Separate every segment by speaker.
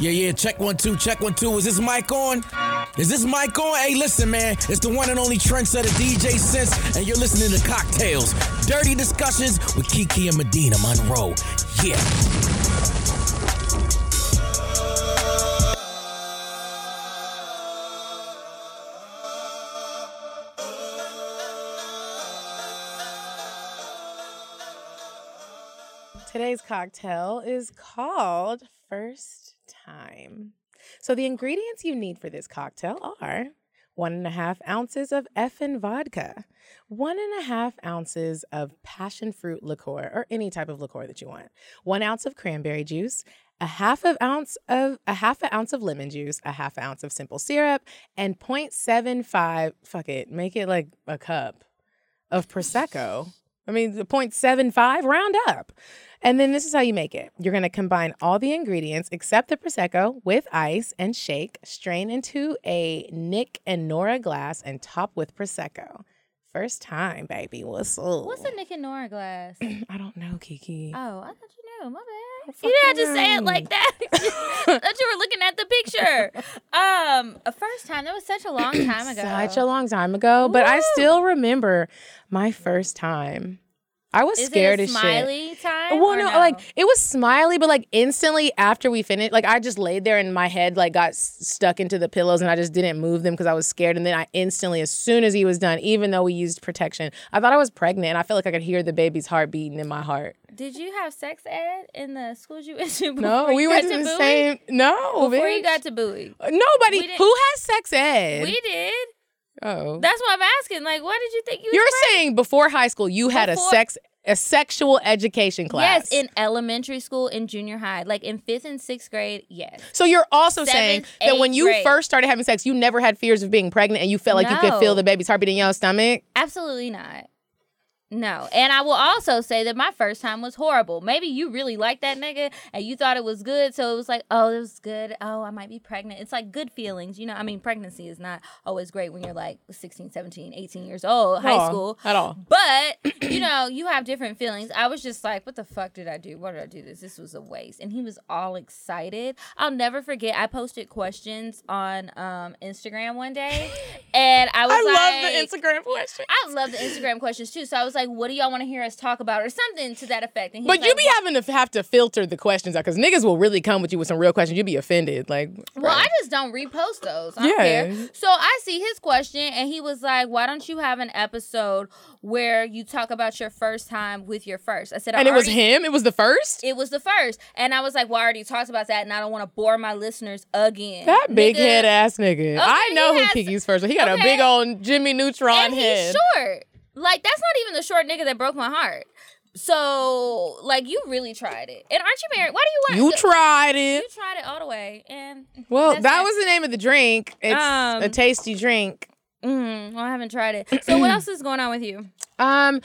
Speaker 1: Yeah, yeah, check one, two, check one, two. Is this mic on? Is this mic on? Hey, listen, man. It's the one and only trendsetter DJ Sense, and you're listening to Cocktails, Dirty Discussions with Kiki and Medina Monroe. Yeah.
Speaker 2: Today's cocktail is called First Time. So, the ingredients you need for this cocktail are one and a half ounces of effin vodka, one and a half ounces of passion fruit liqueur, or any type of liqueur that you want, one ounce of cranberry juice, a half of ounce of a half an ounce of lemon juice, a half ounce of simple syrup, and 0.75, fuck it, make it like a cup of Prosecco. I mean, the 0.75, round up. And then this is how you make it. You're going to combine all the ingredients except the Prosecco with ice and shake, strain into a Nick and Nora glass, and top with Prosecco. First time, baby. Whistle.
Speaker 3: What's Oh, a Nick and Nora glass? oh,
Speaker 2: I don't know, Kiki.
Speaker 3: I thought you knew. My bad.
Speaker 2: fucking
Speaker 3: You didn't have to say it like that. I thought you were looking at the picture. Um, a first time. That was such a long time ago.
Speaker 2: Such a long time ago, but I
Speaker 3: Woo!
Speaker 2: still remember my first time. I was
Speaker 3: Is
Speaker 2: scared
Speaker 3: it a
Speaker 2: as shit.
Speaker 3: smiley time?
Speaker 2: Well,
Speaker 3: or
Speaker 2: no,
Speaker 3: no,
Speaker 2: like it was smiley, but like instantly after we finished, like I just laid there and my head like got s- stuck into the pillows and I just didn't move them because I was scared. And then I instantly, as soon as he was done, even though we used protection, I thought I was pregnant. And I felt like I could hear the baby's heart beating in my heart.
Speaker 3: Did you have sex ed in the schools you went to?
Speaker 2: No,
Speaker 3: before
Speaker 2: we
Speaker 3: you
Speaker 2: went
Speaker 3: got
Speaker 2: to the
Speaker 3: Bowie?
Speaker 2: same. No,
Speaker 3: Before you
Speaker 2: bitch. Uh,
Speaker 3: got to Bowie,
Speaker 2: nobody
Speaker 3: We didn't-
Speaker 2: who has sex ed.
Speaker 3: we did.
Speaker 2: oh,
Speaker 3: That's why I'm asking. Like, why did you think you? was
Speaker 2: you're
Speaker 3: pregnant?
Speaker 2: saying before high school you had
Speaker 3: Before-
Speaker 2: a sex a sexual education class.
Speaker 3: yes in elementary school, in junior high, like in fifth and sixth grade. Yes.
Speaker 2: So you're also
Speaker 3: Seventh,
Speaker 2: saying that when
Speaker 3: eighth
Speaker 2: you
Speaker 3: grade.
Speaker 2: first started having sex, you never had fears of being pregnant and you felt like you could
Speaker 3: No.
Speaker 2: feel the baby's heartbeat in your stomach?
Speaker 3: Absolutely not. No. And I will also say that my first time was horrible. Maybe you really liked that nigga and you thought it was good. So it was like, oh, it was good. Oh, I might be pregnant. It's like good feelings. You know, I mean, pregnancy is not always great when you're like 16, 17, 18 years old, high
Speaker 2: Aw,
Speaker 3: school.
Speaker 2: At all.
Speaker 3: But, you know, you have different feelings. I was just like, what the fuck did I do? Why did I do this? This was a waste. And he was all excited. I'll never forget. I posted questions on um, Instagram one day. And I was like,
Speaker 2: Instagram question.
Speaker 3: I love the Instagram questions too. So I was like, what do y'all want to hear us talk about or something to that effect. And he
Speaker 2: But
Speaker 3: was
Speaker 2: you
Speaker 3: like,
Speaker 2: be having to f- have to filter the questions out because niggas will really come with you with some real questions. You'd be offended. Like,
Speaker 3: well, I just don't repost those. I
Speaker 2: Yeah.
Speaker 3: don't care. So I see his question, and he was like, "Why don't you have an episode where you talk about your first time with your first? I said, I
Speaker 2: and it was
Speaker 3: already-
Speaker 2: him? It was the first?
Speaker 3: It was the first, and I was like, "Well, I already talked about that, and I don't want to bore my listeners again."
Speaker 2: that big
Speaker 3: Nigga.
Speaker 2: head ass nigga. I
Speaker 3: he
Speaker 2: know who
Speaker 3: has-
Speaker 2: Kiki's first. He got a
Speaker 3: okay.
Speaker 2: big old Jimmy Neutron
Speaker 3: and
Speaker 2: head.
Speaker 3: he's short. Like that's not even the short nigga that broke my heart. So like you really tried it, and aren't you married? Why do you
Speaker 2: You
Speaker 3: want?
Speaker 2: tried it.
Speaker 3: You tried it all the way, and
Speaker 2: Well,
Speaker 3: that's
Speaker 2: that
Speaker 3: it.
Speaker 2: was the name of the drink. It's a
Speaker 3: Um,
Speaker 2: tasty drink.
Speaker 3: Mm, well, I haven't tried it. So what else is going on with you?
Speaker 2: Um,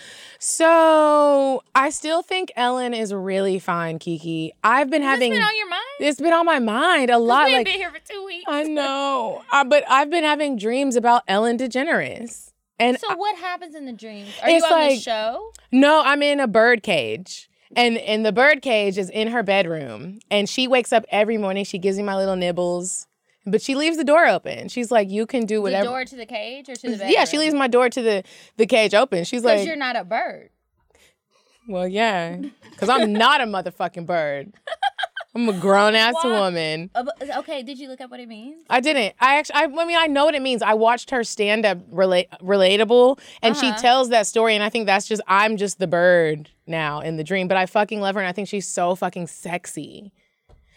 Speaker 2: so I still think Ellen is really fine, Kiki. I've been
Speaker 3: What's
Speaker 2: having
Speaker 3: been on your mind?
Speaker 2: it's been on my mind a lot.
Speaker 3: We've
Speaker 2: Like Oh,
Speaker 3: been here for two weeks.
Speaker 2: I know, uh, but I've been having dreams about Ellen DeGeneres, and
Speaker 3: So what happens in the dreams? Are
Speaker 2: It's
Speaker 3: you on
Speaker 2: like-
Speaker 3: the show?
Speaker 2: No, I'm in a bird cage. And and the bird cage is in her bedroom. And she wakes up every morning. She gives me my little nibbles. But she leaves the door open. She's like, you can do
Speaker 3: The
Speaker 2: whatever.
Speaker 3: door to the cage or to the bedroom?
Speaker 2: yeah, she leaves my door to the, the cage open. She's
Speaker 3: Because
Speaker 2: like,
Speaker 3: you're not a bird.
Speaker 2: Well, yeah, because I'm not a motherfucking bird. I'm a grown ass
Speaker 3: Why?
Speaker 2: woman.
Speaker 3: Uh, but- Okay, did you look up what it means?
Speaker 2: I didn't. I actually. I, I mean, I know what it means. I watched her stand up rela- relatable, and she tells that story, and I think that's just I'm just the bird now in the dream. But I fucking love her, and I think she's so fucking sexy.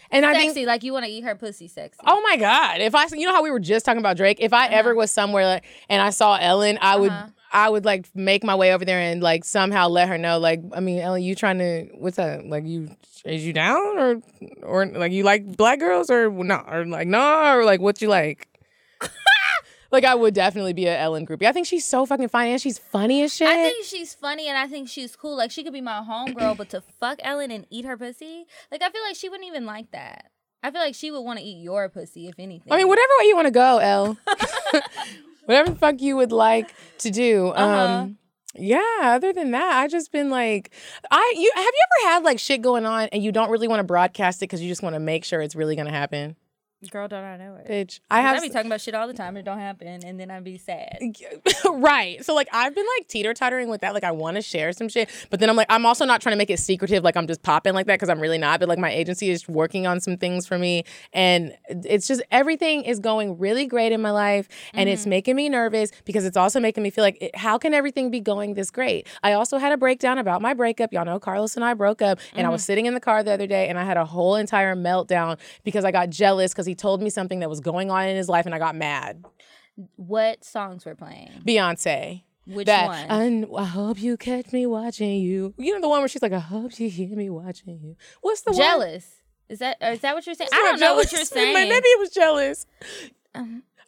Speaker 2: And I
Speaker 3: Sexy,
Speaker 2: think.
Speaker 3: like you want to eat her pussy sexy.
Speaker 2: Oh my God! If I, you know how we were just talking about Drake. If
Speaker 3: Uh-huh.
Speaker 2: I ever was somewhere like, and I saw Ellen, I would, I would like make my way over there and like somehow let her know. Like, I mean, Ellen, you trying to what's that? Like, you is you down or or like you like black girls or not or like no or like what you like? like, I would definitely be a Ellen groupie. I think she's so fucking fine and she's funny as shit.
Speaker 3: I think she's funny and I think she's cool. Like she could be my homegirl, but to fuck Ellen and eat her pussy, like I feel like she wouldn't even like that. I feel like she would want to eat your pussy if anything.
Speaker 2: I mean, whatever way you want to go, L. whatever the fuck you would like to do. Um, Yeah, other than that, I just been like I you have you ever had like shit going on and you don't really want to broadcast it cuz you just want to make sure it's really going to happen?
Speaker 3: Girl, don't I know it?
Speaker 2: Bitch, I
Speaker 3: I
Speaker 2: have
Speaker 3: be talking about shit all the time. It don't happen, and then I'd be sad.
Speaker 2: right. So like I've been like teeter tottering with that. Like I want to share some shit, but then I'm like I'm also not trying to make it secretive. Like I'm just popping like that because I'm really not. But like my agency is working on some things for me, and it's just everything is going really great in my life, and it's making me nervous because it's also making me feel like it, how can everything be going this great? I also had a breakdown about my breakup. Y'all know Carlos and I broke up, and I was sitting in the car the other day, and I had a whole entire meltdown because I got jealous because he told me something that was going on in his life, and I got mad.
Speaker 3: What songs were playing?
Speaker 2: Beyonce.
Speaker 3: Which
Speaker 2: that Uh,
Speaker 3: one?
Speaker 2: "And I hope you catch me watching you. You know the one where she's like, I hope you hear me watching you. What's the one?
Speaker 3: jealous. Is that or is that what you're saying? I
Speaker 2: It's
Speaker 3: don't
Speaker 2: not
Speaker 3: know what you're
Speaker 2: jealous.
Speaker 3: saying. Um,
Speaker 2: Maybe it was jealous.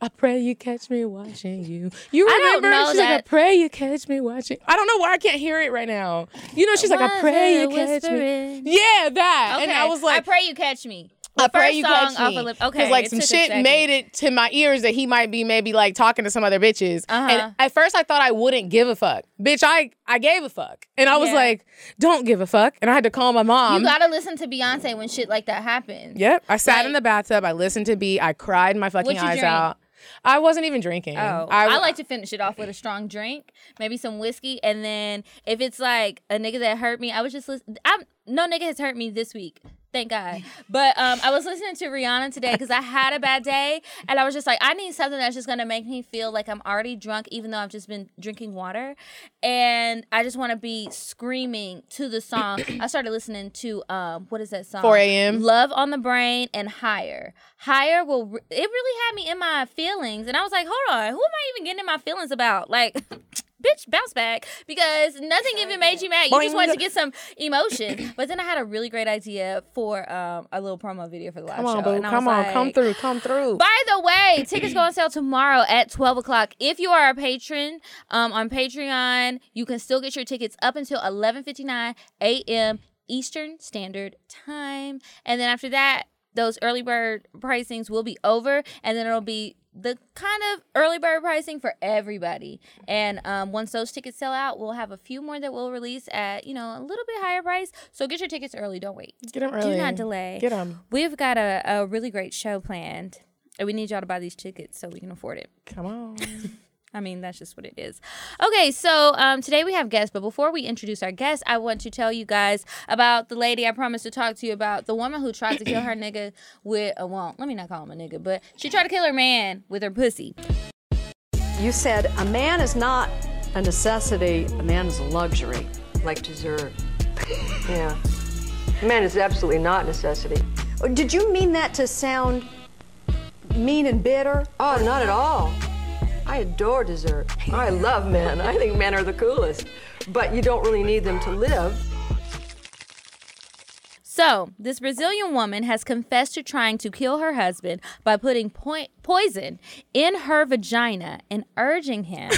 Speaker 2: I pray you catch me watching you. You
Speaker 3: I don't
Speaker 2: remember?
Speaker 3: know
Speaker 2: she's like, I
Speaker 3: that-
Speaker 2: pray you catch me watching. I don't know why I can't hear it right now. You know, she's like, I
Speaker 3: Was
Speaker 2: pray you
Speaker 3: it
Speaker 2: catch me.
Speaker 3: whispering?
Speaker 2: Yeah, that.
Speaker 3: Okay.
Speaker 2: And I was like,
Speaker 3: I pray you catch me.
Speaker 2: I
Speaker 3: The
Speaker 2: pray
Speaker 3: first
Speaker 2: you
Speaker 3: song
Speaker 2: catch
Speaker 3: off
Speaker 2: me.
Speaker 3: of Lip- okay,
Speaker 2: like
Speaker 3: it
Speaker 2: some
Speaker 3: took a
Speaker 2: shit
Speaker 3: second.
Speaker 2: made it to my ears that he might be maybe like talking to some other bitches.
Speaker 3: Uh-huh.
Speaker 2: And at first I thought I wouldn't give a fuck. Bitch, I I gave a fuck. And I was
Speaker 3: Yeah.
Speaker 2: like, don't give a fuck. And I had to call my mom.
Speaker 3: You gotta listen to Beyonce when shit like that happens.
Speaker 2: yep. I sat in
Speaker 3: Like-
Speaker 2: the bathtub. I listened to B. I cried my fucking
Speaker 3: What'd you
Speaker 2: eyes
Speaker 3: drink?
Speaker 2: out. I wasn't even drinking.
Speaker 3: Oh, I, like to finish it off with a strong drink, maybe some whiskey, and then if it's like a nigga that hurt me, I was just listen. I'm no nigga has hurt me this week. Thank God. But um, I was listening to Rihanna today because I had a bad day, and I was just like, I need something that's just gonna make me feel like I'm already drunk, even though I've just been drinking water, and I just want to be screaming to the song. I started listening to um, what is that song?
Speaker 2: 4 a.m..
Speaker 3: Love on the Brain and Higher. Higher will re- it really had me in my feelings and I was like, "Hold on, who am I even getting in my feelings about?" Like Bitch, bounce back because nothing even made you mad. You just wanted to get some emotion. But then I had a really great idea for um, a little promo video for the live
Speaker 2: come on,
Speaker 3: show.
Speaker 2: boo.
Speaker 3: and I
Speaker 2: Come
Speaker 3: was
Speaker 2: on. come
Speaker 3: like,
Speaker 2: through. Come through.
Speaker 3: by the way, tickets go on sale tomorrow at 12 o'clock. If you are a patron um, on Patreon, you can still get your tickets up until 11.59 a.m. Eastern Standard Time. And then after that, those early bird pricings will be over. And then it'll be the kind of early bird pricing for everybody. And um, once those tickets sell out, we'll have a few more that we'll release at, you know, a little bit higher price. So get your tickets early. Don't wait.
Speaker 2: Get them early.
Speaker 3: Do not delay.
Speaker 2: Get them.
Speaker 3: We've got a, a really great show planned, and we need y'all to buy these tickets so we can afford it.
Speaker 2: Come on.
Speaker 3: I mean, that's just what it is. Okay, so um, today we have guests, but before we introduce our guests, I want to tell you guys about the lady I promised to talk to you about, the woman who tried to kill her nigga with a well, let me not call him a nigga, but she tried to kill her man with her pussy.
Speaker 4: You said a man is not a necessity, a man is a luxury, like dessert. yeah. Oh, A man is absolutely not necessity.
Speaker 5: Did you mean that to sound mean and bitter?
Speaker 4: Oh, not at all. I adore dessert. I love men. I think men are the coolest. But you don't really need them to live.
Speaker 3: So, this Brazilian woman has confessed to trying to kill her husband by putting point, poison in her vagina and urging him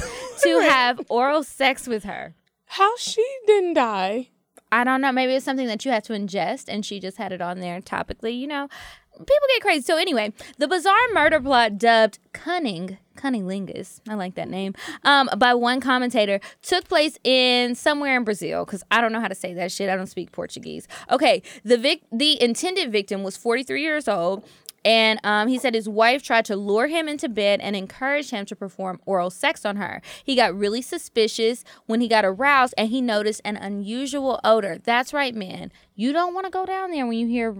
Speaker 3: to have oral sex with her.
Speaker 2: How she didn't die.
Speaker 3: I don't know. Maybe it's something that you have to ingest, and she just had it on there topically. You know, people get crazy. So anyway, the bizarre murder plot dubbed "Cunning." Cunnilingus, I like that name, um, by one commentator, took place in somewhere in Brazil because I don't know how to say that shit. I don't speak Portuguese. Okay, the vic- the intended victim was 43 years old, and um, he said his wife tried to lure him into bed and encourage him to perform oral sex on her. He got really suspicious when he got aroused and he noticed an unusual odor. That's right, man. You don't want to go down there when you hear,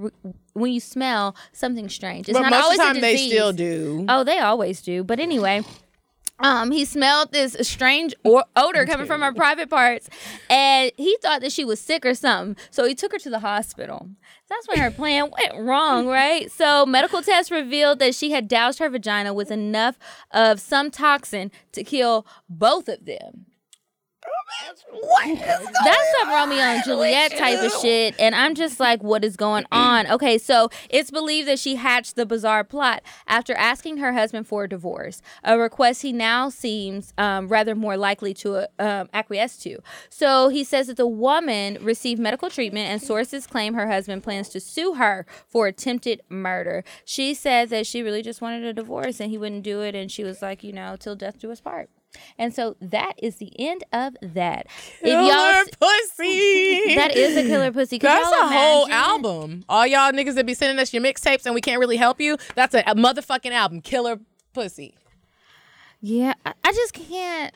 Speaker 3: when you smell something strange. It's
Speaker 2: But
Speaker 3: not
Speaker 2: most of
Speaker 3: always
Speaker 2: the
Speaker 3: a
Speaker 2: time they
Speaker 3: disease.
Speaker 2: still do.
Speaker 3: Oh, they always do. But anyway. Um, he smelled this strange or- odor coming from her private parts, and he thought that she was sick or something. So he took her to the hospital. That's when her plan went wrong, right? So medical tests revealed that she had doused her vagina with enough of some toxin to kill both of them. That's some Romeo and Juliet type of shit. And I'm just like, what is going on? Okay, so it's believed that she hatched the bizarre plot after asking her husband for a divorce, a request he now seems um, rather more likely to uh, um, acquiesce to. So he says that the woman received medical treatment, and sources claim her husband plans to sue her for attempted murder. She said that she really just wanted a divorce and he wouldn't do it. And she was like, you know, till death do us part. And so that is the end of that.
Speaker 2: Killer
Speaker 3: s-
Speaker 2: pussy.
Speaker 3: that is a killer pussy. Could
Speaker 2: That's
Speaker 3: y'all
Speaker 2: a whole
Speaker 3: imagine?
Speaker 2: album. All y'all niggas that be sending us your mixtapes and we can't really help you. That's a, a motherfucking album. Killer pussy.
Speaker 3: Yeah, I, I just can't.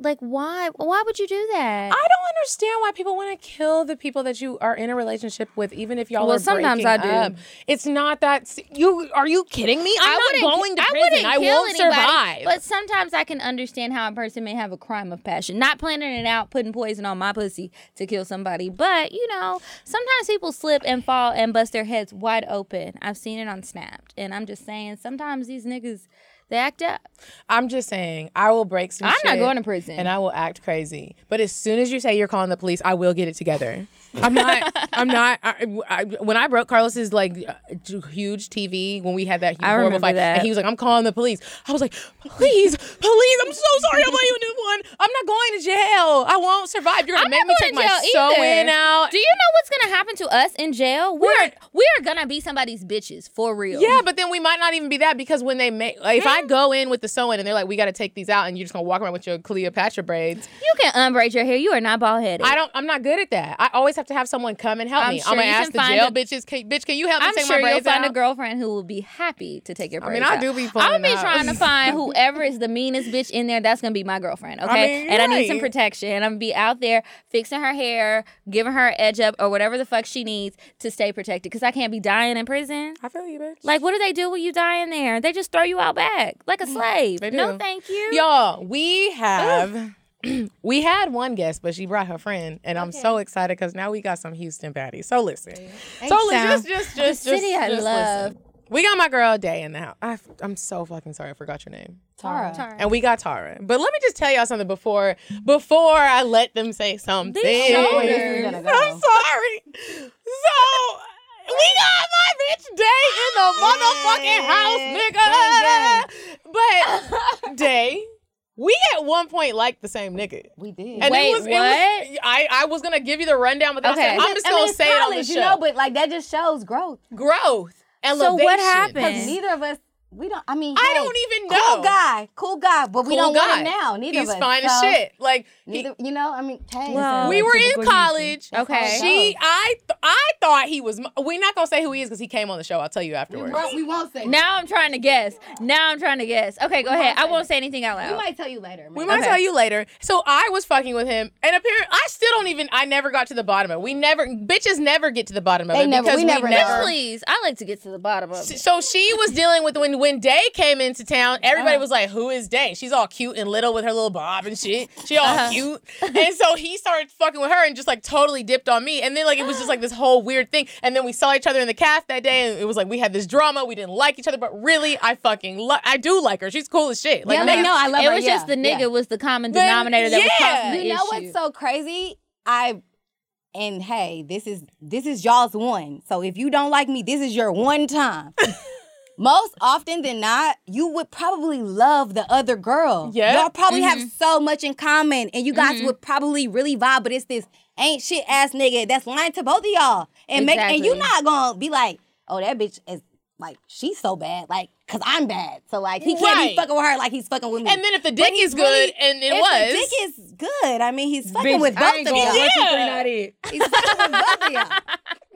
Speaker 3: Like, why? Why would you do that?
Speaker 2: I don't understand why people want to kill the people that you are in a relationship with, even if y'all
Speaker 3: Well,
Speaker 2: are
Speaker 3: sometimes
Speaker 2: breaking
Speaker 3: I do.
Speaker 2: up. It's not that s- you are you kidding me? I'm
Speaker 3: wouldn't-
Speaker 2: not going to
Speaker 3: I
Speaker 2: prison.
Speaker 3: wouldn't
Speaker 2: I,
Speaker 3: kill
Speaker 2: won't
Speaker 3: anybody,
Speaker 2: survive.
Speaker 3: But sometimes I can understand how a person may have a crime of passion. Not planning it out, putting poison on my pussy to kill somebody. But, you know, sometimes people slip and fall and bust their heads wide open. I've seen it on Snapped. And I'm just saying, sometimes these niggas, they act up.
Speaker 2: I'm just saying, I will break some.
Speaker 3: I'm not
Speaker 2: shit
Speaker 3: going to prison.
Speaker 2: and I will act crazy. But as soon as you say you're calling the police, I will get it together. I'm not. I'm not. I, I- when I broke Carlos's like uh, huge TV when we had that
Speaker 3: I
Speaker 2: horrible
Speaker 3: remember
Speaker 2: fight,
Speaker 3: that.
Speaker 2: and he was like, "I'm calling the police." I was like, "Please, please! I'm so sorry about you, new one. I'm not going to jail. I won't survive. You're gonna
Speaker 3: I'm
Speaker 2: make
Speaker 3: not
Speaker 2: me take
Speaker 3: going to
Speaker 2: my
Speaker 3: jail either.
Speaker 2: sewing out."
Speaker 3: Do you know what's gonna happen to us in jail? We're we're gonna be somebody's bitches for real.
Speaker 2: yeah, but then we might not even be that because when they make, like, if I go in with the sewing and they're like, we got to take these out, and you're just gonna walk around with your Cleopatra braids,
Speaker 3: you can unbraid your hair. You are not bald headed.
Speaker 2: I don't. I'm not good at that. I always have to have someone come and help
Speaker 3: I'm
Speaker 2: me.
Speaker 3: sure
Speaker 2: I'm gonna
Speaker 3: you
Speaker 2: ask
Speaker 3: can
Speaker 2: the
Speaker 3: find
Speaker 2: jail
Speaker 3: a-
Speaker 2: bitches. Can, bitch, can you help me
Speaker 3: I'm
Speaker 2: take
Speaker 3: sure
Speaker 2: my
Speaker 3: you'll
Speaker 2: braids
Speaker 3: find
Speaker 2: out?
Speaker 3: a girlfriend who will be happy to take your
Speaker 2: mean,
Speaker 3: braids
Speaker 2: I
Speaker 3: out.
Speaker 2: do be
Speaker 3: I would be
Speaker 2: pulling out.
Speaker 3: trying to find whoever is the meanest bitch in there. That's gonna be my girlfriend, okay?
Speaker 2: mean,
Speaker 3: and I need some
Speaker 2: right.
Speaker 3: protection. I'm gonna be out there fixing her hair, giving her an edge up, or whatever the fuck she needs to stay protected. Because I can't be dying in prison.
Speaker 2: I feel you, bitch.
Speaker 3: Like, what do they do when you die in there? They just throw you out back like a slave. No,
Speaker 2: Mm, do.
Speaker 3: thank you.
Speaker 2: y'all, we have. We had one guest, but she brought her friend, and I'm so excited because now we got some Houston baddies. So listen, so listen, just, just, just,
Speaker 3: city
Speaker 2: just,
Speaker 3: I
Speaker 2: just
Speaker 3: love.
Speaker 2: listen. We got my girl Day in the house. I, I'm so fucking sorry, I forgot your name.
Speaker 3: Tara. Tara.
Speaker 2: And we got Tara. But let me just tell y'all something before before I let them say something.
Speaker 3: shoulders.
Speaker 2: I'm sorry. So we got my bitch Day in the motherfucking house, nigga. But Day, we at one point liked the same nigga. We did. And
Speaker 3: Wait,
Speaker 2: it was, it was-
Speaker 3: what?
Speaker 2: I, I was gonna give you the rundown, but then I
Speaker 3: Okay.
Speaker 2: said, I'm just gonna
Speaker 6: mean, it's
Speaker 2: say
Speaker 6: college,
Speaker 2: it on the show.
Speaker 6: you know, but like that just shows growth.
Speaker 2: Growth,
Speaker 3: So
Speaker 2: elevation.
Speaker 3: what happened?
Speaker 6: Neither of us, we don't. I mean,
Speaker 2: I
Speaker 6: hey,
Speaker 2: don't even know.
Speaker 6: Cool guy, cool guy, but we
Speaker 2: Cool
Speaker 6: don't want
Speaker 2: guy.
Speaker 6: him now. Neither
Speaker 2: He's
Speaker 6: of us.
Speaker 2: fine as
Speaker 6: So,
Speaker 2: shit. Like he-
Speaker 6: Neither, you know, I mean, hey,
Speaker 3: Well,
Speaker 6: so-
Speaker 2: we were in
Speaker 3: typical
Speaker 2: college.
Speaker 3: Houston. Okay.
Speaker 2: She, I, th- I thought he was. m- We're not gonna say who he is because he came on the show. I'll tell you afterwards.
Speaker 6: we won't say.
Speaker 3: Now I'm trying to guess. Now I'm trying to guess. Okay, go ahead. I won't say anything out loud.
Speaker 6: we might tell you later.
Speaker 2: We
Speaker 6: man.
Speaker 2: might
Speaker 3: Okay.
Speaker 2: tell you later. So I was fucking with him, and apparently, I still don't even. I never got to the bottom of it. We never, bitches never get to the bottom of
Speaker 6: They
Speaker 2: it
Speaker 6: never-
Speaker 2: because
Speaker 6: we
Speaker 2: we never.
Speaker 6: never know.
Speaker 3: Please, I like to get to the bottom of it.
Speaker 2: So she was dealing with when when Day came into town.
Speaker 6: Uh-huh.
Speaker 2: Everybody was like, "Who is Day?" She's all cute and little with her little bob and shit. She all
Speaker 6: Uh-huh.
Speaker 2: cute, and so he started fucking with her and just like totally dipped on me. And then like it was just like this whole weird thing. And then we saw each other in the caf that day, and it was like we had this drama. We didn't like each other, but really, I fucking lo- I do like her. She's cool as shit. Like
Speaker 6: Yeah, like,
Speaker 2: niggas-
Speaker 6: no, I love
Speaker 3: it
Speaker 6: her,
Speaker 3: was just the
Speaker 6: yeah,
Speaker 3: nigga
Speaker 6: yeah.
Speaker 3: was the common
Speaker 2: Then-
Speaker 3: denominator that
Speaker 2: yeah.
Speaker 3: was causing the
Speaker 6: You know
Speaker 3: issue.
Speaker 6: what's so crazy? I and hey, this is this is y'all's one. So if you don't like me, this is your one time. Most often than not, you would probably love the other girl.
Speaker 2: Yeah.
Speaker 6: Y'all probably
Speaker 3: Mm-hmm.
Speaker 6: have so much in common and you guys would probably really vibe, but it's this ain't shit ass nigga that's lying to both of y'all. And make and you
Speaker 3: Exactly.
Speaker 6: not gonna be like, oh that bitch is like she's so bad, like, cause I'm bad. So like he can't
Speaker 2: Right.
Speaker 6: be fucking with her like he's fucking with me.
Speaker 2: And then if the
Speaker 6: But
Speaker 2: dick
Speaker 6: he's
Speaker 2: is good,
Speaker 6: really-
Speaker 2: and it
Speaker 6: if
Speaker 2: was,
Speaker 6: The dick is good. I mean, he's fucking with both of y'all. He's fucking with both of y'all.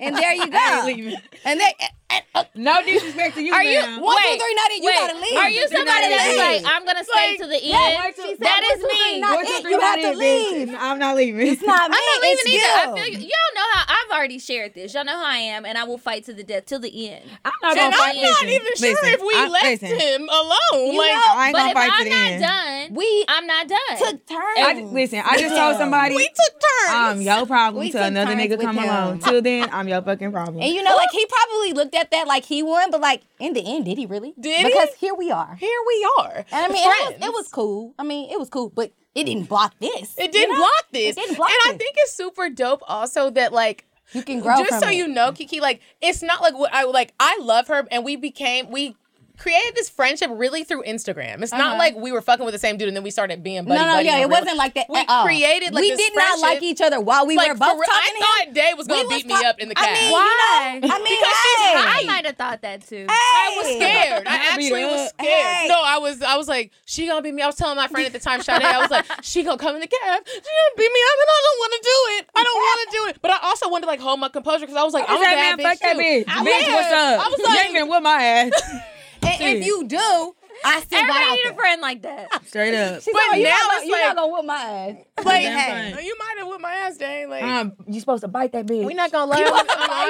Speaker 6: And there you go. And they, and, uh,
Speaker 7: No disrespect to you.
Speaker 3: Are you
Speaker 7: ma'am.
Speaker 6: one, two,
Speaker 3: wait,
Speaker 6: three, not it. You
Speaker 3: wait,
Speaker 6: gotta leave.
Speaker 3: Are you
Speaker 6: You
Speaker 3: somebody
Speaker 6: gotta
Speaker 3: that's like,
Speaker 6: leave.
Speaker 3: I'm gonna stay
Speaker 2: Like,
Speaker 3: to the
Speaker 6: yeah,
Speaker 3: end?
Speaker 6: like she said,
Speaker 3: that
Speaker 6: one,
Speaker 3: is
Speaker 6: two, three,
Speaker 3: me.
Speaker 6: not
Speaker 7: One, two,
Speaker 6: it.
Speaker 7: three,
Speaker 6: You
Speaker 7: not
Speaker 6: have
Speaker 7: it,
Speaker 6: to
Speaker 7: bitch.
Speaker 6: leave.
Speaker 7: No, I'm not leaving.
Speaker 6: It's not me.
Speaker 3: I'm not leaving
Speaker 6: it's
Speaker 3: either. I
Speaker 6: you.
Speaker 3: feel you. Y'all know how I've already shared this. Y'all know how I am, and I will fight to the death till the end.
Speaker 7: I'm not
Speaker 2: and
Speaker 7: gonna
Speaker 2: I'm not
Speaker 7: fight. listen,
Speaker 2: even sure
Speaker 7: listen,
Speaker 2: if we
Speaker 7: I-
Speaker 2: left
Speaker 7: listen,
Speaker 2: him alone. like,
Speaker 7: I ain't
Speaker 3: but
Speaker 7: gonna
Speaker 3: if
Speaker 7: fight
Speaker 3: I'm
Speaker 7: to the
Speaker 3: not
Speaker 7: end.
Speaker 3: done,
Speaker 6: We
Speaker 3: I'm not done.
Speaker 6: took turns.
Speaker 7: I, listen, I just told somebody
Speaker 2: we took
Speaker 6: uh,
Speaker 2: turns.
Speaker 7: I'm your problem
Speaker 6: We
Speaker 7: till
Speaker 6: took
Speaker 7: another
Speaker 6: turns
Speaker 7: nigga
Speaker 6: with
Speaker 7: come
Speaker 6: him.
Speaker 7: along. Till then, I'm your fucking problem.
Speaker 6: and you know, like he probably looked at that like he won, but like in the end, did he really?
Speaker 2: Did he?
Speaker 6: because here we are.
Speaker 2: Here we are.
Speaker 6: And I mean, it
Speaker 2: friends.
Speaker 6: was, it was cool. I mean, it was cool, but it didn't block this.
Speaker 2: It didn't block this.
Speaker 6: It didn't block
Speaker 2: and I
Speaker 6: this.
Speaker 2: think it's super dope also that like
Speaker 6: You can grow
Speaker 2: just
Speaker 6: from
Speaker 2: so
Speaker 6: it.
Speaker 2: you know, Kiki, like it's not like what I like I love her and we became we created this friendship really through Instagram. It's not like we were fucking with the same dude and then we started being buddy
Speaker 6: Uh-huh. no, no,
Speaker 2: buddy
Speaker 6: yeah,
Speaker 2: and
Speaker 6: it
Speaker 2: real-
Speaker 6: wasn't like that.
Speaker 2: We
Speaker 6: at all.
Speaker 2: created like
Speaker 6: we
Speaker 2: this
Speaker 6: did not like
Speaker 2: friendship.
Speaker 6: each other while we
Speaker 2: Like,
Speaker 6: were both
Speaker 2: for real,
Speaker 6: talking. to him.
Speaker 2: I thought Day was
Speaker 6: We
Speaker 2: gonna
Speaker 6: was
Speaker 2: beat me
Speaker 6: talk-
Speaker 2: up in the
Speaker 6: I
Speaker 2: cab.
Speaker 6: mean,
Speaker 3: Why?
Speaker 6: You know, I mean,
Speaker 2: Because she's
Speaker 6: hey,
Speaker 2: hot.
Speaker 3: I might have thought that too.
Speaker 2: I was scared. I
Speaker 7: I'll beat
Speaker 2: actually
Speaker 7: her
Speaker 2: was
Speaker 7: up.
Speaker 2: scared.
Speaker 6: Hey.
Speaker 2: No, I was. I was like, she gonna beat me. I was telling my friend at the time, Sade, I was like, she gonna come in the cab. She gonna beat me up, and I don't want to do it. I don't want to do it. But I also wanted to like hold my composure because I was like, I'm a
Speaker 7: man,
Speaker 2: bad bitch
Speaker 7: fuck that
Speaker 2: too.
Speaker 7: bitch.
Speaker 2: I
Speaker 7: bitch,
Speaker 2: was.
Speaker 7: what's up?
Speaker 2: I was like,
Speaker 7: you ain't been with my ass.
Speaker 6: And if you do, I still got
Speaker 3: Everybody
Speaker 6: out
Speaker 3: need a
Speaker 6: there.
Speaker 3: friend like that.
Speaker 7: Straight up.
Speaker 6: She's like, "Oh, you
Speaker 2: now
Speaker 6: not,
Speaker 2: it's
Speaker 6: you
Speaker 2: like-
Speaker 6: not gonna whoop my ass.
Speaker 2: like,
Speaker 7: Damn
Speaker 2: hey,
Speaker 7: fine.
Speaker 2: you might have whipped my ass, dang. Like,
Speaker 7: Um, you supposed to bite that bitch.
Speaker 2: we not gonna love you.
Speaker 6: Like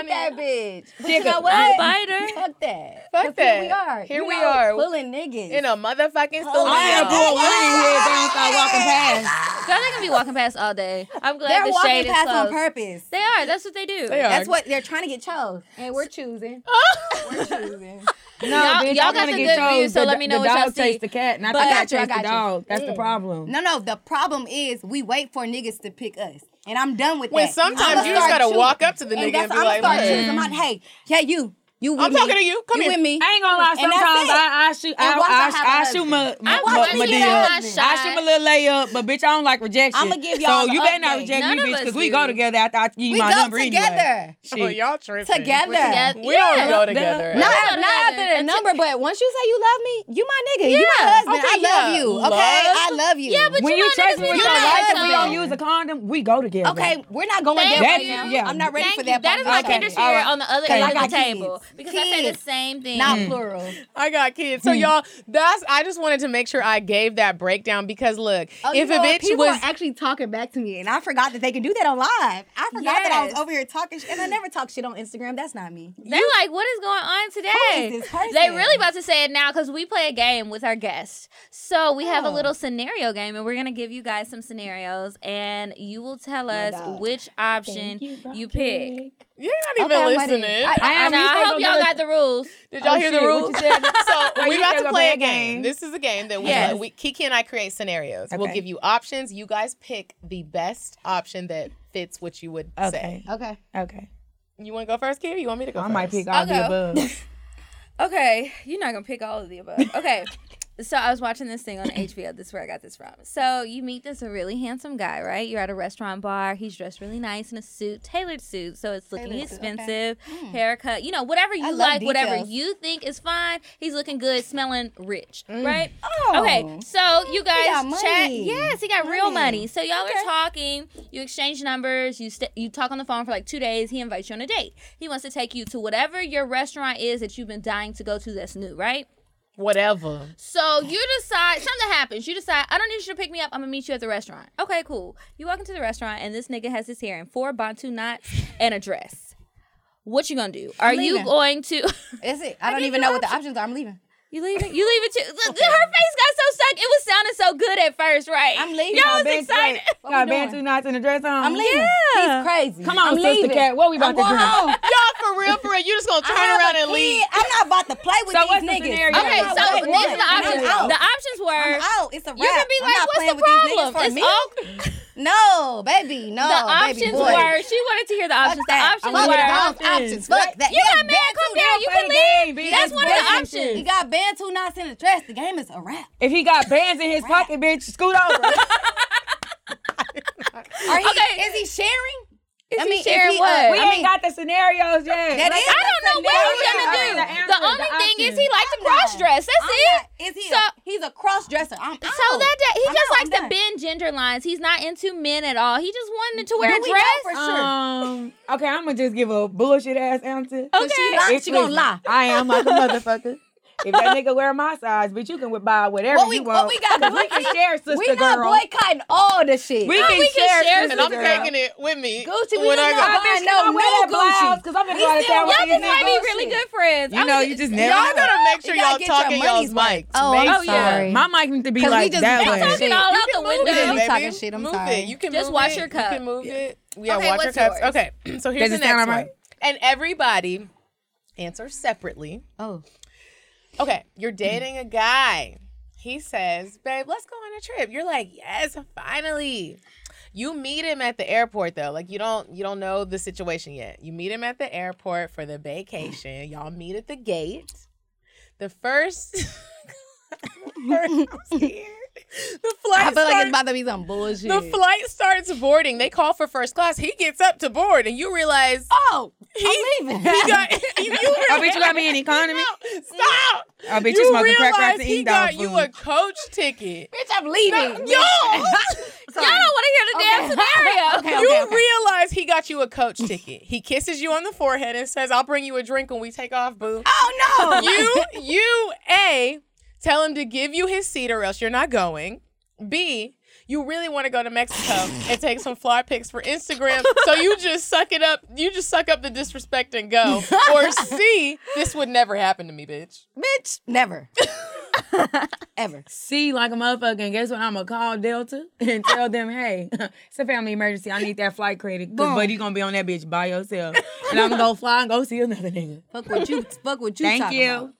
Speaker 6: that bitch. But you
Speaker 7: Nigga,
Speaker 6: know what?
Speaker 3: I'm biter.
Speaker 6: Fuck that.
Speaker 2: Fuck
Speaker 6: 'Cause
Speaker 2: that.
Speaker 6: Here we are.
Speaker 2: Here
Speaker 6: You
Speaker 2: we
Speaker 6: know,
Speaker 2: are.
Speaker 6: Pulling niggas.
Speaker 2: in a motherfucking studio.
Speaker 7: I had to do a wedding head down, start walking past.
Speaker 3: Girl, they gonna be walking past all day. I'm glad
Speaker 6: They're
Speaker 3: the
Speaker 6: walking
Speaker 3: shade is
Speaker 6: past on
Speaker 3: closed.
Speaker 6: purpose.
Speaker 3: They are. That's what they do.
Speaker 2: They are.
Speaker 6: That's what they're trying to get chose. And we're choosing. we're choosing.
Speaker 7: No,
Speaker 3: Y'all-
Speaker 7: bitch,
Speaker 3: y'all
Speaker 7: I'm
Speaker 3: got
Speaker 7: gonna
Speaker 3: the
Speaker 7: get
Speaker 3: good views, so
Speaker 7: The-
Speaker 3: let me know
Speaker 7: the
Speaker 3: what y'all
Speaker 7: dog
Speaker 3: see.
Speaker 7: chased the cat, not
Speaker 3: But-
Speaker 7: the
Speaker 3: I
Speaker 7: cat
Speaker 6: got you, I
Speaker 7: chased
Speaker 6: got
Speaker 7: the
Speaker 6: you.
Speaker 7: dog. That's the
Speaker 6: Yeah.
Speaker 7: problem.
Speaker 6: No, no. The problem is we wait for niggas to pick us, and I'm done with
Speaker 2: When
Speaker 6: that.
Speaker 2: sometimes
Speaker 6: I'ma
Speaker 2: you just
Speaker 6: start
Speaker 2: gotta
Speaker 6: choosing.
Speaker 2: walk up to the nigga
Speaker 6: and,
Speaker 2: and
Speaker 6: that's
Speaker 2: be
Speaker 6: I'm
Speaker 2: like,
Speaker 6: start
Speaker 2: "Look."
Speaker 6: choosing. I'm like, hey, yeah, you, you. With
Speaker 2: I'm
Speaker 6: me.
Speaker 2: talking to you. Come here.
Speaker 6: with me?
Speaker 7: I ain't gonna lie.
Speaker 6: And that's
Speaker 7: Sometimes
Speaker 6: it.
Speaker 7: I, I shoot, I,
Speaker 6: And once I have a
Speaker 7: I, I, shoot
Speaker 6: husband.
Speaker 7: my, my,
Speaker 3: I
Speaker 7: my,
Speaker 3: want
Speaker 7: my
Speaker 3: to
Speaker 7: deal.
Speaker 3: get my
Speaker 7: I shoot my
Speaker 3: shot.
Speaker 7: little layup, but bitch, I don't like rejection.
Speaker 6: I'ma give y'all
Speaker 7: So
Speaker 6: the
Speaker 7: you better not
Speaker 6: update.
Speaker 7: reject
Speaker 3: None
Speaker 7: me,
Speaker 3: of
Speaker 7: bitch,
Speaker 3: us
Speaker 7: because we
Speaker 3: do.
Speaker 7: go together after I give you
Speaker 6: We
Speaker 7: my
Speaker 6: go
Speaker 7: number anyway.
Speaker 6: together.
Speaker 7: Shit.
Speaker 2: Oh, y'all tripping.
Speaker 6: Together.
Speaker 3: Together.
Speaker 2: We don't
Speaker 3: Yeah.
Speaker 2: go together.
Speaker 7: Nah,
Speaker 6: Not,
Speaker 3: Let's go
Speaker 6: not
Speaker 3: together.
Speaker 6: after the
Speaker 3: And
Speaker 6: number, but once you say you love me, you my nigga, you my
Speaker 3: Yeah.
Speaker 6: husband.
Speaker 2: Okay,
Speaker 6: I love
Speaker 2: yeah.
Speaker 6: you.
Speaker 2: Love?
Speaker 6: Okay, I love you.
Speaker 3: Yeah, but
Speaker 7: when
Speaker 3: you,
Speaker 7: you
Speaker 3: know
Speaker 7: text
Speaker 3: niggas
Speaker 7: me with
Speaker 3: be
Speaker 7: your
Speaker 3: like
Speaker 7: life,
Speaker 3: that
Speaker 7: if we don't
Speaker 3: sometimes.
Speaker 7: use a condom, we go together.
Speaker 6: okay, we're not going
Speaker 3: Thank
Speaker 6: there right
Speaker 3: you.
Speaker 6: now.
Speaker 7: Yeah.
Speaker 6: I'm not ready
Speaker 3: Thank
Speaker 6: for
Speaker 3: you.
Speaker 6: that.
Speaker 3: That is my
Speaker 7: Okay.
Speaker 3: kindershare
Speaker 7: All right.
Speaker 3: on the other
Speaker 6: Okay.
Speaker 3: end
Speaker 6: I
Speaker 3: of the
Speaker 6: got
Speaker 3: table
Speaker 6: kids.
Speaker 3: because I said the
Speaker 6: Kids.
Speaker 3: same thing.
Speaker 6: Not plural.
Speaker 2: I got kids.
Speaker 7: Hmm.
Speaker 2: So y'all, that's I just wanted to make sure I gave that breakdown because look,
Speaker 6: Oh, you
Speaker 2: if a
Speaker 6: know what?
Speaker 2: bitch
Speaker 6: people
Speaker 2: was
Speaker 6: are actually talking back to me, and I forgot that they can do that on live. I forgot that I was
Speaker 3: Yes.
Speaker 6: over here talking, shit, and I never talk shit on Instagram. That's not me.
Speaker 3: They're like, what is going on today?
Speaker 6: is this person?
Speaker 3: They really about to say it now because we play a game with our guests. So we
Speaker 6: Oh.
Speaker 3: have a little scenario game, and we're gonna give you guys some scenarios, and you will tell us
Speaker 6: God.
Speaker 3: which option you, pick.
Speaker 2: you're not even
Speaker 6: I'm ready.
Speaker 2: listening.
Speaker 7: I am.
Speaker 3: Now,
Speaker 7: you
Speaker 3: I
Speaker 7: still
Speaker 3: hope
Speaker 7: gonna
Speaker 3: y'all
Speaker 7: do it.
Speaker 3: got the rules.
Speaker 2: Did y'all
Speaker 7: Oh,
Speaker 2: hear the
Speaker 7: shit, what
Speaker 2: rules?
Speaker 7: you said?
Speaker 2: So
Speaker 7: you
Speaker 2: we about
Speaker 7: said
Speaker 2: to play
Speaker 7: go play
Speaker 2: a
Speaker 7: a
Speaker 2: game.
Speaker 7: game.
Speaker 2: This is a game that we,
Speaker 3: Yes.
Speaker 2: we Kiki and I create scenarios. We'll
Speaker 7: Okay.
Speaker 2: give you options. You guys pick the best option that fits what you would say.
Speaker 7: Okay.
Speaker 6: Okay.
Speaker 7: Okay.
Speaker 2: You want to go first, Kiki? or You want me to go
Speaker 7: I
Speaker 2: first?
Speaker 7: might pick all the
Speaker 3: I'll go.
Speaker 7: above.
Speaker 3: Okay, you're not gonna pick all of the above. Okay. So I was watching this thing on HBO. This is where I got this from. So you meet this really handsome guy, right? You're at a restaurant bar. He's dressed really nice in a suit, tailored suit. Hmm. So it's looking expensive. Haircut, you know, whatever you
Speaker 6: love
Speaker 3: like, whatever
Speaker 6: details.
Speaker 3: you think is fine. He's looking good, smelling rich, right?
Speaker 6: Oh.
Speaker 3: Okay. So you guys
Speaker 6: got money.
Speaker 3: chat. Yes, he got real money. So y'all are talking. You exchange numbers. You st- you talk on the phone for like two days. He invites you on a date. He wants to take you to whatever your restaurant is that you've been dying to go to. That's new, right?
Speaker 2: Whatever.
Speaker 3: So you decide something happens. You decide I don't need you to pick me up. I'm gonna meet you at the restaurant. Okay, cool. You walk into the restaurant and this nigga has his hair in four bantu knots and a dress. What you gonna do? Are you
Speaker 6: leaving.
Speaker 3: going to?
Speaker 6: That's it. I, don't
Speaker 3: gave
Speaker 6: even
Speaker 3: you
Speaker 6: know what the options are. I'm leaving.
Speaker 3: You leave it. You leave it too. Look, Her face got so stuck. It was sounding so good at first, right?
Speaker 6: I'm leaving.
Speaker 3: Y'all
Speaker 6: I
Speaker 3: was
Speaker 7: Bitch,
Speaker 3: excited.
Speaker 7: Like, got bantu knots in a dress on.
Speaker 6: I'm leaving.
Speaker 3: Yeah.
Speaker 6: He's crazy.
Speaker 7: Come on,
Speaker 6: I'm
Speaker 7: sister
Speaker 6: leaving.
Speaker 7: cat. What we about
Speaker 6: I'm
Speaker 7: to
Speaker 6: going
Speaker 7: do?
Speaker 6: home.
Speaker 2: Y'all for real, for real. You just gonna turn
Speaker 6: I have
Speaker 2: around
Speaker 6: a
Speaker 2: and leave.
Speaker 6: kid. I'm not about to play with
Speaker 7: So
Speaker 6: these
Speaker 7: what's the
Speaker 6: niggas.
Speaker 7: scenario?
Speaker 3: Okay,
Speaker 7: Yeah,
Speaker 3: so
Speaker 6: I'm
Speaker 3: this is the
Speaker 6: not with niggas. I'm
Speaker 3: options.
Speaker 6: out.
Speaker 3: The options were
Speaker 6: I'm out. It's a wrap.
Speaker 3: you can be
Speaker 6: I'm
Speaker 3: like,
Speaker 6: not
Speaker 3: "What's
Speaker 6: playing
Speaker 3: the
Speaker 6: with these niggas
Speaker 3: problem?"
Speaker 6: for
Speaker 3: It's
Speaker 6: me.
Speaker 3: all
Speaker 6: No, baby, no.
Speaker 3: the
Speaker 6: baby
Speaker 3: options
Speaker 6: boy.
Speaker 3: were. She wanted to hear the
Speaker 6: Fuck
Speaker 3: options. The
Speaker 6: that.
Speaker 3: options
Speaker 6: I want
Speaker 3: were.
Speaker 6: the wrong options. Fuck that.
Speaker 3: You got a man
Speaker 6: Bantu
Speaker 3: come down. You
Speaker 6: knots.
Speaker 3: can leave. That's one of the
Speaker 6: Bantu-
Speaker 3: options.
Speaker 6: You got Bantu knots in the dress. The game is a wrap.
Speaker 7: If he got bands in his pocket, bitch, scoot over.
Speaker 6: Are he,
Speaker 3: Okay.
Speaker 6: Is he sharing?
Speaker 3: Is
Speaker 6: I
Speaker 3: he
Speaker 6: mean, if
Speaker 3: sharing
Speaker 6: he-
Speaker 3: what?
Speaker 6: uh,
Speaker 7: We
Speaker 6: I
Speaker 7: ain't
Speaker 6: mean-
Speaker 7: got the scenarios yet.
Speaker 6: That
Speaker 7: Like,
Speaker 6: is-
Speaker 3: I don't know what he's
Speaker 6: scenario.
Speaker 3: gonna do.
Speaker 7: The answer,
Speaker 3: The
Speaker 7: the
Speaker 3: only thing is
Speaker 7: options.
Speaker 3: he likes to
Speaker 6: I'm
Speaker 3: cross
Speaker 6: not.
Speaker 3: dress. That's
Speaker 6: I'm
Speaker 3: it.
Speaker 6: not- Is he?
Speaker 3: So
Speaker 6: a, he's a cross dresser. I'm out.
Speaker 3: So that day, he
Speaker 6: I'm
Speaker 3: just
Speaker 6: out.
Speaker 3: likes
Speaker 6: I'm
Speaker 3: to
Speaker 6: done.
Speaker 3: bend gender lines. He's not into men at all. He just wanted to wear
Speaker 6: Do
Speaker 3: a
Speaker 6: we know
Speaker 3: dress.
Speaker 6: for sure?
Speaker 7: Um. Okay, I'm gonna just give a bullshit ass answer.
Speaker 3: Okay.
Speaker 6: She, lying,
Speaker 7: If-
Speaker 6: she gonna
Speaker 7: listen,
Speaker 6: lie.
Speaker 7: I am like a motherfucker. If that nigga wear my size, bitch, you can buy whatever
Speaker 6: What we-
Speaker 7: you
Speaker 6: what
Speaker 7: want.
Speaker 6: we got?
Speaker 7: 'Cause we can share, sister
Speaker 6: We not
Speaker 7: girl.
Speaker 6: boycotting all the shit.
Speaker 7: we, can
Speaker 3: we can
Speaker 7: share,
Speaker 3: share,
Speaker 7: sister
Speaker 2: And I'm
Speaker 7: girl.
Speaker 2: taking it with me.
Speaker 6: Gucci, we
Speaker 2: when
Speaker 6: don't
Speaker 2: I
Speaker 6: know
Speaker 2: go.
Speaker 7: I
Speaker 6: Buy
Speaker 7: bitch,
Speaker 6: no
Speaker 7: no wear
Speaker 6: new
Speaker 7: that blouse
Speaker 6: Gucci.
Speaker 7: because I'm
Speaker 6: We
Speaker 7: gonna go out of
Speaker 6: still-
Speaker 7: town with
Speaker 3: Y'all
Speaker 7: these
Speaker 3: just might be
Speaker 7: niggas.
Speaker 3: really
Speaker 6: bullshit.
Speaker 3: good friends.
Speaker 7: You
Speaker 3: I
Speaker 7: know,
Speaker 3: was-
Speaker 7: you just
Speaker 2: Y'all
Speaker 7: never. know.
Speaker 2: gotta make sure
Speaker 6: You gotta
Speaker 2: y'all
Speaker 6: get your
Speaker 2: talking y'all's
Speaker 6: money's worth.
Speaker 2: mic.
Speaker 6: Oh,
Speaker 2: Make
Speaker 6: I'm
Speaker 2: sure.
Speaker 6: sorry.
Speaker 7: My mic need to be
Speaker 6: 'Cause we
Speaker 7: like
Speaker 6: just-
Speaker 7: that
Speaker 6: we
Speaker 7: way.
Speaker 3: talking all out the
Speaker 2: Move
Speaker 3: window.
Speaker 2: it,
Speaker 6: You
Speaker 2: baby.
Speaker 6: talking shit, I'm
Speaker 2: move
Speaker 6: sorry.
Speaker 2: It. You can
Speaker 3: Just
Speaker 2: move
Speaker 3: wash
Speaker 2: it.
Speaker 3: your
Speaker 2: You
Speaker 3: cup.
Speaker 2: can move it. Yeah,
Speaker 3: Okay,
Speaker 2: wash your
Speaker 3: what's
Speaker 2: cups.
Speaker 3: yours?
Speaker 2: Okay. So here's
Speaker 7: Does it
Speaker 2: the next
Speaker 7: sound all
Speaker 2: one.
Speaker 7: right?
Speaker 2: And everybody answer separately.
Speaker 6: Oh.
Speaker 2: Okay, you're dating a guy. He says, "Babe, let's go on a trip." You're like, "Yes, finally." You meet him at the airport though. Like you don't you don't know the situation yet. You meet him at the airport for the vacation. Y'all meet at the gate. The first I'm scared. The flight
Speaker 6: I feel like it's
Speaker 2: starts-
Speaker 6: about to be some bullshit.
Speaker 2: the flight starts boarding. They call for first class. He gets up to board, and you realize
Speaker 6: oh, I'm leaving.
Speaker 2: he got. you
Speaker 7: I bet you got me in economy.
Speaker 2: Stop!
Speaker 7: I bet you,
Speaker 2: you
Speaker 7: smoking crack
Speaker 2: realize
Speaker 7: rocks and
Speaker 2: he
Speaker 7: eating
Speaker 2: got
Speaker 7: dog
Speaker 2: you
Speaker 7: food.
Speaker 2: a coach ticket.
Speaker 6: Bitch, I'm leaving.
Speaker 2: Yo,
Speaker 3: Y'all don't want to hear the damn scenario.
Speaker 6: Okay, okay,
Speaker 2: you
Speaker 6: okay.
Speaker 2: realize he got you a coach ticket. He kisses you on the forehead and says, "I'll bring you a drink when we take off, boo."
Speaker 6: Oh no.
Speaker 2: you you a tell him to give you his seat or else you're not going. B you really want to go to Mexico and take some fly pics for Instagram, so you just suck it up. You just suck up the disrespect and go. Or C, this would never happen to me, bitch.
Speaker 6: Bitch, never. Ever.
Speaker 7: See, like a motherfucker, and guess what? I'm gonna call Delta and tell them, hey, it's a family emergency. I need that flight credit, 'cause, but you gonna be on that bitch by yourself, and I'm gonna go fly and go see another nigga.
Speaker 6: Fuck what you fuck what you
Speaker 7: Thank
Speaker 6: talking
Speaker 7: you.
Speaker 6: about.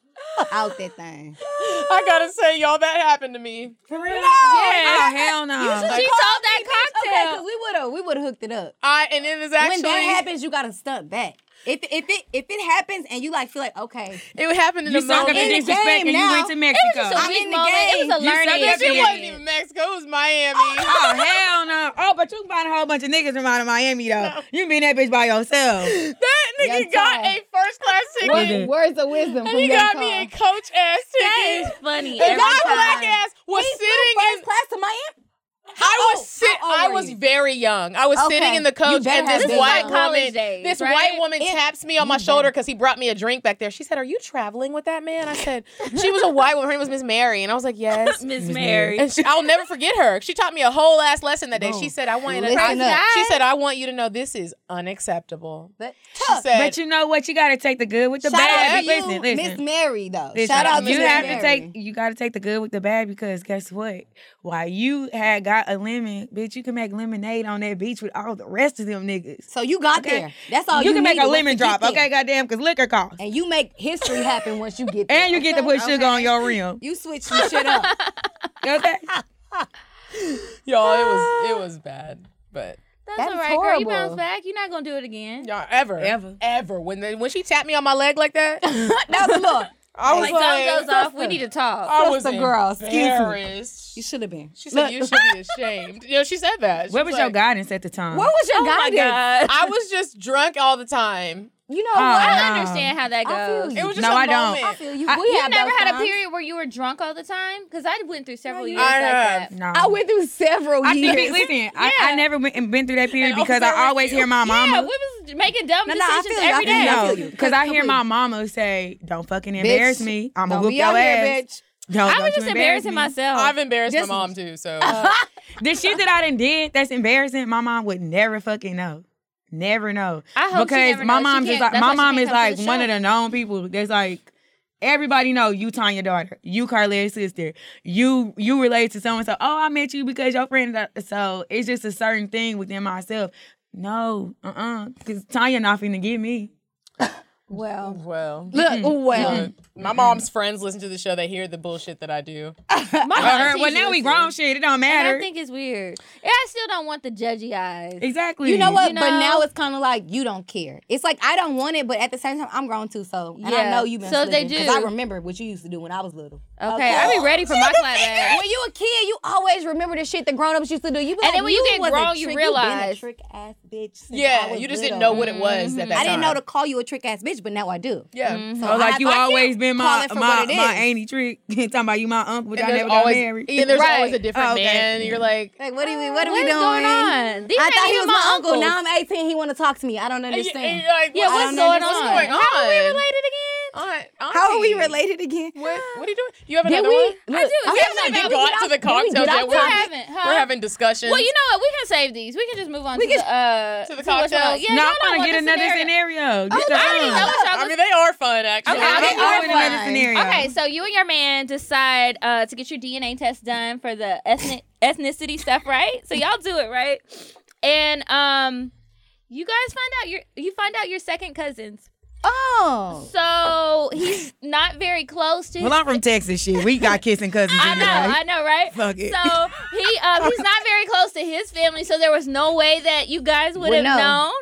Speaker 6: Out that thing.
Speaker 2: I gotta say, y'all, that happened to me.
Speaker 7: For real? No, oh, hell no.
Speaker 3: She told that
Speaker 6: Okay,
Speaker 3: cocktail.
Speaker 6: cause we would've we would've hooked it up.
Speaker 2: I and it is actually
Speaker 6: when that happens, you gotta stunt back. If if it if it happens and you like feel like okay,
Speaker 2: it happened in
Speaker 7: you
Speaker 2: the
Speaker 7: suck
Speaker 2: moment.
Speaker 7: up the
Speaker 6: In the
Speaker 2: It
Speaker 7: disrespect
Speaker 6: game
Speaker 7: and you
Speaker 6: now.
Speaker 7: went to
Speaker 3: It
Speaker 7: Mexico.
Speaker 3: was just a
Speaker 6: I'm
Speaker 3: weak
Speaker 6: in the
Speaker 3: moment. It was a
Speaker 6: game.
Speaker 7: You
Speaker 3: learning
Speaker 7: suck at
Speaker 2: wasn't- it
Speaker 3: experience.
Speaker 2: wasn't even Mexico. It was Miami.
Speaker 7: Oh hell no! Oh, but you can find a whole bunch of niggas around in Miami though. You can be in that bitch by yourself.
Speaker 2: that nigga
Speaker 6: That's
Speaker 2: got a
Speaker 6: all.
Speaker 2: first class ticket.
Speaker 6: words of wisdom from
Speaker 2: And he
Speaker 6: your
Speaker 2: got
Speaker 6: car.
Speaker 2: me a coach ass
Speaker 3: That
Speaker 2: ticket.
Speaker 3: is funny.
Speaker 2: And
Speaker 3: Every
Speaker 2: my
Speaker 3: time.
Speaker 2: black ass was
Speaker 6: He flew
Speaker 2: sitting
Speaker 6: first
Speaker 2: in.
Speaker 6: class to Miami.
Speaker 2: I was
Speaker 6: old-
Speaker 2: sit,
Speaker 6: how old
Speaker 2: I
Speaker 6: were
Speaker 2: was
Speaker 6: you?
Speaker 2: very young. I was
Speaker 6: Okay.
Speaker 2: sitting in the
Speaker 6: You
Speaker 2: coach,
Speaker 6: better
Speaker 2: and
Speaker 6: have
Speaker 2: this
Speaker 6: been
Speaker 2: white
Speaker 6: young.
Speaker 2: woman,
Speaker 3: College days,
Speaker 2: this
Speaker 3: right?
Speaker 2: white woman
Speaker 6: It-
Speaker 2: taps me on my shoulder because he brought me a drink back there. She said, "Are you traveling with that man?" I said, "She was a white woman. Her name was Miss Mary," and I was like, "Yes."
Speaker 3: Miss Mary.
Speaker 2: And she, I'll never forget her. She taught me a whole ass lesson that day. She said, "I want you to."
Speaker 6: Listen up.
Speaker 2: She said, "I want you to know this is unacceptable."
Speaker 6: But
Speaker 2: She said,
Speaker 7: But you know what? You gotta take the good with the
Speaker 6: shout
Speaker 7: bad.
Speaker 6: out
Speaker 7: Be-
Speaker 6: to
Speaker 7: listen,
Speaker 6: you,
Speaker 7: listen.
Speaker 6: Miss Mary though.
Speaker 7: listen.
Speaker 6: shout out to
Speaker 7: you
Speaker 6: Miss
Speaker 7: have
Speaker 6: Mary.
Speaker 7: to take you gotta take the good with the bad because guess what? While you had got a lemon, bitch, you can make lemonade on that beach with all the rest of them niggas.
Speaker 6: So you got
Speaker 7: Okay.
Speaker 6: there. That's all you,
Speaker 7: you can make
Speaker 6: needed
Speaker 7: a
Speaker 6: was
Speaker 7: lemon
Speaker 6: to get
Speaker 7: drop, okay?
Speaker 6: there.
Speaker 7: Goddamn, because liquor costs, and,
Speaker 6: And you make history happen once you get there.
Speaker 7: you get to put sugar on your rim.
Speaker 6: You switch some shit up.
Speaker 7: Okay.
Speaker 2: "Y'all, it was
Speaker 6: Ah.
Speaker 2: it was bad, but."
Speaker 3: That's
Speaker 6: That's
Speaker 3: all right, girl. You
Speaker 6: horrible.
Speaker 3: bounce back. You're not gonna do it again.
Speaker 2: Y'all ever,
Speaker 7: Ever.
Speaker 2: ever when the, when she tapped me on my leg like that,
Speaker 6: That was look.
Speaker 2: I was
Speaker 3: Like,
Speaker 2: like,
Speaker 3: something goes off. We need to talk.
Speaker 2: I was
Speaker 6: Sister girl, excuse me.
Speaker 2: embarrassed.
Speaker 6: You should have been.
Speaker 2: She said you should be ashamed. You know, she said that. She
Speaker 7: Where was your
Speaker 2: like,
Speaker 7: guidance at the time?
Speaker 6: What was your
Speaker 3: Oh my
Speaker 6: guidance?
Speaker 3: god.
Speaker 2: I was just drunk all the the time.
Speaker 6: You know what?
Speaker 7: Oh, no.
Speaker 3: I understand how that
Speaker 6: I feel
Speaker 3: goes.
Speaker 6: you.
Speaker 2: It was just
Speaker 7: No,
Speaker 2: a
Speaker 7: I don't.
Speaker 2: moment.
Speaker 6: I feel you.
Speaker 7: I-
Speaker 6: we
Speaker 3: You
Speaker 6: had
Speaker 3: never
Speaker 6: those
Speaker 3: had a
Speaker 6: times.
Speaker 3: period where you were drunk all the time? Because I went through several years
Speaker 2: I
Speaker 3: like that.
Speaker 2: have.
Speaker 7: No.
Speaker 6: I went through several
Speaker 7: I
Speaker 6: years.
Speaker 7: think, listen, I, I never been, been through that period because I always hear my mama.
Speaker 3: Yeah, we was making dumb
Speaker 6: No, no, I
Speaker 3: decisions
Speaker 6: feel you. I
Speaker 3: every
Speaker 6: feel
Speaker 3: day.
Speaker 6: you. I
Speaker 7: No,
Speaker 6: feel you.
Speaker 7: because I hear
Speaker 6: Completely.
Speaker 7: my mama say, "Don't fucking embarrass
Speaker 6: Bitch,
Speaker 7: me. I'm gonna
Speaker 6: don't
Speaker 7: whoop
Speaker 6: be
Speaker 7: your
Speaker 6: out here,
Speaker 7: ass."
Speaker 6: bitch.
Speaker 7: No,
Speaker 3: I was
Speaker 7: don't you
Speaker 3: just
Speaker 7: embarrass
Speaker 3: embarrassing
Speaker 7: me.
Speaker 3: myself.
Speaker 2: I've embarrassed
Speaker 6: Just-
Speaker 2: my mom too, so
Speaker 6: Uh.
Speaker 7: The shit that I done did that's embarrassing, my mom would never fucking know. Never know.
Speaker 3: I hope she
Speaker 7: because
Speaker 3: never
Speaker 7: my
Speaker 3: knows. She
Speaker 7: mom's
Speaker 3: can't-
Speaker 7: is like
Speaker 3: that's
Speaker 7: my
Speaker 3: why she
Speaker 7: mom
Speaker 3: can't
Speaker 7: is
Speaker 3: come to
Speaker 7: like
Speaker 3: the
Speaker 7: one
Speaker 3: show.
Speaker 7: of the known people that's like everybody know you Tanya daughter, you Carly's sister, you you relate to someone so oh I met you because your friend that-" so it's just a certain thing within myself. No, uh uh because Tanya not finna get me.
Speaker 6: Well,
Speaker 2: well.
Speaker 6: look, well,
Speaker 2: My mom's friends listen to the show. They hear the bullshit that I do.
Speaker 3: My
Speaker 7: Or her,
Speaker 3: aunties
Speaker 7: well now we
Speaker 3: listen.
Speaker 7: grown shit, it don't
Speaker 3: And
Speaker 7: matter.
Speaker 3: I think it's weird. And I still don't want the judgy eyes.
Speaker 7: exactly.
Speaker 6: you know what?
Speaker 3: know-
Speaker 6: but now it's kind of like you don't care. It's like I don't want it, but at the same time, I'm grown too, so and
Speaker 3: Yeah.
Speaker 6: I know you been
Speaker 3: So they
Speaker 6: slipping,
Speaker 3: do.
Speaker 6: 'cause I remember what you used to do when I was little.
Speaker 3: Okay, I be ready for my clap ass.
Speaker 6: When you a kid, you always remember the shit the grown ups used to do. You be
Speaker 3: And then
Speaker 6: like,
Speaker 3: when you get
Speaker 6: was a
Speaker 3: grown, you
Speaker 6: trick- been a
Speaker 3: realize.
Speaker 6: trick ass bitch. Since I
Speaker 2: Yeah,
Speaker 6: was
Speaker 2: you just
Speaker 6: little.
Speaker 2: didn't know
Speaker 7: Mm-hmm.
Speaker 2: what it was at that time.
Speaker 6: I didn't know Mm-hmm. to call you a trick ass bitch, but now I do.
Speaker 2: Yeah,
Speaker 6: So
Speaker 7: Oh,
Speaker 6: I-
Speaker 7: like you
Speaker 6: I can't
Speaker 7: always been
Speaker 6: call
Speaker 7: my
Speaker 6: it for
Speaker 7: my,
Speaker 6: what it
Speaker 7: my
Speaker 6: is.
Speaker 7: auntie trick. Talking about you, my uncle, but y'all
Speaker 2: and there's
Speaker 7: never
Speaker 2: always
Speaker 7: got married.
Speaker 2: yeah, there's
Speaker 3: Right.
Speaker 2: always a different
Speaker 7: Oh, okay.
Speaker 2: man. You're like,
Speaker 6: Like, what are we? What are
Speaker 3: What
Speaker 6: we
Speaker 3: is
Speaker 6: doing?
Speaker 3: going on? These
Speaker 6: I
Speaker 3: ain't
Speaker 6: thought he
Speaker 3: even
Speaker 6: was
Speaker 3: my
Speaker 6: my, uncle.
Speaker 3: uncles.
Speaker 6: Now I'm 18. He want to talk to me. I don't
Speaker 2: and you-
Speaker 6: understand.
Speaker 2: and you're like,
Speaker 3: Yeah,
Speaker 2: what-
Speaker 3: what's
Speaker 6: don't
Speaker 3: going on?
Speaker 6: understand.
Speaker 3: How are we
Speaker 2: on?
Speaker 3: related again?
Speaker 2: Aunt,
Speaker 6: How are we
Speaker 2: auntie,
Speaker 6: related again?
Speaker 2: What, what are you doing? You have
Speaker 6: Did
Speaker 2: another
Speaker 6: we?
Speaker 2: one?
Speaker 6: Look,
Speaker 3: do.
Speaker 6: I'm
Speaker 3: We
Speaker 6: just
Speaker 3: haven't
Speaker 6: like,
Speaker 2: even
Speaker 6: did we
Speaker 2: gone
Speaker 6: get
Speaker 2: to
Speaker 6: off-
Speaker 2: the
Speaker 6: did we
Speaker 2: cocktail
Speaker 6: get
Speaker 2: yet?
Speaker 6: off
Speaker 2: We're
Speaker 6: topic?
Speaker 2: having-
Speaker 3: Haven't, huh?
Speaker 2: We're having discussions.
Speaker 3: Well, you know what? We can save these. We can just move on
Speaker 6: We
Speaker 3: to,
Speaker 6: can-
Speaker 3: the, uh,
Speaker 2: To the
Speaker 3: what's going on.
Speaker 2: cocktails.
Speaker 3: Yeah, y'all
Speaker 7: no, I'm
Speaker 3: don't
Speaker 7: gonna
Speaker 3: want
Speaker 7: get
Speaker 3: this
Speaker 7: another scenario. Oh, Get the
Speaker 3: I already
Speaker 7: fuck.
Speaker 3: know what y'all
Speaker 2: I
Speaker 3: was-
Speaker 2: mean, they are fun actually.
Speaker 3: Okay, I
Speaker 7: I'm
Speaker 3: think
Speaker 7: always
Speaker 6: you're
Speaker 7: another
Speaker 6: fine.
Speaker 7: scenario.
Speaker 3: Okay, so you and your man decide uh, to get your DNA test done for the ethnic ethnicity stuff, right? So y'all do it, right? And um, you guys find out your you find out your second cousins.
Speaker 6: Oh,
Speaker 3: So he's not very close to.
Speaker 7: Well, I'm from Texas. Shit, we got kissing cousins.
Speaker 3: I know, I know, right?
Speaker 7: Fuck it.
Speaker 3: So he um, he's not very close to his family, so there was no way that you guys would have
Speaker 6: Would know.
Speaker 3: known.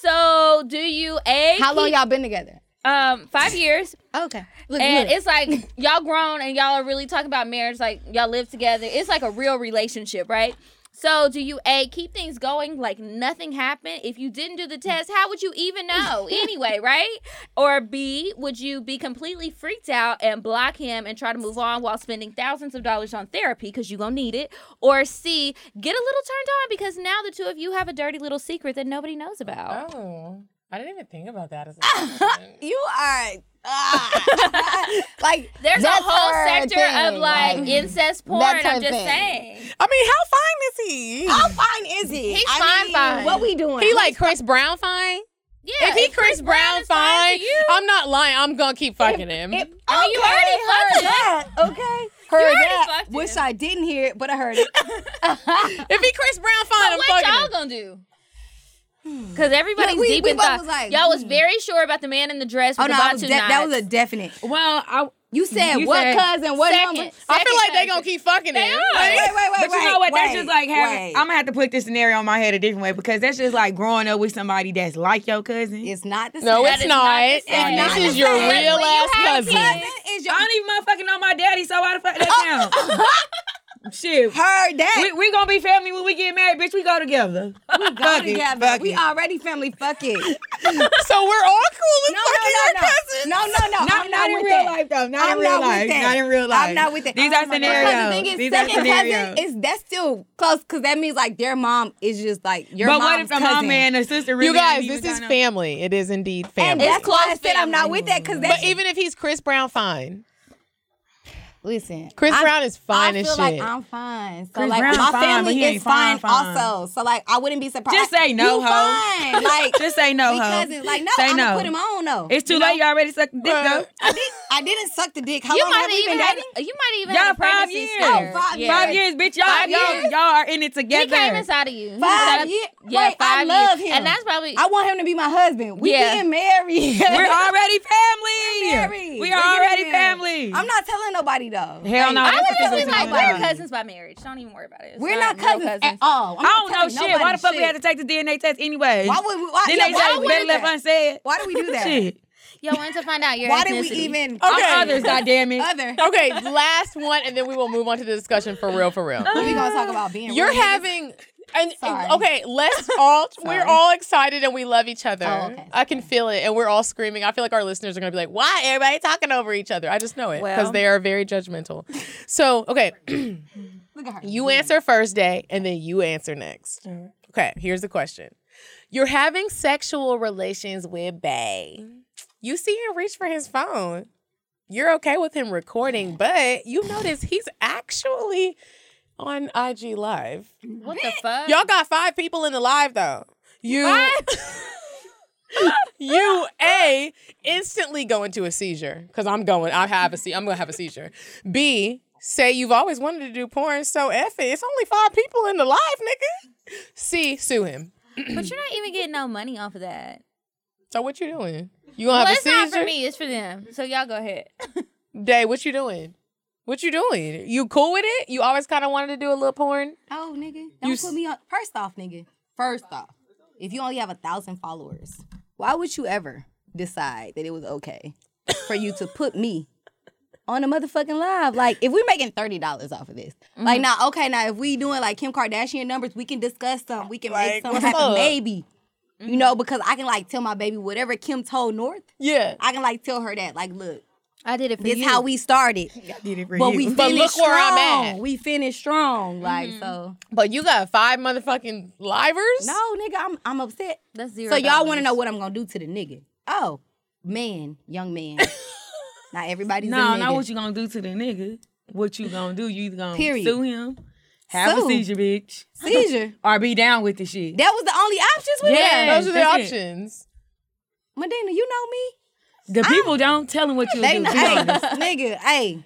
Speaker 3: So do you a
Speaker 6: how long
Speaker 3: keep-
Speaker 6: y'all been together?
Speaker 3: Um, five years.
Speaker 6: Okay, look,
Speaker 3: And
Speaker 6: look.
Speaker 3: it's like y'all grown and y'all are really talking about marriage, like y'all live together. It's like a real relationship, right? So, do you A, keep things going like nothing happened? If you didn't do the test, how would you even know anyway, right? Or B, would you be completely freaked out and block him and try to move on while spending thousands of dollars on therapy because you're going to need it? Or C, get a little turned on because now the two of you have a dirty little secret that nobody knows about.
Speaker 8: Oh, I didn't even think about that as a question.
Speaker 6: You are ah. like
Speaker 3: There's
Speaker 6: that's
Speaker 3: a whole
Speaker 6: her
Speaker 3: sector of
Speaker 6: thing,
Speaker 3: like incest porn.
Speaker 6: that's
Speaker 3: I'm
Speaker 6: her
Speaker 3: just
Speaker 6: thing.
Speaker 3: saying.
Speaker 8: I mean, how fine is he?
Speaker 6: how fine is he?
Speaker 3: He's
Speaker 6: I
Speaker 3: fine,
Speaker 6: mean,
Speaker 3: fine.
Speaker 6: What we doing?
Speaker 2: He like Chris Brown fine.
Speaker 3: Yeah,
Speaker 2: if he Chris, Brown,
Speaker 3: is
Speaker 2: fine,
Speaker 3: to you,
Speaker 2: I'm not lying. I'm gonna keep fucking him.
Speaker 6: It,
Speaker 3: I mean, you already fucked him.
Speaker 6: that. Okay, heard
Speaker 3: already
Speaker 6: that.
Speaker 3: fucked
Speaker 6: Wish
Speaker 3: him.
Speaker 6: I didn't hear it, but I heard it.
Speaker 2: if he Chris Brown fine, I'm
Speaker 3: what
Speaker 2: fucking
Speaker 3: y'all
Speaker 2: him.
Speaker 3: gonna do? Because everybody's
Speaker 6: Look, we-
Speaker 3: deep
Speaker 6: we
Speaker 3: in
Speaker 6: both
Speaker 3: thought.
Speaker 6: was like,
Speaker 3: y'all was
Speaker 6: hmm.
Speaker 3: very sure about the man in the dress with
Speaker 6: Oh
Speaker 3: the
Speaker 6: no, I
Speaker 3: bottom
Speaker 6: was
Speaker 3: two
Speaker 6: de- that was a
Speaker 3: knots.
Speaker 6: definite.
Speaker 7: Well, I
Speaker 6: You said
Speaker 7: You
Speaker 6: what
Speaker 7: said-
Speaker 6: cousin? What
Speaker 3: Second-
Speaker 6: number?
Speaker 2: I feel like they
Speaker 3: second
Speaker 2: gonna keep fucking him.
Speaker 3: are.
Speaker 2: Like,
Speaker 6: Wait, wait, wait,
Speaker 7: But you
Speaker 6: wait,
Speaker 7: know what? that's
Speaker 6: wait,
Speaker 7: just like having.
Speaker 6: wait.
Speaker 7: I'm gonna have to put this scenario in my head a different way because that's just like growing up with somebody that's like your cousin.
Speaker 6: It's not the same.
Speaker 2: no,
Speaker 3: That
Speaker 2: it's
Speaker 3: is
Speaker 2: not.
Speaker 3: not the
Speaker 6: same.
Speaker 2: And
Speaker 6: Not
Speaker 2: this is
Speaker 6: the
Speaker 2: your
Speaker 6: same.
Speaker 2: real
Speaker 3: When you
Speaker 2: ass
Speaker 3: have
Speaker 2: cousin.
Speaker 3: kids-
Speaker 6: is
Speaker 7: I
Speaker 6: your
Speaker 7: don't even motherfucking know my daddy, so why the fuck that count? Shit.
Speaker 6: heard that.
Speaker 7: We, we gonna be family when we get married, bitch. We go together. We
Speaker 6: Go together. we already family. Fuck it. no,
Speaker 2: so we're all cool and
Speaker 6: no,
Speaker 2: fucking
Speaker 6: no,
Speaker 2: your
Speaker 6: no.
Speaker 2: cousins.
Speaker 6: no, no, no.
Speaker 7: Not,
Speaker 6: I'm
Speaker 7: not in
Speaker 6: with
Speaker 7: real
Speaker 6: that.
Speaker 7: life though. Not
Speaker 6: I'm
Speaker 7: in real
Speaker 6: not with
Speaker 7: life.
Speaker 6: that.
Speaker 7: Not in real life.
Speaker 6: I'm not with that.
Speaker 7: These
Speaker 6: Oh
Speaker 7: are
Speaker 6: my God. Because the
Speaker 7: scenarios.
Speaker 6: thing is,
Speaker 7: These are
Speaker 6: second
Speaker 7: scenarios.
Speaker 6: cousin is that's still close because that means like their mom is just like your
Speaker 7: But
Speaker 6: mom's
Speaker 7: what if the
Speaker 6: cousin.
Speaker 7: mom and the sister really
Speaker 2: You guys,
Speaker 7: ain't even
Speaker 2: this is
Speaker 7: gonna-
Speaker 2: family. It is indeed
Speaker 6: And
Speaker 2: family.
Speaker 6: that's why I
Speaker 3: close
Speaker 6: said I'm not
Speaker 3: family.
Speaker 6: with that because that's
Speaker 2: But even if he's Chris Brown fine,
Speaker 6: listen.
Speaker 2: Chris
Speaker 6: I'm-
Speaker 2: Brown is fine
Speaker 6: I
Speaker 2: as
Speaker 6: feel
Speaker 2: shit.
Speaker 6: like I'm fine. So
Speaker 7: Chris
Speaker 6: like
Speaker 7: Brown
Speaker 6: my
Speaker 7: fine,
Speaker 6: family
Speaker 7: but he
Speaker 6: is
Speaker 7: ain't
Speaker 6: fine,
Speaker 7: fine, fine.
Speaker 6: also. So like I wouldn't be surprised.
Speaker 7: Just say no,
Speaker 6: you
Speaker 7: hoe.
Speaker 6: Fine. Like
Speaker 7: Just say no,
Speaker 6: because
Speaker 7: ho.
Speaker 6: it's like no,
Speaker 7: Say
Speaker 6: I'm
Speaker 7: no.
Speaker 6: gonna put him on though.
Speaker 7: It's too late. You already sucked the dick though.
Speaker 6: I did. I didn't suck the dick. How
Speaker 3: You
Speaker 6: long
Speaker 3: might have
Speaker 6: have we
Speaker 3: even
Speaker 6: been
Speaker 3: had.
Speaker 6: dating?
Speaker 3: You might even
Speaker 7: Y'all
Speaker 3: had a
Speaker 7: five
Speaker 3: pregnancy
Speaker 7: years.
Speaker 3: scare.
Speaker 6: Oh, five
Speaker 3: Yeah.
Speaker 7: Five years, bitch. Y'all,
Speaker 3: Five
Speaker 7: y'all,
Speaker 3: years?
Speaker 7: y'all are in it
Speaker 3: He
Speaker 7: together.
Speaker 3: came inside of you. He
Speaker 6: Five
Speaker 3: said-
Speaker 6: years?
Speaker 3: Yeah,
Speaker 6: Wait, I
Speaker 3: five
Speaker 6: love
Speaker 3: years.
Speaker 6: him.
Speaker 3: And that's probably.
Speaker 6: I want him to be my husband. We
Speaker 3: Yeah.
Speaker 6: getting married.
Speaker 7: We're already family.
Speaker 6: married.
Speaker 7: We
Speaker 6: We're
Speaker 7: are
Speaker 6: getting
Speaker 7: already
Speaker 6: married.
Speaker 7: family.
Speaker 6: I'm not telling nobody though.
Speaker 7: Hell no.
Speaker 3: I
Speaker 7: that's
Speaker 3: would
Speaker 7: the
Speaker 3: just be
Speaker 7: physical
Speaker 3: like,
Speaker 7: nobody.
Speaker 3: we're cousins by marriage. Don't even worry about it. It's
Speaker 6: We're
Speaker 3: not
Speaker 6: not
Speaker 3: real
Speaker 6: cousins, at all. I'm
Speaker 7: I don't
Speaker 6: not
Speaker 7: know
Speaker 6: telling
Speaker 7: shit. Why the
Speaker 6: nobody
Speaker 7: fuck we
Speaker 6: shit.
Speaker 7: had to take the DNA test anyway?
Speaker 6: Why would we? Why,
Speaker 7: then
Speaker 6: yeah,
Speaker 7: they
Speaker 6: why
Speaker 7: say
Speaker 6: would we
Speaker 7: better
Speaker 6: do
Speaker 7: left
Speaker 6: that?
Speaker 7: unsaid.
Speaker 6: Why do we do that?
Speaker 7: Shit.
Speaker 3: Yo, when to find out your
Speaker 6: Why did we
Speaker 3: ethnicity.
Speaker 6: even
Speaker 7: I'm others, goddamn it.
Speaker 6: other?
Speaker 2: okay, last one, and then we will move on to the discussion for real, for real.
Speaker 6: We gonna talk about being.
Speaker 2: You're
Speaker 6: real niggas?
Speaker 2: having and
Speaker 6: Oh, Sorry.
Speaker 2: okay, let's all we're
Speaker 6: Sorry.
Speaker 2: all excited and we love each other.
Speaker 6: Oh, okay.
Speaker 2: I can feel it and we're all screaming. I feel like our listeners are going to be like, "Why everybody talking over each other?" I just know it because
Speaker 3: Well.
Speaker 2: they are very judgmental. so, okay,
Speaker 6: Look at her.
Speaker 2: you answer first day and then you answer next. Okay, here's the question. You're having sexual relations with Bay. You see him reach for his phone. You're okay with him recording, but you notice he's actually on IG Live.
Speaker 3: What the fuck?
Speaker 2: Y'all got five people in the live though. You you A instantly go into a seizure. Cause I'm going, I have a se- I'm gonna have a seizure. B say you've always wanted to do porn, so F it. It's only five people in the live, nigga. C, sue him.
Speaker 3: But you're not even getting no money off of that.
Speaker 2: So what you doing? You gonna have a
Speaker 3: Well, it's
Speaker 2: seizure?
Speaker 3: not for me. It's for them. So y'all go ahead.
Speaker 2: Day, what you doing? What you doing? You cool with it? You always kinda wanted to do a little porn?
Speaker 6: Oh, nigga, don't
Speaker 2: s-
Speaker 6: put me on. First off, nigga, first off, if you only have a thousand followers, why would you ever decide that it was okay for you to put me on a motherfucking live? Like, if we're making thirty dollars off of this,
Speaker 2: Mm-hmm.
Speaker 6: like, now, okay, now if we doing like Kim Kardashian numbers, we can discuss some, we can
Speaker 2: Like,
Speaker 6: make something
Speaker 2: what's
Speaker 6: happen,
Speaker 2: up?
Speaker 6: maybe.
Speaker 2: Mm-hmm.
Speaker 6: You know, because I can like tell my baby whatever Kim told North,
Speaker 2: Yeah.
Speaker 6: I can like tell her that, like, look,
Speaker 3: I did it for
Speaker 6: this
Speaker 3: you.
Speaker 6: how we started.
Speaker 7: Did it for
Speaker 6: But
Speaker 7: you.
Speaker 6: we
Speaker 2: But
Speaker 6: finished
Speaker 2: look where I'm
Speaker 6: strong.
Speaker 2: at. Mm-hmm.
Speaker 6: We finished strong. Like, so
Speaker 2: But you got five motherfucking livers?
Speaker 6: no, nigga, I'm I'm upset.
Speaker 3: That's zero.
Speaker 6: So y'all want
Speaker 3: dollars.
Speaker 6: to know what I'm gonna do to the nigga? Oh, man, young man. Not everybody's a
Speaker 7: No,
Speaker 6: nigga.
Speaker 7: not what you gonna do to the nigga. What you gonna do? You either gonna
Speaker 6: Period.
Speaker 7: sue him, have
Speaker 6: Sue.
Speaker 7: a seizure, bitch,
Speaker 6: seizure.
Speaker 7: or be down with the shit.
Speaker 6: That was the only options we had.
Speaker 2: Those are the
Speaker 7: that's it.
Speaker 2: options.
Speaker 6: Medina, you know me.
Speaker 7: The people don't tell him what you
Speaker 6: Ah. They
Speaker 7: do.
Speaker 6: know,
Speaker 7: Be
Speaker 6: hey,
Speaker 7: honest.
Speaker 6: nigga, hey,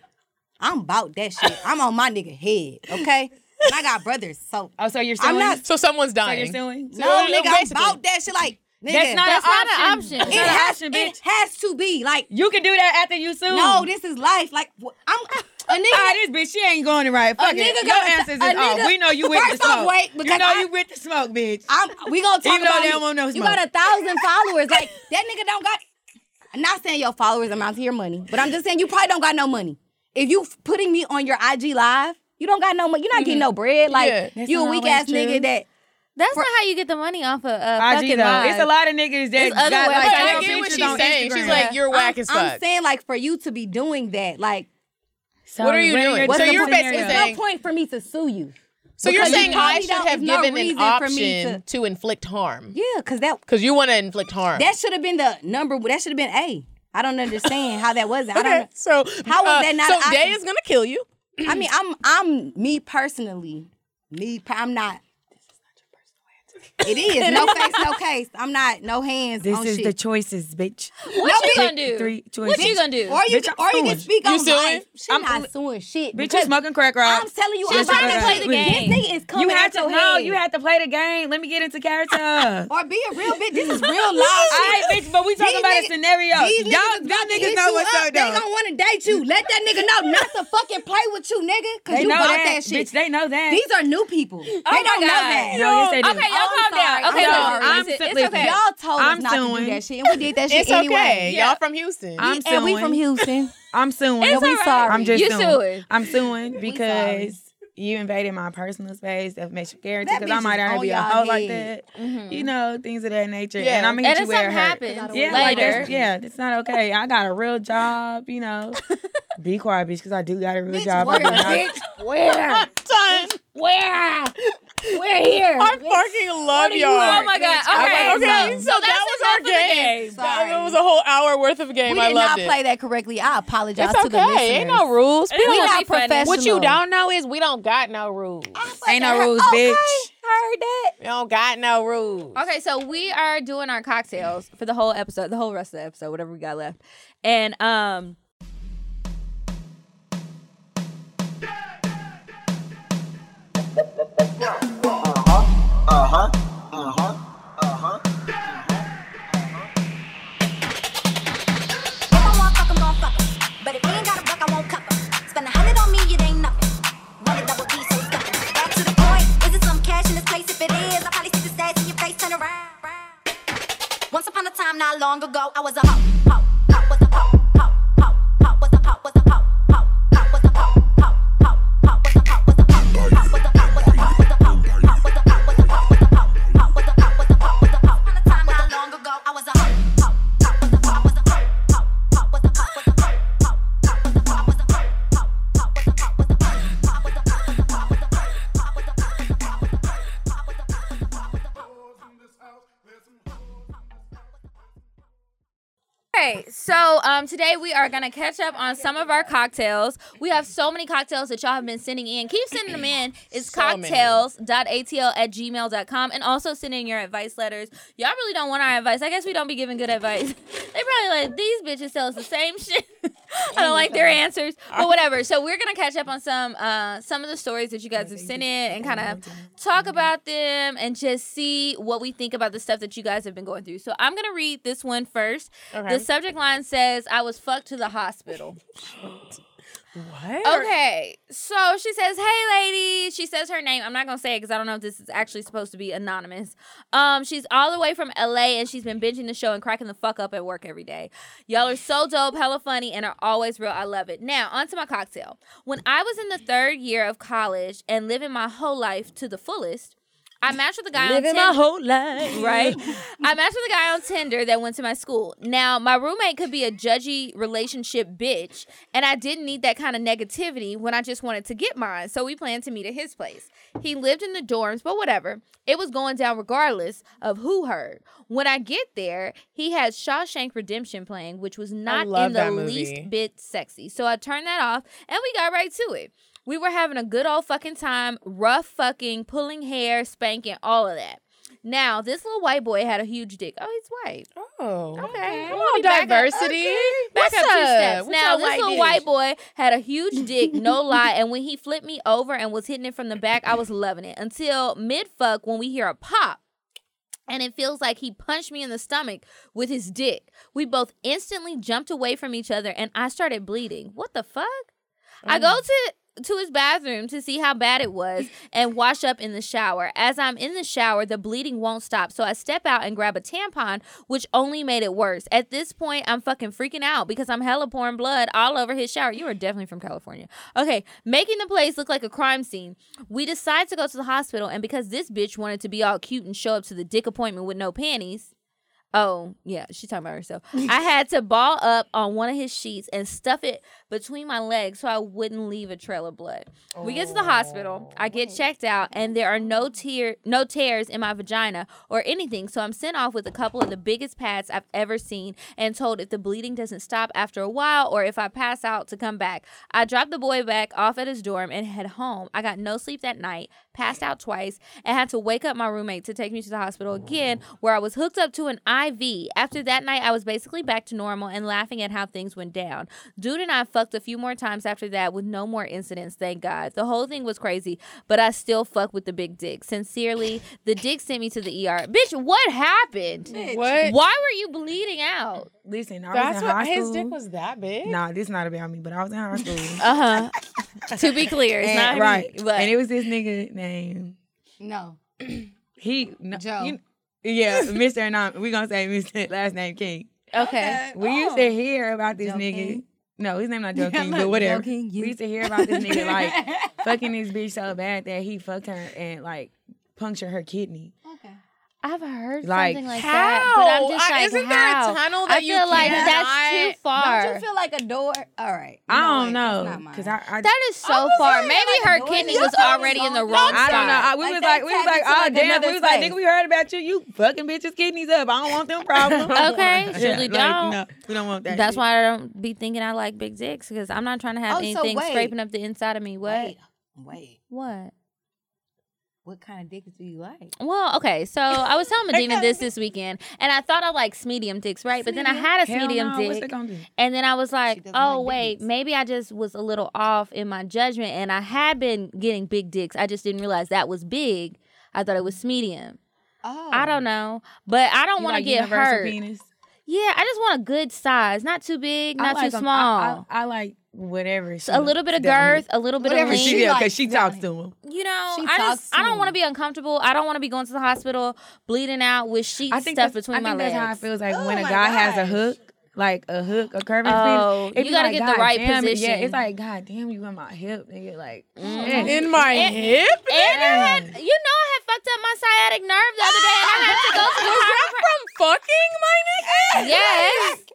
Speaker 6: I'm about that shit. I'm on my nigga head, okay? And I got brothers, so
Speaker 7: Oh, so you're suing?
Speaker 6: I'm not-
Speaker 2: So someone's
Speaker 7: So
Speaker 2: dying.
Speaker 7: you're suing?
Speaker 6: no,
Speaker 2: well,
Speaker 6: nigga, I'm
Speaker 2: basically.
Speaker 6: about that shit. Like, nigga,
Speaker 7: That's not,
Speaker 3: That's
Speaker 7: an,
Speaker 3: not an
Speaker 7: option.
Speaker 3: option.
Speaker 7: It's
Speaker 6: it
Speaker 7: not an
Speaker 6: has,
Speaker 7: option, bitch.
Speaker 6: it has to be like,
Speaker 7: you can do that after you sue.
Speaker 6: no, this is life. Like, wh- I'm a nigga.
Speaker 7: Ah, this bitch, she ain't going right. Fuck it.
Speaker 6: nigga
Speaker 7: Your
Speaker 6: got-
Speaker 7: answers is
Speaker 6: a
Speaker 7: off.
Speaker 6: nigga-
Speaker 7: We know you with the
Speaker 6: First off,
Speaker 7: smoke.
Speaker 6: wait,
Speaker 7: you
Speaker 6: because
Speaker 7: know
Speaker 6: I-
Speaker 7: you with the smoke, bitch.
Speaker 6: I'm, we gonna talk
Speaker 7: Even though
Speaker 6: about
Speaker 7: they
Speaker 6: it.
Speaker 7: don't want no
Speaker 6: You
Speaker 7: smoke.
Speaker 6: got a thousand followers. Like that nigga don't got. I'm not saying your followers amount to your money, but I'm just saying you probably don't got no money. If you f- putting me on your IG live, You don't got no money. You're not getting no bread. Like
Speaker 9: Mm-hmm. Yeah, that's
Speaker 6: you a
Speaker 7: not
Speaker 6: weak ass
Speaker 7: always
Speaker 6: nigga
Speaker 7: true.
Speaker 6: that
Speaker 3: That's not how you get the money off of uh,
Speaker 7: IG
Speaker 3: fucking
Speaker 7: though. It's a
Speaker 3: Vine.
Speaker 7: lot of niggas that
Speaker 3: It's other
Speaker 7: got like
Speaker 3: websites.
Speaker 7: their
Speaker 3: I
Speaker 9: I get what
Speaker 7: pictures
Speaker 9: she's
Speaker 7: on
Speaker 9: saying. She's
Speaker 7: Instagram.
Speaker 9: like, you're whack
Speaker 6: I'm,
Speaker 9: as fuck.
Speaker 6: I'm saying like for you to be doing that, like
Speaker 7: So
Speaker 9: What are you
Speaker 7: when
Speaker 9: doing?
Speaker 7: you're
Speaker 9: So
Speaker 7: doing
Speaker 9: you're
Speaker 7: that
Speaker 9: basically
Speaker 7: scenario-
Speaker 6: there's
Speaker 9: saying-
Speaker 6: no point for me to sue you.
Speaker 9: so you're
Speaker 6: because you
Speaker 9: saying I
Speaker 6: probably
Speaker 9: should
Speaker 6: don't-
Speaker 9: have
Speaker 6: there's no
Speaker 9: given an
Speaker 6: reason for me
Speaker 9: option to inflict harm
Speaker 6: Yeah, because that
Speaker 9: because you want to inflict harm.
Speaker 6: that should have been the number. That should have been A. I don't understand how that wasn't. I
Speaker 9: Okay,
Speaker 6: don't.
Speaker 9: so uh,
Speaker 6: How was that not
Speaker 9: So
Speaker 6: an option?
Speaker 9: day is gonna kill you.
Speaker 6: I mean, I'm I'm me personally. Me, per- I'm not. It is no face, no case. I'm not no hands
Speaker 7: This
Speaker 6: on
Speaker 7: is
Speaker 6: oh, shit.
Speaker 7: the choices, bitch.
Speaker 3: What you gonna
Speaker 7: Pick
Speaker 3: do?
Speaker 7: Three choices.
Speaker 3: What you gonna do?
Speaker 6: or you
Speaker 7: Bitch,
Speaker 6: can,
Speaker 7: I'm
Speaker 6: or you
Speaker 7: suing.
Speaker 6: can speak
Speaker 9: You
Speaker 6: on
Speaker 9: suing?
Speaker 6: life. She
Speaker 7: I'm
Speaker 6: not suing shit.
Speaker 7: Bitch, you
Speaker 6: because
Speaker 7: smoking crack rock.
Speaker 6: I'm telling you,
Speaker 7: She's
Speaker 6: I'm
Speaker 7: trying to play the
Speaker 3: game.
Speaker 6: This nigga is coming
Speaker 7: You had
Speaker 6: out
Speaker 7: to
Speaker 6: your
Speaker 7: no.
Speaker 6: head.
Speaker 7: You had to play the game. Let me get into character.
Speaker 6: or be a real bitch. This is real live
Speaker 7: All
Speaker 6: shit.
Speaker 7: right, bitch, but we talking
Speaker 6: These
Speaker 7: about a
Speaker 6: niggas-
Speaker 7: scenario.
Speaker 6: These
Speaker 7: Y'all,
Speaker 6: niggas, is
Speaker 7: y'all
Speaker 6: about to
Speaker 7: niggas
Speaker 6: hit
Speaker 7: know
Speaker 6: you
Speaker 7: what's
Speaker 6: up.
Speaker 7: up,
Speaker 6: They
Speaker 7: though.
Speaker 6: gonna want to date you. Let that nigga know not to fucking play with you, nigga, because
Speaker 7: They
Speaker 6: you
Speaker 7: know
Speaker 6: bought
Speaker 7: that,
Speaker 6: that, shit.
Speaker 7: bitch. They know that. Oh
Speaker 6: These are new people. they
Speaker 3: my
Speaker 6: don't know
Speaker 3: God.
Speaker 6: that.
Speaker 7: No, yes, they do.
Speaker 3: Okay, y'all
Speaker 6: Oh, I'm
Speaker 3: calm down. Okay,
Speaker 6: sorry. I'm
Speaker 3: listen,
Speaker 6: sorry.
Speaker 3: I'm
Speaker 7: Listen,
Speaker 3: it's
Speaker 7: listen.
Speaker 3: okay.
Speaker 6: Y'all told
Speaker 7: I'm
Speaker 6: us not
Speaker 7: suing.
Speaker 6: to do that shit, and we did that shit
Speaker 9: It's
Speaker 6: anyway.
Speaker 9: okay.
Speaker 3: Yeah.
Speaker 9: Y'all from Houston.
Speaker 7: I'm suing.
Speaker 6: And we from Houston.
Speaker 7: I'm suing.
Speaker 3: It's
Speaker 6: we
Speaker 3: all right.
Speaker 6: sorry.
Speaker 7: I'm just
Speaker 3: you
Speaker 7: suing.
Speaker 3: suing.
Speaker 7: I'm suing because you invaded my personal space of masculinity
Speaker 6: That
Speaker 7: because I
Speaker 6: bitch
Speaker 7: might
Speaker 6: is
Speaker 7: already
Speaker 6: on
Speaker 7: be a
Speaker 6: y'all
Speaker 7: hoe like
Speaker 6: head. Mm-hmm.
Speaker 7: that. You know, things of that nature.
Speaker 9: Yeah.
Speaker 7: And I'm gonna
Speaker 3: And
Speaker 7: hit
Speaker 3: if
Speaker 7: you where
Speaker 3: something
Speaker 7: it hurts.
Speaker 3: happens
Speaker 7: Yeah, like
Speaker 3: later,
Speaker 7: that's, yeah, it's not okay. I got a real job, you know. Be quiet, bitch, because I do got a real job. I
Speaker 6: where,
Speaker 7: do not-
Speaker 6: bitch, where?
Speaker 3: where?
Speaker 6: We're here.
Speaker 9: I fucking love y'all.
Speaker 3: Oh my god. Okay,
Speaker 9: Okay,
Speaker 3: so,
Speaker 9: so,
Speaker 3: so that's
Speaker 9: that was our
Speaker 3: enough of the
Speaker 9: game.
Speaker 6: Sorry.
Speaker 9: That was a whole hour worth of game.
Speaker 6: We
Speaker 9: I
Speaker 6: did
Speaker 9: loved
Speaker 6: not
Speaker 9: it.
Speaker 6: play that correctly. I apologize
Speaker 9: it's
Speaker 6: to the listeners.
Speaker 9: okay. Ain't no rules.
Speaker 3: It
Speaker 6: We
Speaker 3: was
Speaker 6: not
Speaker 3: be funny.
Speaker 6: professional.
Speaker 9: What you don't know is we don't got no rules.
Speaker 7: Ain't no rules, bitch.
Speaker 6: Heard that?
Speaker 9: We don't got no rules.
Speaker 3: Okay, so we are doing our cocktails for the whole episode, the whole rest of the episode, whatever we got left. And um
Speaker 10: If I want fuck, I'm gon' fuck 'em. But if you ain't got a buck, I won't cup 'em. Spend a hundred on me, it ain't nothing. Want a double D, so stuck 'em. Back to the point, is it some cash in this place? If it is, I probably stick the stash in your face, turn around. Once upon a time, not long ago, I was a hoe, hoe, hoe, was a hoe, hoe, hoe, hoe, was a hoe, was a hoe, hoe, hoe, was a hoe, hoe, hoe, hoe, was a hoe, was a hoe, hoe, was a hoe, was a hoe, was a hoe, hoe, was a hoe, was a hoe, was a hoe, hoe, was a hoe, was a hoe, was a hoe. Once upon a time, not long ago, I was a hoe, hoe, hoe, was a hoe, was a hoe, hoe, hoe, was a hoe, was a hoe, hoe, hoe, was a hoe, was a hoe, hoe, hoe, was a hoe, was a hoe, hoe, was a hoe, was a hoe, was a hoe, hoe, was a hoe, was a hoe, was a hoe, hoe, was a hoe, was a hoe, was a hoe.
Speaker 3: Okay, so um, today we are gonna catch up on some of our cocktails. We have so many cocktails that y'all have been sending in. Keep sending them in. It's
Speaker 9: So many.
Speaker 3: cocktails.atl at gmail.com and also send in your advice letters. Y'all really don't want our advice. I guess we don't be giving good advice. They probably like these bitches tell us the same shit. I don't like their answers. But whatever. So we're gonna catch up on some uh some of the stories that you guys have sent in and kind of talk about them and just see what we think about the stuff that you guys have been going through. So I'm gonna read this one first. The subject line says, I was fucked to the hospital.
Speaker 9: What?
Speaker 3: Okay. So she says, Hey, lady. She says her name. I'm not going to say it because I don't know if this is actually supposed to be anonymous. Um, She's all the way from LA and she's been binging the show and cracking the fuck up at work every day. Y'all are so dope, hella funny, and are always real. I love it. Now, onto my cocktail. When I was in the third year of college and living my whole life to the fullest, I matched with a guy on Tinder
Speaker 7: whole life.
Speaker 3: right? I matched with a guy on Tinder that went to my school. Now, my roommate could be a judgy relationship bitch, and I didn't need that kind of negativity when I just wanted to get mine. So we planned to meet at his place. He lived in the dorms, but whatever. It was going down regardless of who heard. When I get there, he had Shawshank Redemption playing, which was not
Speaker 9: love
Speaker 3: in the
Speaker 9: that movie.
Speaker 3: least bit sexy. So I turned that off and we got right to it. We were having a good old fucking time, rough fucking, pulling hair, spanking, all of that. Now, this little white boy had a huge dick. Oh, he's white.
Speaker 9: Oh.
Speaker 3: Okay. Well, let me
Speaker 9: Come on,
Speaker 3: back up.
Speaker 9: diversity. Back
Speaker 3: What's
Speaker 9: up two steps. What's
Speaker 3: Now,
Speaker 9: your
Speaker 3: this
Speaker 9: white
Speaker 3: little
Speaker 9: dish?
Speaker 3: white boy had a huge dick, no lie. And when he flipped me over and was hitting it from the back, I was loving it. Until mid fuck, when we hear a pop. And it feels like he punched me in the stomach with his dick. We both instantly jumped away from each other and I started bleeding. What the fuck? I go to to his bathroom to see how bad it was and wash up in the shower. As I'm in the shower, the bleeding won't stop. So I step out and grab a tampon, which only made it worse. At this point, I'm fucking freaking out because I'm hella pouring blood all over his shower. You are definitely from California. Okay, making the place look like a crime scene. We decide to go to the hospital, and because this bitch wanted to be all cute and show up to the dick appointment with no panties. Oh, yeah, she's talking about herself. I had to ball up on one of his sheets and stuff it between my legs so I wouldn't leave a trail of blood. We get to the hospital, I get checked out, and there are no tear no tears in my vagina or anything, so I'm sent off with a couple of the biggest pads I've ever seen and told if the bleeding doesn't stop after a while or if I pass out to come back. I dropped the boy back off at his dorm and head home. I got no sleep that night, passed out twice, and had to wake up my roommate to take me to the hospital again, where I was hooked up to an IV. After that night, I was basically back to normal and laughing at how things went down. Dude and I fucked a few more times after that with no more incidents, thank God. The whole thing was crazy, but I still fuck with the big dick. Sincerely, the dick sent me to the ER. Bitch, what happened?
Speaker 2: What?
Speaker 3: Why were you bleeding out?
Speaker 7: Listen, I was
Speaker 2: That's
Speaker 7: in
Speaker 2: what
Speaker 7: high school.
Speaker 2: his dick was that big.
Speaker 7: Nah, this not about me, but I was in high school.
Speaker 3: Uh huh. to be clear, it's not
Speaker 7: and,
Speaker 3: me,
Speaker 7: Eh, right.
Speaker 3: but
Speaker 7: And it was this nigga named
Speaker 6: No.
Speaker 7: he no,
Speaker 6: Joe.
Speaker 7: you- yeah, Mr. Anon. We gonna say Mr. last name King.
Speaker 3: okay.
Speaker 7: We used to hear about this
Speaker 6: Joe
Speaker 7: nigga.
Speaker 6: King?
Speaker 7: No, his name not Joe
Speaker 6: Yeah,
Speaker 7: King,
Speaker 6: look,
Speaker 7: but
Speaker 6: Joe
Speaker 7: whatever.
Speaker 6: King, you.
Speaker 7: We used to hear about this nigga like fucking this bitch so bad that he fucked her and like punctured her kidney.
Speaker 3: I've heard
Speaker 7: Like,
Speaker 3: something like that, but I'm just
Speaker 2: How?
Speaker 3: like,
Speaker 2: Isn't there a
Speaker 3: how?
Speaker 2: tunnel
Speaker 3: I
Speaker 2: that you
Speaker 3: feel like
Speaker 2: cannot-
Speaker 3: that's too far.
Speaker 6: Don't you feel like a door? All right. You know
Speaker 7: I
Speaker 6: what? That's
Speaker 7: don't know,
Speaker 6: not mine.
Speaker 7: cause I, I
Speaker 3: That is so far. Maybe her kidney was already in the wrong
Speaker 7: I
Speaker 3: spot.
Speaker 7: don't know. I, we
Speaker 6: Like,
Speaker 7: was
Speaker 6: they
Speaker 7: like, we was
Speaker 6: tap
Speaker 7: like,
Speaker 6: into,
Speaker 7: oh
Speaker 6: like,
Speaker 7: damn.
Speaker 6: another
Speaker 7: We was like,
Speaker 6: space.
Speaker 7: nigga, we heard about you. You fucking bitches kidneys up. I don't want them problems.
Speaker 3: Okay,
Speaker 7: Yeah,
Speaker 3: surely
Speaker 7: like,
Speaker 3: don't.
Speaker 7: no, we don't want that.
Speaker 3: That's
Speaker 7: shit.
Speaker 3: why I don't be thinking I like big dicks because I'm not trying to have
Speaker 6: Oh, so
Speaker 3: anything
Speaker 6: wait.
Speaker 3: scraping up the inside of me. What?
Speaker 6: Wait, wait.
Speaker 3: What?
Speaker 6: What kind of dicks do you like?
Speaker 3: Well, okay. So I was telling Medina this this weekend, and I thought I liked medium dicks, right? But then I had a
Speaker 7: Hell
Speaker 3: medium
Speaker 7: no, What's
Speaker 3: dick,
Speaker 7: they gonna do?
Speaker 3: and then I was like,
Speaker 6: doesn't
Speaker 3: oh
Speaker 6: like big
Speaker 3: wait,
Speaker 6: dicks.
Speaker 3: maybe I just was a little off in my judgment, and I had been getting big dicks. I just didn't realize that was big. I thought it was medium.
Speaker 6: Oh,
Speaker 3: I don't know, but I don't
Speaker 7: Mm. You
Speaker 3: want to
Speaker 7: like
Speaker 3: get
Speaker 7: universal
Speaker 3: hurt.
Speaker 7: Penis?
Speaker 3: Yeah, I just want a good size, not too big,
Speaker 7: I
Speaker 3: not
Speaker 7: like
Speaker 3: too
Speaker 7: 'em.
Speaker 3: small.
Speaker 7: I, I, I like whatever. She
Speaker 3: a little bit of
Speaker 7: down here.
Speaker 3: girth, a little bit
Speaker 6: Whatever
Speaker 3: of
Speaker 6: she
Speaker 3: length.
Speaker 7: She, yeah,
Speaker 6: likes
Speaker 7: cause she
Speaker 6: down
Speaker 7: talks
Speaker 6: here.
Speaker 7: to him.
Speaker 3: You know,
Speaker 6: She
Speaker 3: I
Speaker 6: talks
Speaker 3: just
Speaker 6: to
Speaker 3: I don't want to
Speaker 6: him.
Speaker 3: be uncomfortable. I don't want to be going to the hospital bleeding out with sheets
Speaker 7: I think
Speaker 3: stuff
Speaker 7: that's,
Speaker 3: between
Speaker 7: I
Speaker 3: my
Speaker 7: think
Speaker 3: legs.
Speaker 7: that's how it feels like
Speaker 6: Oh
Speaker 7: when a
Speaker 6: my
Speaker 7: guy has a
Speaker 6: gosh.
Speaker 7: hook, like a hook, a curving
Speaker 3: Oh,
Speaker 7: finish. it
Speaker 3: you
Speaker 7: be
Speaker 3: gotta
Speaker 7: like,
Speaker 3: get the
Speaker 7: "God
Speaker 3: right
Speaker 7: damn it." Yeah,
Speaker 3: position. Mm-hmm.
Speaker 7: it's like, God damn, you in my hip, nigga. Like,
Speaker 2: In my
Speaker 3: And-
Speaker 2: hip?
Speaker 3: And I had, you know, I had fucked up my sciatic nerve the other day, and I had to go to the chiropractor.
Speaker 2: From fucking my nigga?
Speaker 3: Yes.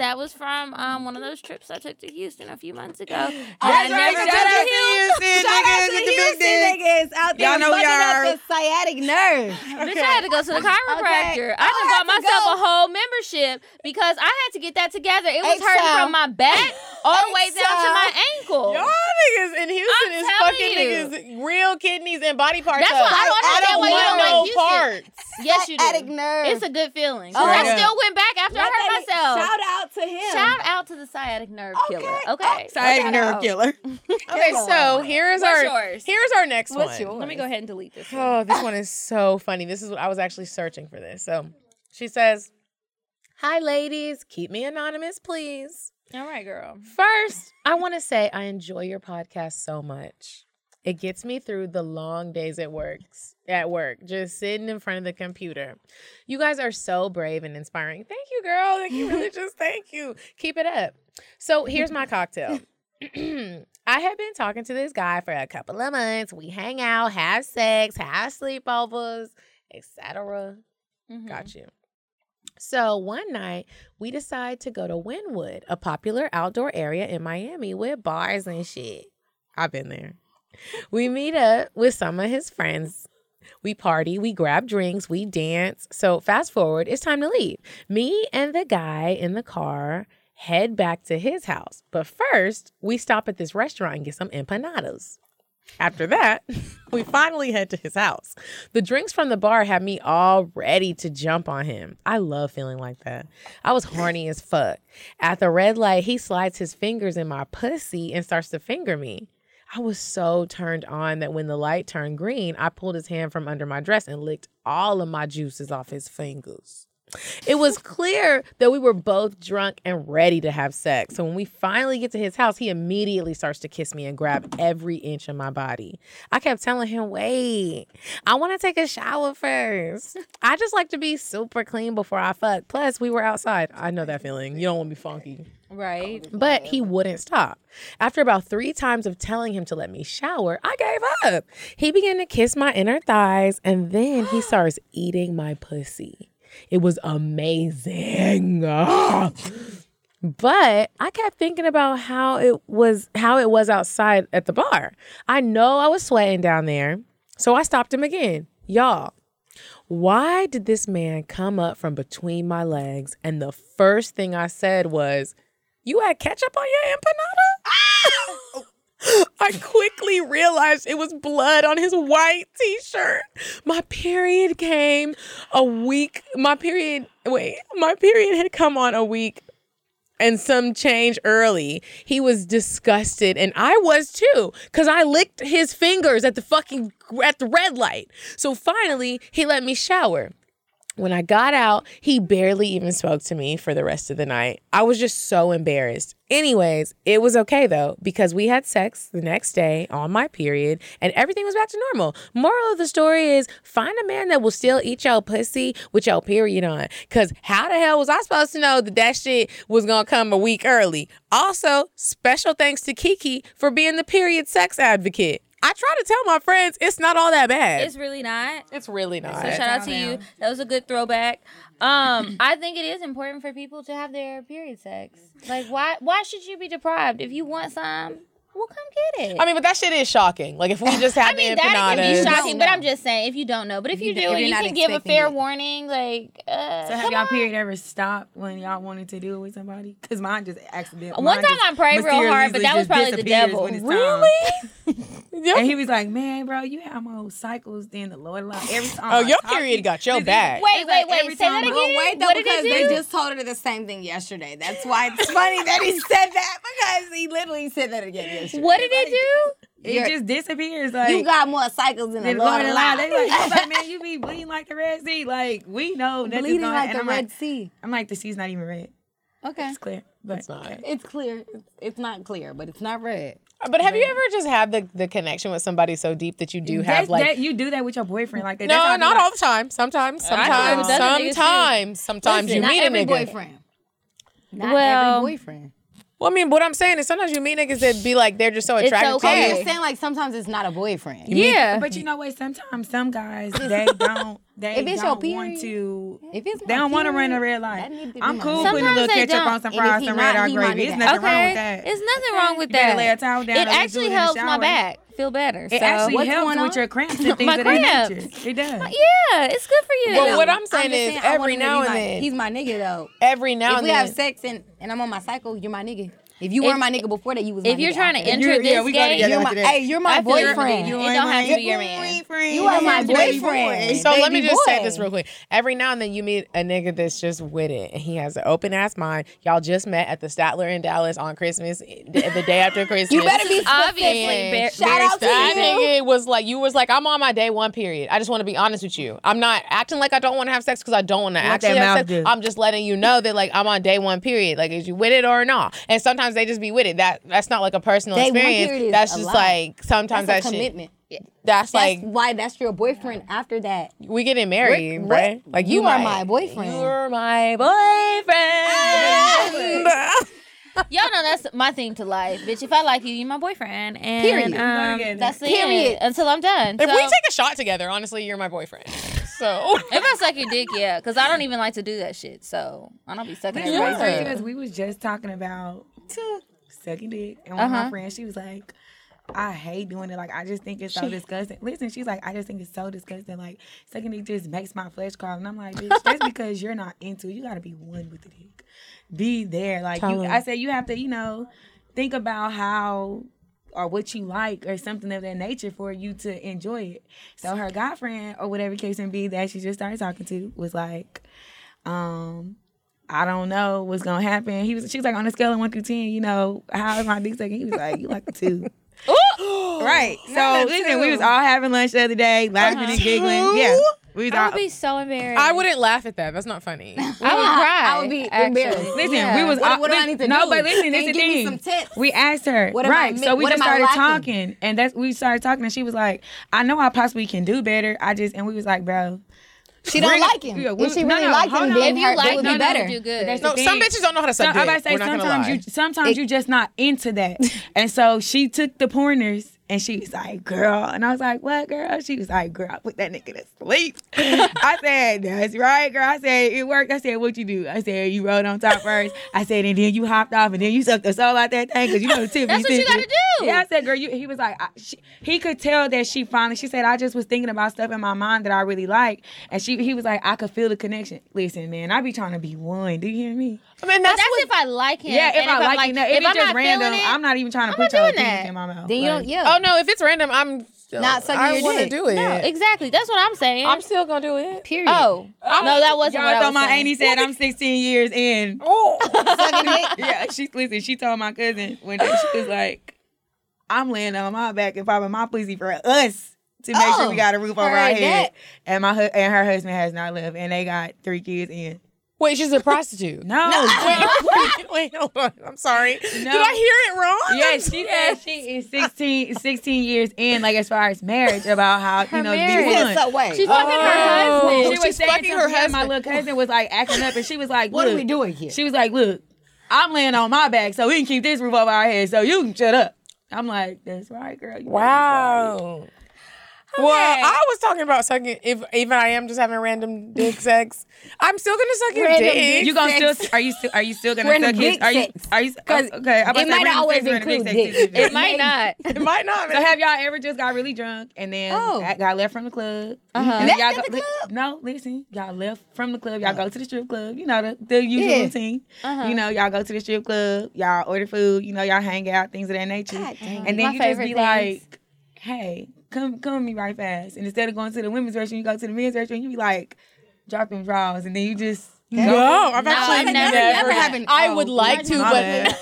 Speaker 3: That was from um, one of those trips I took to Houston a few months ago. And I
Speaker 7: That's right,
Speaker 3: never did
Speaker 7: shout out
Speaker 3: it.
Speaker 7: to Houston,
Speaker 6: Shout out
Speaker 7: nigga,
Speaker 6: to
Speaker 7: get
Speaker 6: the
Speaker 7: the big
Speaker 6: Houston
Speaker 7: dick.
Speaker 6: niggas out there
Speaker 7: Y'all know we
Speaker 6: fucking
Speaker 7: are.
Speaker 6: up the sciatic nerve.
Speaker 3: Bitch, I had to go to the chiropractor. I
Speaker 6: I
Speaker 3: just bought
Speaker 6: had to
Speaker 3: myself
Speaker 6: go.
Speaker 3: a whole membership because I had to get that together. It was hurting
Speaker 6: Excel.
Speaker 3: from my back all the way down to
Speaker 6: Excel.
Speaker 3: my ankle.
Speaker 2: Y'all niggas in Houston
Speaker 3: I'm
Speaker 2: is
Speaker 3: telling
Speaker 2: fucking niggas real kidneys and body parts.
Speaker 3: That's
Speaker 2: up.
Speaker 3: why I don't
Speaker 2: I
Speaker 3: understand
Speaker 2: don't
Speaker 3: why you don't
Speaker 2: want
Speaker 3: like
Speaker 2: no
Speaker 3: Houston.
Speaker 2: parts.
Speaker 3: Yes, you
Speaker 6: Sciatic
Speaker 3: do.
Speaker 6: nerve. Oh,
Speaker 3: It's a good feeling. 'Cause
Speaker 7: Straight
Speaker 3: I
Speaker 7: up.
Speaker 3: still went back after I
Speaker 6: Let
Speaker 3: hurt
Speaker 6: that-
Speaker 3: myself. Shout,
Speaker 6: Shout out to him.
Speaker 3: out to the sciatic nerve killer.
Speaker 6: Okay. Oh,
Speaker 3: Okay.
Speaker 7: Sciatic
Speaker 3: Shout
Speaker 7: nerve
Speaker 3: out.
Speaker 7: killer.
Speaker 2: Okay, so here is
Speaker 3: What's
Speaker 2: our
Speaker 3: yours?
Speaker 2: here's our next one.
Speaker 3: Let me go ahead and delete this. one.
Speaker 2: Oh, this one is so funny. This is what I was actually searching for this. So she says, Hi, ladies. Keep me anonymous, please.
Speaker 3: All right, girl.
Speaker 2: First, I want to say I enjoy your podcast so much. It gets me through the long days at work, at work, just sitting in front of the computer. You guys are so brave and inspiring. Thank you, girl. Thank you, really just thank you. Keep it up. So here's my cocktail. I had been talking to this guy for a couple of months. We hang out, have sex, have sleepovers, etc.
Speaker 3: Mhm.
Speaker 7: Mm-hmm.
Speaker 2: Got you. So one night, we decide to go to Wynwood, a popular outdoor area in Miami with bars and shit. I've been there. We meet up with some of his friends. We party, we grab drinks, we dance. So fast forward, it's time to leave. Me and the guy in the car head back to his house. But first, we stop at this restaurant and get some empanadas. After that, we finally head to his house. The drinks from the bar had me all ready to jump on him. I love feeling like that. I was horny as fuck. At the red light, he slides his fingers in my pussy and starts to finger me. I was so turned on that when the light turned green, I pulled his hand from under my dress and licked all of my juices off his fingers. It was clear that we were both drunk and ready to have sex. So when we finally get to his house, he immediately starts to kiss me and grab every inch of my body. I kept telling him, wait, I want to take a shower first. I just like to be super clean before I fuck. Plus, we were outside. I know that feeling. You don't want to be funky.
Speaker 3: Right.
Speaker 2: But he wouldn't stop. After about three times of telling him to let me shower, I gave up. He began to kiss my inner thighs and then he starts eating my pussy. It was amazing. Ah. But I kept thinking about how it was how it was outside at the bar. I know I was sweating down there. So I stopped him again. Y'all, why did this man come up from between my legs and the first thing I said was, you had ketchup on your empanada? I quickly realized it was blood on his white t-shirt. My period came a week. My period, wait, my period had come on a week and some change early. He was disgusted and I was too cuz I licked his fingers at the fucking at the red light. So finally, he let me shower. When I got out, he barely even spoke to me for the rest of the night. I was just so embarrassed. Anyways, it was okay though, because we had sex the next day on my period and everything was back to normal. Moral of the story is find a man that will still eat your pussy with your period on. Because how the hell was I supposed to know that that shit was going to come a week early? Also, special thanks to Kiki for being the period sex advocate. I try to tell my friends it's not all that bad.
Speaker 3: It's really not.
Speaker 2: It's really not.
Speaker 3: So shout out to you. That was a good throwback. Um, I think it is important for people to have their period sex. Like, why? Why should you be deprived? If you want some, well, come get it.
Speaker 2: I mean, but that shit is shocking. Like if we just had
Speaker 3: I mean,
Speaker 2: the
Speaker 3: that can be
Speaker 2: empanadas.
Speaker 3: shocking, but I'm just saying if you don't know. But if you, do,
Speaker 6: don't- if
Speaker 3: and
Speaker 6: you're
Speaker 3: you
Speaker 6: not
Speaker 3: can give a
Speaker 6: expecting
Speaker 3: fair
Speaker 6: it.
Speaker 3: warning, like uh,
Speaker 7: So have
Speaker 3: come
Speaker 7: y'all
Speaker 3: on.
Speaker 7: period ever stopped when y'all wanted to do it with somebody? Cause mine just accidentally.
Speaker 3: One time I prayed real hard, but that was probably the devil.
Speaker 7: Really? and he was like, "Man, bro, you have more cycles than the Lord allow every time."
Speaker 2: Oh,
Speaker 7: I
Speaker 2: your
Speaker 7: talk to you."
Speaker 2: period got your
Speaker 7: Listen,
Speaker 2: back.
Speaker 3: Wait, wait,
Speaker 7: like
Speaker 3: wait.
Speaker 7: every
Speaker 3: Say that
Speaker 7: time-
Speaker 3: again.
Speaker 7: Oh,
Speaker 6: wait though,
Speaker 3: what did
Speaker 6: because
Speaker 3: he do?
Speaker 6: they just told her the same thing yesterday. That's why it's funny that he said that because he literally said that again yesterday.
Speaker 3: what did it do?
Speaker 7: It just disappears. Like
Speaker 6: You got more cycles than
Speaker 7: the
Speaker 6: a
Speaker 7: Lord
Speaker 6: lot
Speaker 7: allow. They like, he's like, man, you be bleeding like the Red Sea. Like we know nothing's
Speaker 6: Bleeding
Speaker 7: going
Speaker 6: like
Speaker 7: and
Speaker 6: the
Speaker 7: I'm
Speaker 6: Red
Speaker 7: like,
Speaker 6: Sea.
Speaker 7: I'm like, the sea's not even red.
Speaker 6: Okay.
Speaker 7: It's clear, but it's not.
Speaker 6: It's clear. It's, it's not clear, but it's not red.
Speaker 2: But have you ever just had the, the connection with somebody so deep that you do have
Speaker 7: That,
Speaker 2: like
Speaker 7: that, you do that with your boyfriend like that. That's how
Speaker 2: No,
Speaker 7: I be
Speaker 2: not
Speaker 7: like,
Speaker 2: all the time. Sometimes, sometimes,
Speaker 3: with other niggas too.
Speaker 2: sometimes, sometimes you
Speaker 6: not
Speaker 2: meet a
Speaker 6: every
Speaker 2: nigga.
Speaker 6: boyfriend. Not
Speaker 3: Well-
Speaker 6: every boyfriend.
Speaker 2: Well, I mean, what I'm saying is sometimes you meet niggas that be like they're just so attracted to
Speaker 3: okay.
Speaker 6: I'm
Speaker 2: you.
Speaker 6: just Oh, saying like sometimes it's not a boyfriend.
Speaker 3: Yeah.
Speaker 7: But you know what? Sometimes some guys they don't they
Speaker 6: If it's your
Speaker 7: don't
Speaker 6: period-
Speaker 7: want to.
Speaker 6: if it's
Speaker 7: they
Speaker 6: my
Speaker 7: don't want to run a
Speaker 6: period,
Speaker 7: red
Speaker 6: that
Speaker 7: light.
Speaker 6: need to
Speaker 7: I'm
Speaker 6: be
Speaker 7: cool
Speaker 6: my-
Speaker 7: putting a little
Speaker 3: Sometimes they
Speaker 7: ketchup on
Speaker 3: don't.
Speaker 7: some
Speaker 6: And if
Speaker 7: fries,
Speaker 6: he
Speaker 7: some
Speaker 6: not,
Speaker 7: red eye
Speaker 6: he my
Speaker 7: gravy. There's
Speaker 6: nigga.
Speaker 7: nothing wrong
Speaker 3: Okay.
Speaker 7: with that.
Speaker 3: There's nothing wrong with
Speaker 7: You better
Speaker 3: that.
Speaker 7: lay a towel down
Speaker 3: it
Speaker 7: or just do it
Speaker 3: actually
Speaker 7: in the
Speaker 3: helps my
Speaker 7: shower.
Speaker 3: back feel better.
Speaker 7: It
Speaker 3: so.
Speaker 7: actually
Speaker 6: uh, what's
Speaker 7: helps
Speaker 6: going
Speaker 7: with
Speaker 6: on?
Speaker 7: your cramps and things
Speaker 3: My
Speaker 7: of that
Speaker 3: cramps.
Speaker 7: nature. It does.
Speaker 3: Yeah, it's good for you.
Speaker 2: But what I'm
Speaker 6: I'm
Speaker 2: saying
Speaker 6: just
Speaker 2: is
Speaker 6: saying, I want
Speaker 2: every
Speaker 6: him to
Speaker 2: now
Speaker 6: be
Speaker 2: and
Speaker 6: my-
Speaker 2: then,
Speaker 6: he's my nigga though.
Speaker 2: every now
Speaker 6: If
Speaker 2: and
Speaker 6: we have
Speaker 2: then,
Speaker 6: sex and, and I'm on my cycle, you're my nigga. If you weren't my nigga before that, you was. My
Speaker 3: if you're
Speaker 6: nigga
Speaker 3: trying to
Speaker 6: after.
Speaker 3: enter
Speaker 7: You're-
Speaker 3: this
Speaker 7: yeah, we go
Speaker 3: gate,
Speaker 7: together.
Speaker 6: you're
Speaker 7: like
Speaker 6: my,
Speaker 7: that.
Speaker 6: hey, you're my
Speaker 3: I feel your-
Speaker 6: boyfriend.
Speaker 3: you- don't have to be your man.
Speaker 6: You are my boyfriend.
Speaker 2: So let me
Speaker 6: baby
Speaker 2: just say
Speaker 6: boy.
Speaker 2: this real quick. Every now and then you meet a nigga that's just with it and he has an open ass mind. Y'all just met at the Statler in Dallas on Christmas, th- the day after Christmas.
Speaker 6: you better be
Speaker 3: obviously,
Speaker 6: obviously.
Speaker 3: bar-
Speaker 6: Shout out to
Speaker 2: That
Speaker 6: you.
Speaker 2: nigga was like, you was like, I'm on my day one period. I just want to be honest with you. I'm not acting like I don't want to have sex because I don't want to
Speaker 7: Let that
Speaker 2: actually have
Speaker 7: mouth
Speaker 2: sex.
Speaker 7: do.
Speaker 2: I'm just letting you know that like I'm on day one period. Like, is you with it or not? And sometimes they just be with it. That that's not like a personal
Speaker 6: Day one period
Speaker 2: experience.
Speaker 6: is
Speaker 2: That's
Speaker 6: a
Speaker 2: just
Speaker 6: lot.
Speaker 2: like sometimes
Speaker 6: That's a
Speaker 2: that shit.
Speaker 6: commitment.
Speaker 2: That's,
Speaker 6: That's
Speaker 2: like
Speaker 6: why that's your boyfriend after that.
Speaker 2: we getting married,
Speaker 6: What-
Speaker 2: right?
Speaker 6: what-
Speaker 2: Like you,
Speaker 6: you are
Speaker 2: might-
Speaker 6: my boyfriend.
Speaker 2: You're my boyfriend.
Speaker 3: Y'all know that's my thing to life, bitch. If I like you, you my boyfriend. And
Speaker 6: Period.
Speaker 3: um,
Speaker 7: Again.
Speaker 3: that's the
Speaker 6: Period.
Speaker 3: end until I'm done.
Speaker 2: If
Speaker 3: so,
Speaker 2: we take a shot together, honestly, you're my boyfriend. So
Speaker 3: if I suck your dick, yeah, because I don't even like to do that shit. So I don't be sucking
Speaker 7: It's
Speaker 3: everybody's
Speaker 7: crazy
Speaker 3: dick.
Speaker 7: because we was just talking about sucking dick, and one of my friends, she was like, "I hate doing it. Like, I just think it's so disgusting." Listen, she's like, "I just think it's so disgusting. Like, sucking dick just makes my flesh crawl." And I'm like, "Bitch, that's because you're not into. it. You got to be one with the dick. Be there. Like, you, I said, you have to, you know, think about how." Or what you like, or something of that nature, for you to enjoy it. So her guy friend, or whatever case may be, that she just started talking to, was like, um, I don't know what's gonna happen. He was, she was like on a scale of one through ten, you know, how is my dick sucking? He was like, you like a two. right. So listen, we was all having lunch the other day, laughing and giggling. Yeah. We was
Speaker 3: I
Speaker 7: all,
Speaker 3: would be so embarrassed.
Speaker 9: I wouldn't laugh at that. That's not funny.
Speaker 3: I would cry.
Speaker 6: I would be
Speaker 3: actually.
Speaker 6: embarrassed.
Speaker 7: Listen,
Speaker 3: Yeah.
Speaker 7: we was
Speaker 6: What-
Speaker 7: all-
Speaker 6: what do I
Speaker 7: listen-
Speaker 6: need to
Speaker 7: no,
Speaker 6: do?
Speaker 7: but listen,
Speaker 6: Then
Speaker 7: this the
Speaker 6: give me
Speaker 7: thing.
Speaker 6: some tips.
Speaker 7: We asked her,
Speaker 6: What am I
Speaker 7: right?
Speaker 6: mi-
Speaker 7: so we
Speaker 6: what am
Speaker 7: just
Speaker 6: I
Speaker 7: started
Speaker 6: lacking?
Speaker 7: talking, and that's we started talking, and she was like, "I know I possibly can do better. I just," and we was like, "Bro,
Speaker 6: She don't
Speaker 7: Bring-
Speaker 6: like him.
Speaker 7: Yeah, we-
Speaker 6: if she
Speaker 7: no,
Speaker 6: really
Speaker 7: no,
Speaker 6: liked
Speaker 7: hold
Speaker 6: him,
Speaker 7: on.
Speaker 6: then
Speaker 3: If you
Speaker 6: her,
Speaker 3: like
Speaker 6: it would
Speaker 3: him,
Speaker 6: be
Speaker 3: you
Speaker 6: better.
Speaker 3: do good.
Speaker 7: That's the
Speaker 9: No, some
Speaker 7: thing.
Speaker 9: bitches don't know how to suck
Speaker 7: So, I about
Speaker 9: dick.
Speaker 7: to say
Speaker 9: We're not gonna
Speaker 7: sometimes
Speaker 9: lie.
Speaker 7: you sometimes you just not into that. and so she took the pointers and she was like, girl. And I was like, what girl? She was like, girl, I put that nigga to sleep. I said, that's right, girl. I said, it worked. I said, what you do? I said, you rode on top first. I said, and then you hopped off and then you sucked the soul out that thing because you know Tiffany.
Speaker 3: That's what you
Speaker 7: sensitive.
Speaker 3: gotta do.
Speaker 7: Yeah, I said, girl, you, he was like, I, she, he could tell that she finally, she said, I just was thinking about stuff in my mind that I really like. And she, he was like, I could feel the connection. Listen, man, I be trying to be one. Do you hear me?
Speaker 9: I mean,
Speaker 3: But
Speaker 9: that's,
Speaker 3: that's
Speaker 9: what.
Speaker 3: if I like him.
Speaker 7: Yeah, if
Speaker 3: and
Speaker 7: I like, you,
Speaker 3: I'm
Speaker 7: no,
Speaker 3: if
Speaker 7: if
Speaker 3: I'm
Speaker 7: it's just
Speaker 3: not feeling
Speaker 7: random,
Speaker 3: it,
Speaker 7: I'm not even trying to
Speaker 3: I'm not
Speaker 7: put your
Speaker 3: doing
Speaker 7: opinion
Speaker 3: that.
Speaker 7: in my mouth.
Speaker 6: Then you
Speaker 7: Like,
Speaker 6: don't. Yeah.
Speaker 9: oh no, if it's random, I'm
Speaker 6: Not sucking
Speaker 9: I
Speaker 6: your
Speaker 9: wanna
Speaker 6: dick.
Speaker 9: do it.
Speaker 3: No, exactly. That's what I'm saying.
Speaker 9: I'm still gonna do it.
Speaker 6: Period.
Speaker 3: oh no, that wasn't
Speaker 7: Y'all
Speaker 3: what I
Speaker 7: thought
Speaker 3: was
Speaker 7: my
Speaker 3: saying.
Speaker 7: auntie said I'm 16 years in.
Speaker 6: Sucking dick.
Speaker 7: yeah, she listen. She told my cousin one day she was like, "I'm laying on my back and popping my pussy for us to make sure we
Speaker 6: Oh,
Speaker 7: got a roof over our
Speaker 6: heard
Speaker 7: head."
Speaker 6: that.
Speaker 7: And my hu- and her husband has not left, and they got three kids in.
Speaker 9: Wait, she's a prostitute.
Speaker 7: No,
Speaker 9: Wait, hold on. I'm sorry. Did
Speaker 7: No.
Speaker 9: I hear it wrong?
Speaker 7: Yeah, she said she is 16, 16 years in, like as far as marriage, about how you know to be one.
Speaker 6: So wait.
Speaker 3: She's fucking her
Speaker 9: Oh.
Speaker 3: husband.
Speaker 7: she was
Speaker 9: She's
Speaker 7: saying
Speaker 9: fucking her
Speaker 7: something, and My
Speaker 9: husband.
Speaker 7: little cousin was like acting up, and she was like,
Speaker 6: What are
Speaker 7: "Look,"
Speaker 6: we doing here?
Speaker 7: She was like, "Look, I'm laying on my back, so we can keep this roof over our heads. So you can shut up." I'm like, "That's right, girl." You right.
Speaker 9: Wow. Well, I was talking about sucking. If if I am just having random dick sex, I'm still gonna suck your
Speaker 6: Random
Speaker 9: dick.
Speaker 6: dick
Speaker 7: You gonna
Speaker 6: Sex.
Speaker 7: still? Are you still? Are you still gonna
Speaker 6: We're in
Speaker 7: suck
Speaker 6: the
Speaker 7: his?
Speaker 6: big
Speaker 7: Are you?
Speaker 6: sex.
Speaker 7: Are you?
Speaker 6: 'Cause
Speaker 7: okay. I'm about
Speaker 6: it
Speaker 7: to say
Speaker 6: might
Speaker 7: random
Speaker 6: always
Speaker 7: sex, random big
Speaker 6: include
Speaker 7: sex,
Speaker 6: dick.
Speaker 7: yes, yes.
Speaker 3: It might not.
Speaker 9: it might not.
Speaker 7: So have y'all ever just got really drunk and then that got left from the club? Uh-huh.
Speaker 6: Oh. Left
Speaker 7: y'all
Speaker 6: at the
Speaker 7: li-
Speaker 6: club? Oh.
Speaker 7: No, listen, y'all left from the club. Y'all go to the strip club. You know the, the usual
Speaker 6: Yeah. Uh-huh.
Speaker 7: routine. You know y'all go to the strip club. Y'all order food. You know y'all hang out, things of that nature.
Speaker 6: God damn.
Speaker 7: And then
Speaker 3: My
Speaker 7: you just be
Speaker 3: favorite things.
Speaker 7: like, "Hey, come come with me right fast." And instead of going to the women's restroom, you go to the men's restroom. You be like, "Drop them drawers," and then you just you
Speaker 9: no,
Speaker 7: go.
Speaker 9: I've
Speaker 3: No,
Speaker 9: actually
Speaker 3: I've
Speaker 9: never.
Speaker 3: never- never happened.
Speaker 9: I would like to,
Speaker 7: My
Speaker 9: but
Speaker 7: bad.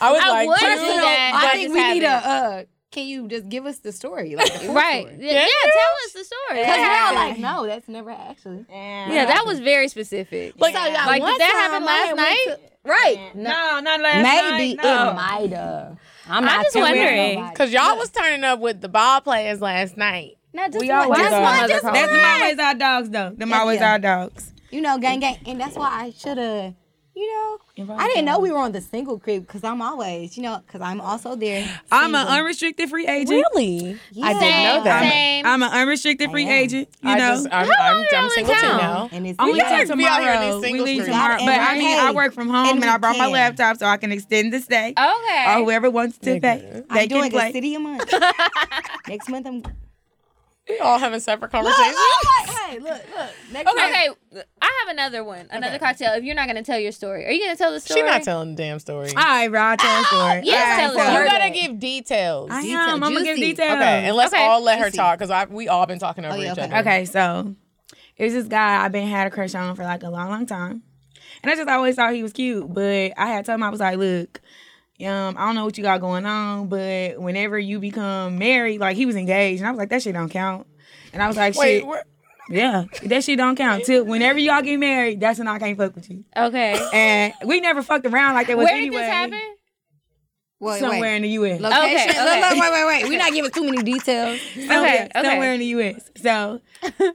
Speaker 9: I would
Speaker 3: I
Speaker 9: like
Speaker 3: would
Speaker 9: to.
Speaker 3: do that.
Speaker 6: I
Speaker 3: but
Speaker 6: think
Speaker 3: just
Speaker 6: we
Speaker 3: have
Speaker 6: need
Speaker 3: it.
Speaker 6: a. Uh, can you just give us the story? Like, the real
Speaker 3: right.
Speaker 6: story?
Speaker 3: Yeah, yeah, tell us the story.
Speaker 6: Cause we're all
Speaker 3: Yeah.
Speaker 6: like, no, that's never actually.
Speaker 3: Yeah, that was very specific. Like, like did that happen last night?
Speaker 6: Right.
Speaker 7: No, not last night.
Speaker 6: Maybe
Speaker 7: no.
Speaker 6: it might have. I'm
Speaker 3: I'm
Speaker 6: not
Speaker 3: just
Speaker 6: telling
Speaker 3: wondering.
Speaker 6: nobody.
Speaker 9: Because y'all was turning up with the ball players last night.
Speaker 3: No, just
Speaker 7: We
Speaker 3: one.
Speaker 7: always
Speaker 3: Just
Speaker 7: are.
Speaker 3: one. Just
Speaker 7: That's
Speaker 3: one.
Speaker 7: them always our dogs, though. Them always
Speaker 6: yeah.
Speaker 7: our dogs.
Speaker 6: You know, gang, gang, and that's why I should have. You know,
Speaker 7: Involved
Speaker 6: I didn't know we were on the single crib because I'm always, you know, because I'm also there.
Speaker 7: I'm an
Speaker 6: single.
Speaker 7: unrestricted free agent.
Speaker 9: Really? I didn't know
Speaker 3: Same,
Speaker 9: that.
Speaker 3: same.
Speaker 7: I'm an unrestricted free
Speaker 6: am.
Speaker 7: agent. You
Speaker 9: I
Speaker 7: know,
Speaker 9: just, I'm,
Speaker 3: How long
Speaker 9: I'm,
Speaker 3: are y'all
Speaker 9: I'm
Speaker 3: in
Speaker 9: single too
Speaker 3: town?
Speaker 9: now.
Speaker 6: and it's
Speaker 7: only
Speaker 9: gotta
Speaker 7: till
Speaker 9: be out here in
Speaker 7: tomorrow.
Speaker 9: these
Speaker 7: We
Speaker 9: single
Speaker 7: leave
Speaker 9: streets.
Speaker 7: tomorrow,
Speaker 6: Y'all
Speaker 7: but I
Speaker 6: in
Speaker 7: mean, I
Speaker 6: Miami.
Speaker 7: work from home
Speaker 6: And
Speaker 7: and, I
Speaker 6: we
Speaker 7: brought my
Speaker 6: can.
Speaker 7: laptop so I can extend the stay.
Speaker 3: Okay.
Speaker 7: Or whoever wants to pay, they
Speaker 6: I'm
Speaker 7: can
Speaker 6: doing
Speaker 7: play.
Speaker 6: a city a month. Next month I'm.
Speaker 9: We all having separate conversations.
Speaker 6: hey, look, look. Next month.
Speaker 3: Okay. okay. I have another one. Another cocktail. If you're not gonna tell your story, are you gonna tell the story?
Speaker 9: She not telling the damn story.
Speaker 7: All right, bro, I'll
Speaker 9: Ah,
Speaker 7: tell a story.
Speaker 3: yes,
Speaker 7: All
Speaker 3: tell us.
Speaker 7: so-
Speaker 9: you
Speaker 3: heard
Speaker 9: gotta
Speaker 6: that.
Speaker 9: give details.
Speaker 7: I
Speaker 6: Detail,
Speaker 7: am. I'm gonna give
Speaker 6: juicy.
Speaker 7: details.
Speaker 9: Okay, and let's
Speaker 3: Okay,
Speaker 9: all let her
Speaker 6: juicy.
Speaker 9: talk because I we all been talking over
Speaker 6: Oh, yeah,
Speaker 9: each
Speaker 6: okay.
Speaker 9: other.
Speaker 7: Okay, so it's this guy I've been had a crush on for like a long, long time. And I just always thought he was cute. But I had told him I was like, look, um, I don't know what you got going on, but whenever you become married, like he was engaged, and I was like, that shit don't count. And I was like,
Speaker 9: Wait,
Speaker 7: shit,
Speaker 9: where-
Speaker 7: yeah, that shit don't count. Till whenever y'all get married, that's when I can't fuck with you.
Speaker 3: Okay.
Speaker 7: And we never fucked around like that was
Speaker 3: Where did
Speaker 7: anyway.
Speaker 3: this happen?
Speaker 6: Wait,
Speaker 7: Somewhere
Speaker 6: wait.
Speaker 7: in the U.S.
Speaker 6: Location.
Speaker 3: Okay,
Speaker 6: Look,
Speaker 3: okay.
Speaker 6: look, wait, wait, wait. We're not giving too many details.
Speaker 7: somewhere,
Speaker 3: Okay, okay.
Speaker 7: somewhere in the U.S. So,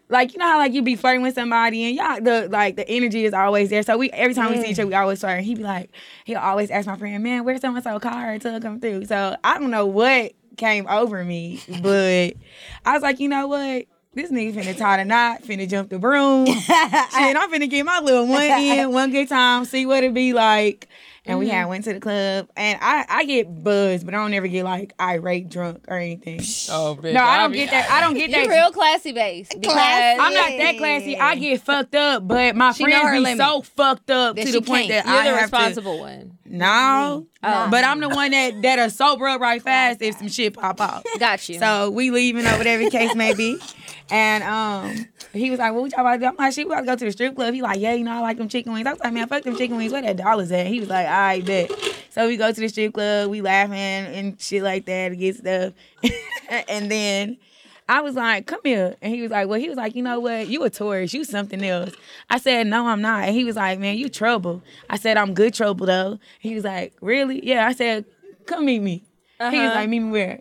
Speaker 7: like you know how like you be flirting with somebody and y'all the like the energy is always there. So we every time we see each other we always flirt. And he be like he'll always ask my friend, man, where's someone so car until come through. So I don't know what came over me, but I was like, you know what. This nigga finna tie the knot, finna jump the broom. Shit, I'm finna get my little one in, one good time, see what it be like. And
Speaker 3: Mm-hmm.
Speaker 7: we had went to the club, and I, I get buzzed, but I don't ever get like irate, drunk, or anything.
Speaker 9: Oh, bitch.
Speaker 7: No, I
Speaker 9: I'll
Speaker 7: don't
Speaker 9: be-
Speaker 7: get that. I don't get that.
Speaker 3: You're real classy base. Because
Speaker 7: I'm not that classy. I get fucked up, but my
Speaker 6: know
Speaker 7: friends
Speaker 6: her
Speaker 7: be
Speaker 6: limit.
Speaker 7: so fucked up
Speaker 6: That
Speaker 7: to
Speaker 6: she
Speaker 7: the point
Speaker 6: can't. Mm-hmm.
Speaker 7: that I
Speaker 3: you're the
Speaker 7: have
Speaker 3: responsible one.
Speaker 7: to. No, but I'm the one that that'll sober up
Speaker 6: Oh
Speaker 7: right fast if some shit pop off.
Speaker 3: Got you.
Speaker 7: So we leaving or whatever the case may be. And um, he was like, "What y'all about to do?" I'm like, "She about to go to the strip club." He like, "Yeah, you know, I like them chicken wings." I was like, "Man, fuck them chicken wings. Where that dollars at?" He was like, "All right, bet." So we go to the strip club. We laughing and shit like that. and Get stuff, and then I was like, come here. And he was like, well, he was like, you know what? You a tourist. You something else. I said, no, I'm not. And he was like, man, you trouble. I said, I'm good trouble, though. He was like, really? Yeah. I said, come meet me. He was like, meet me where?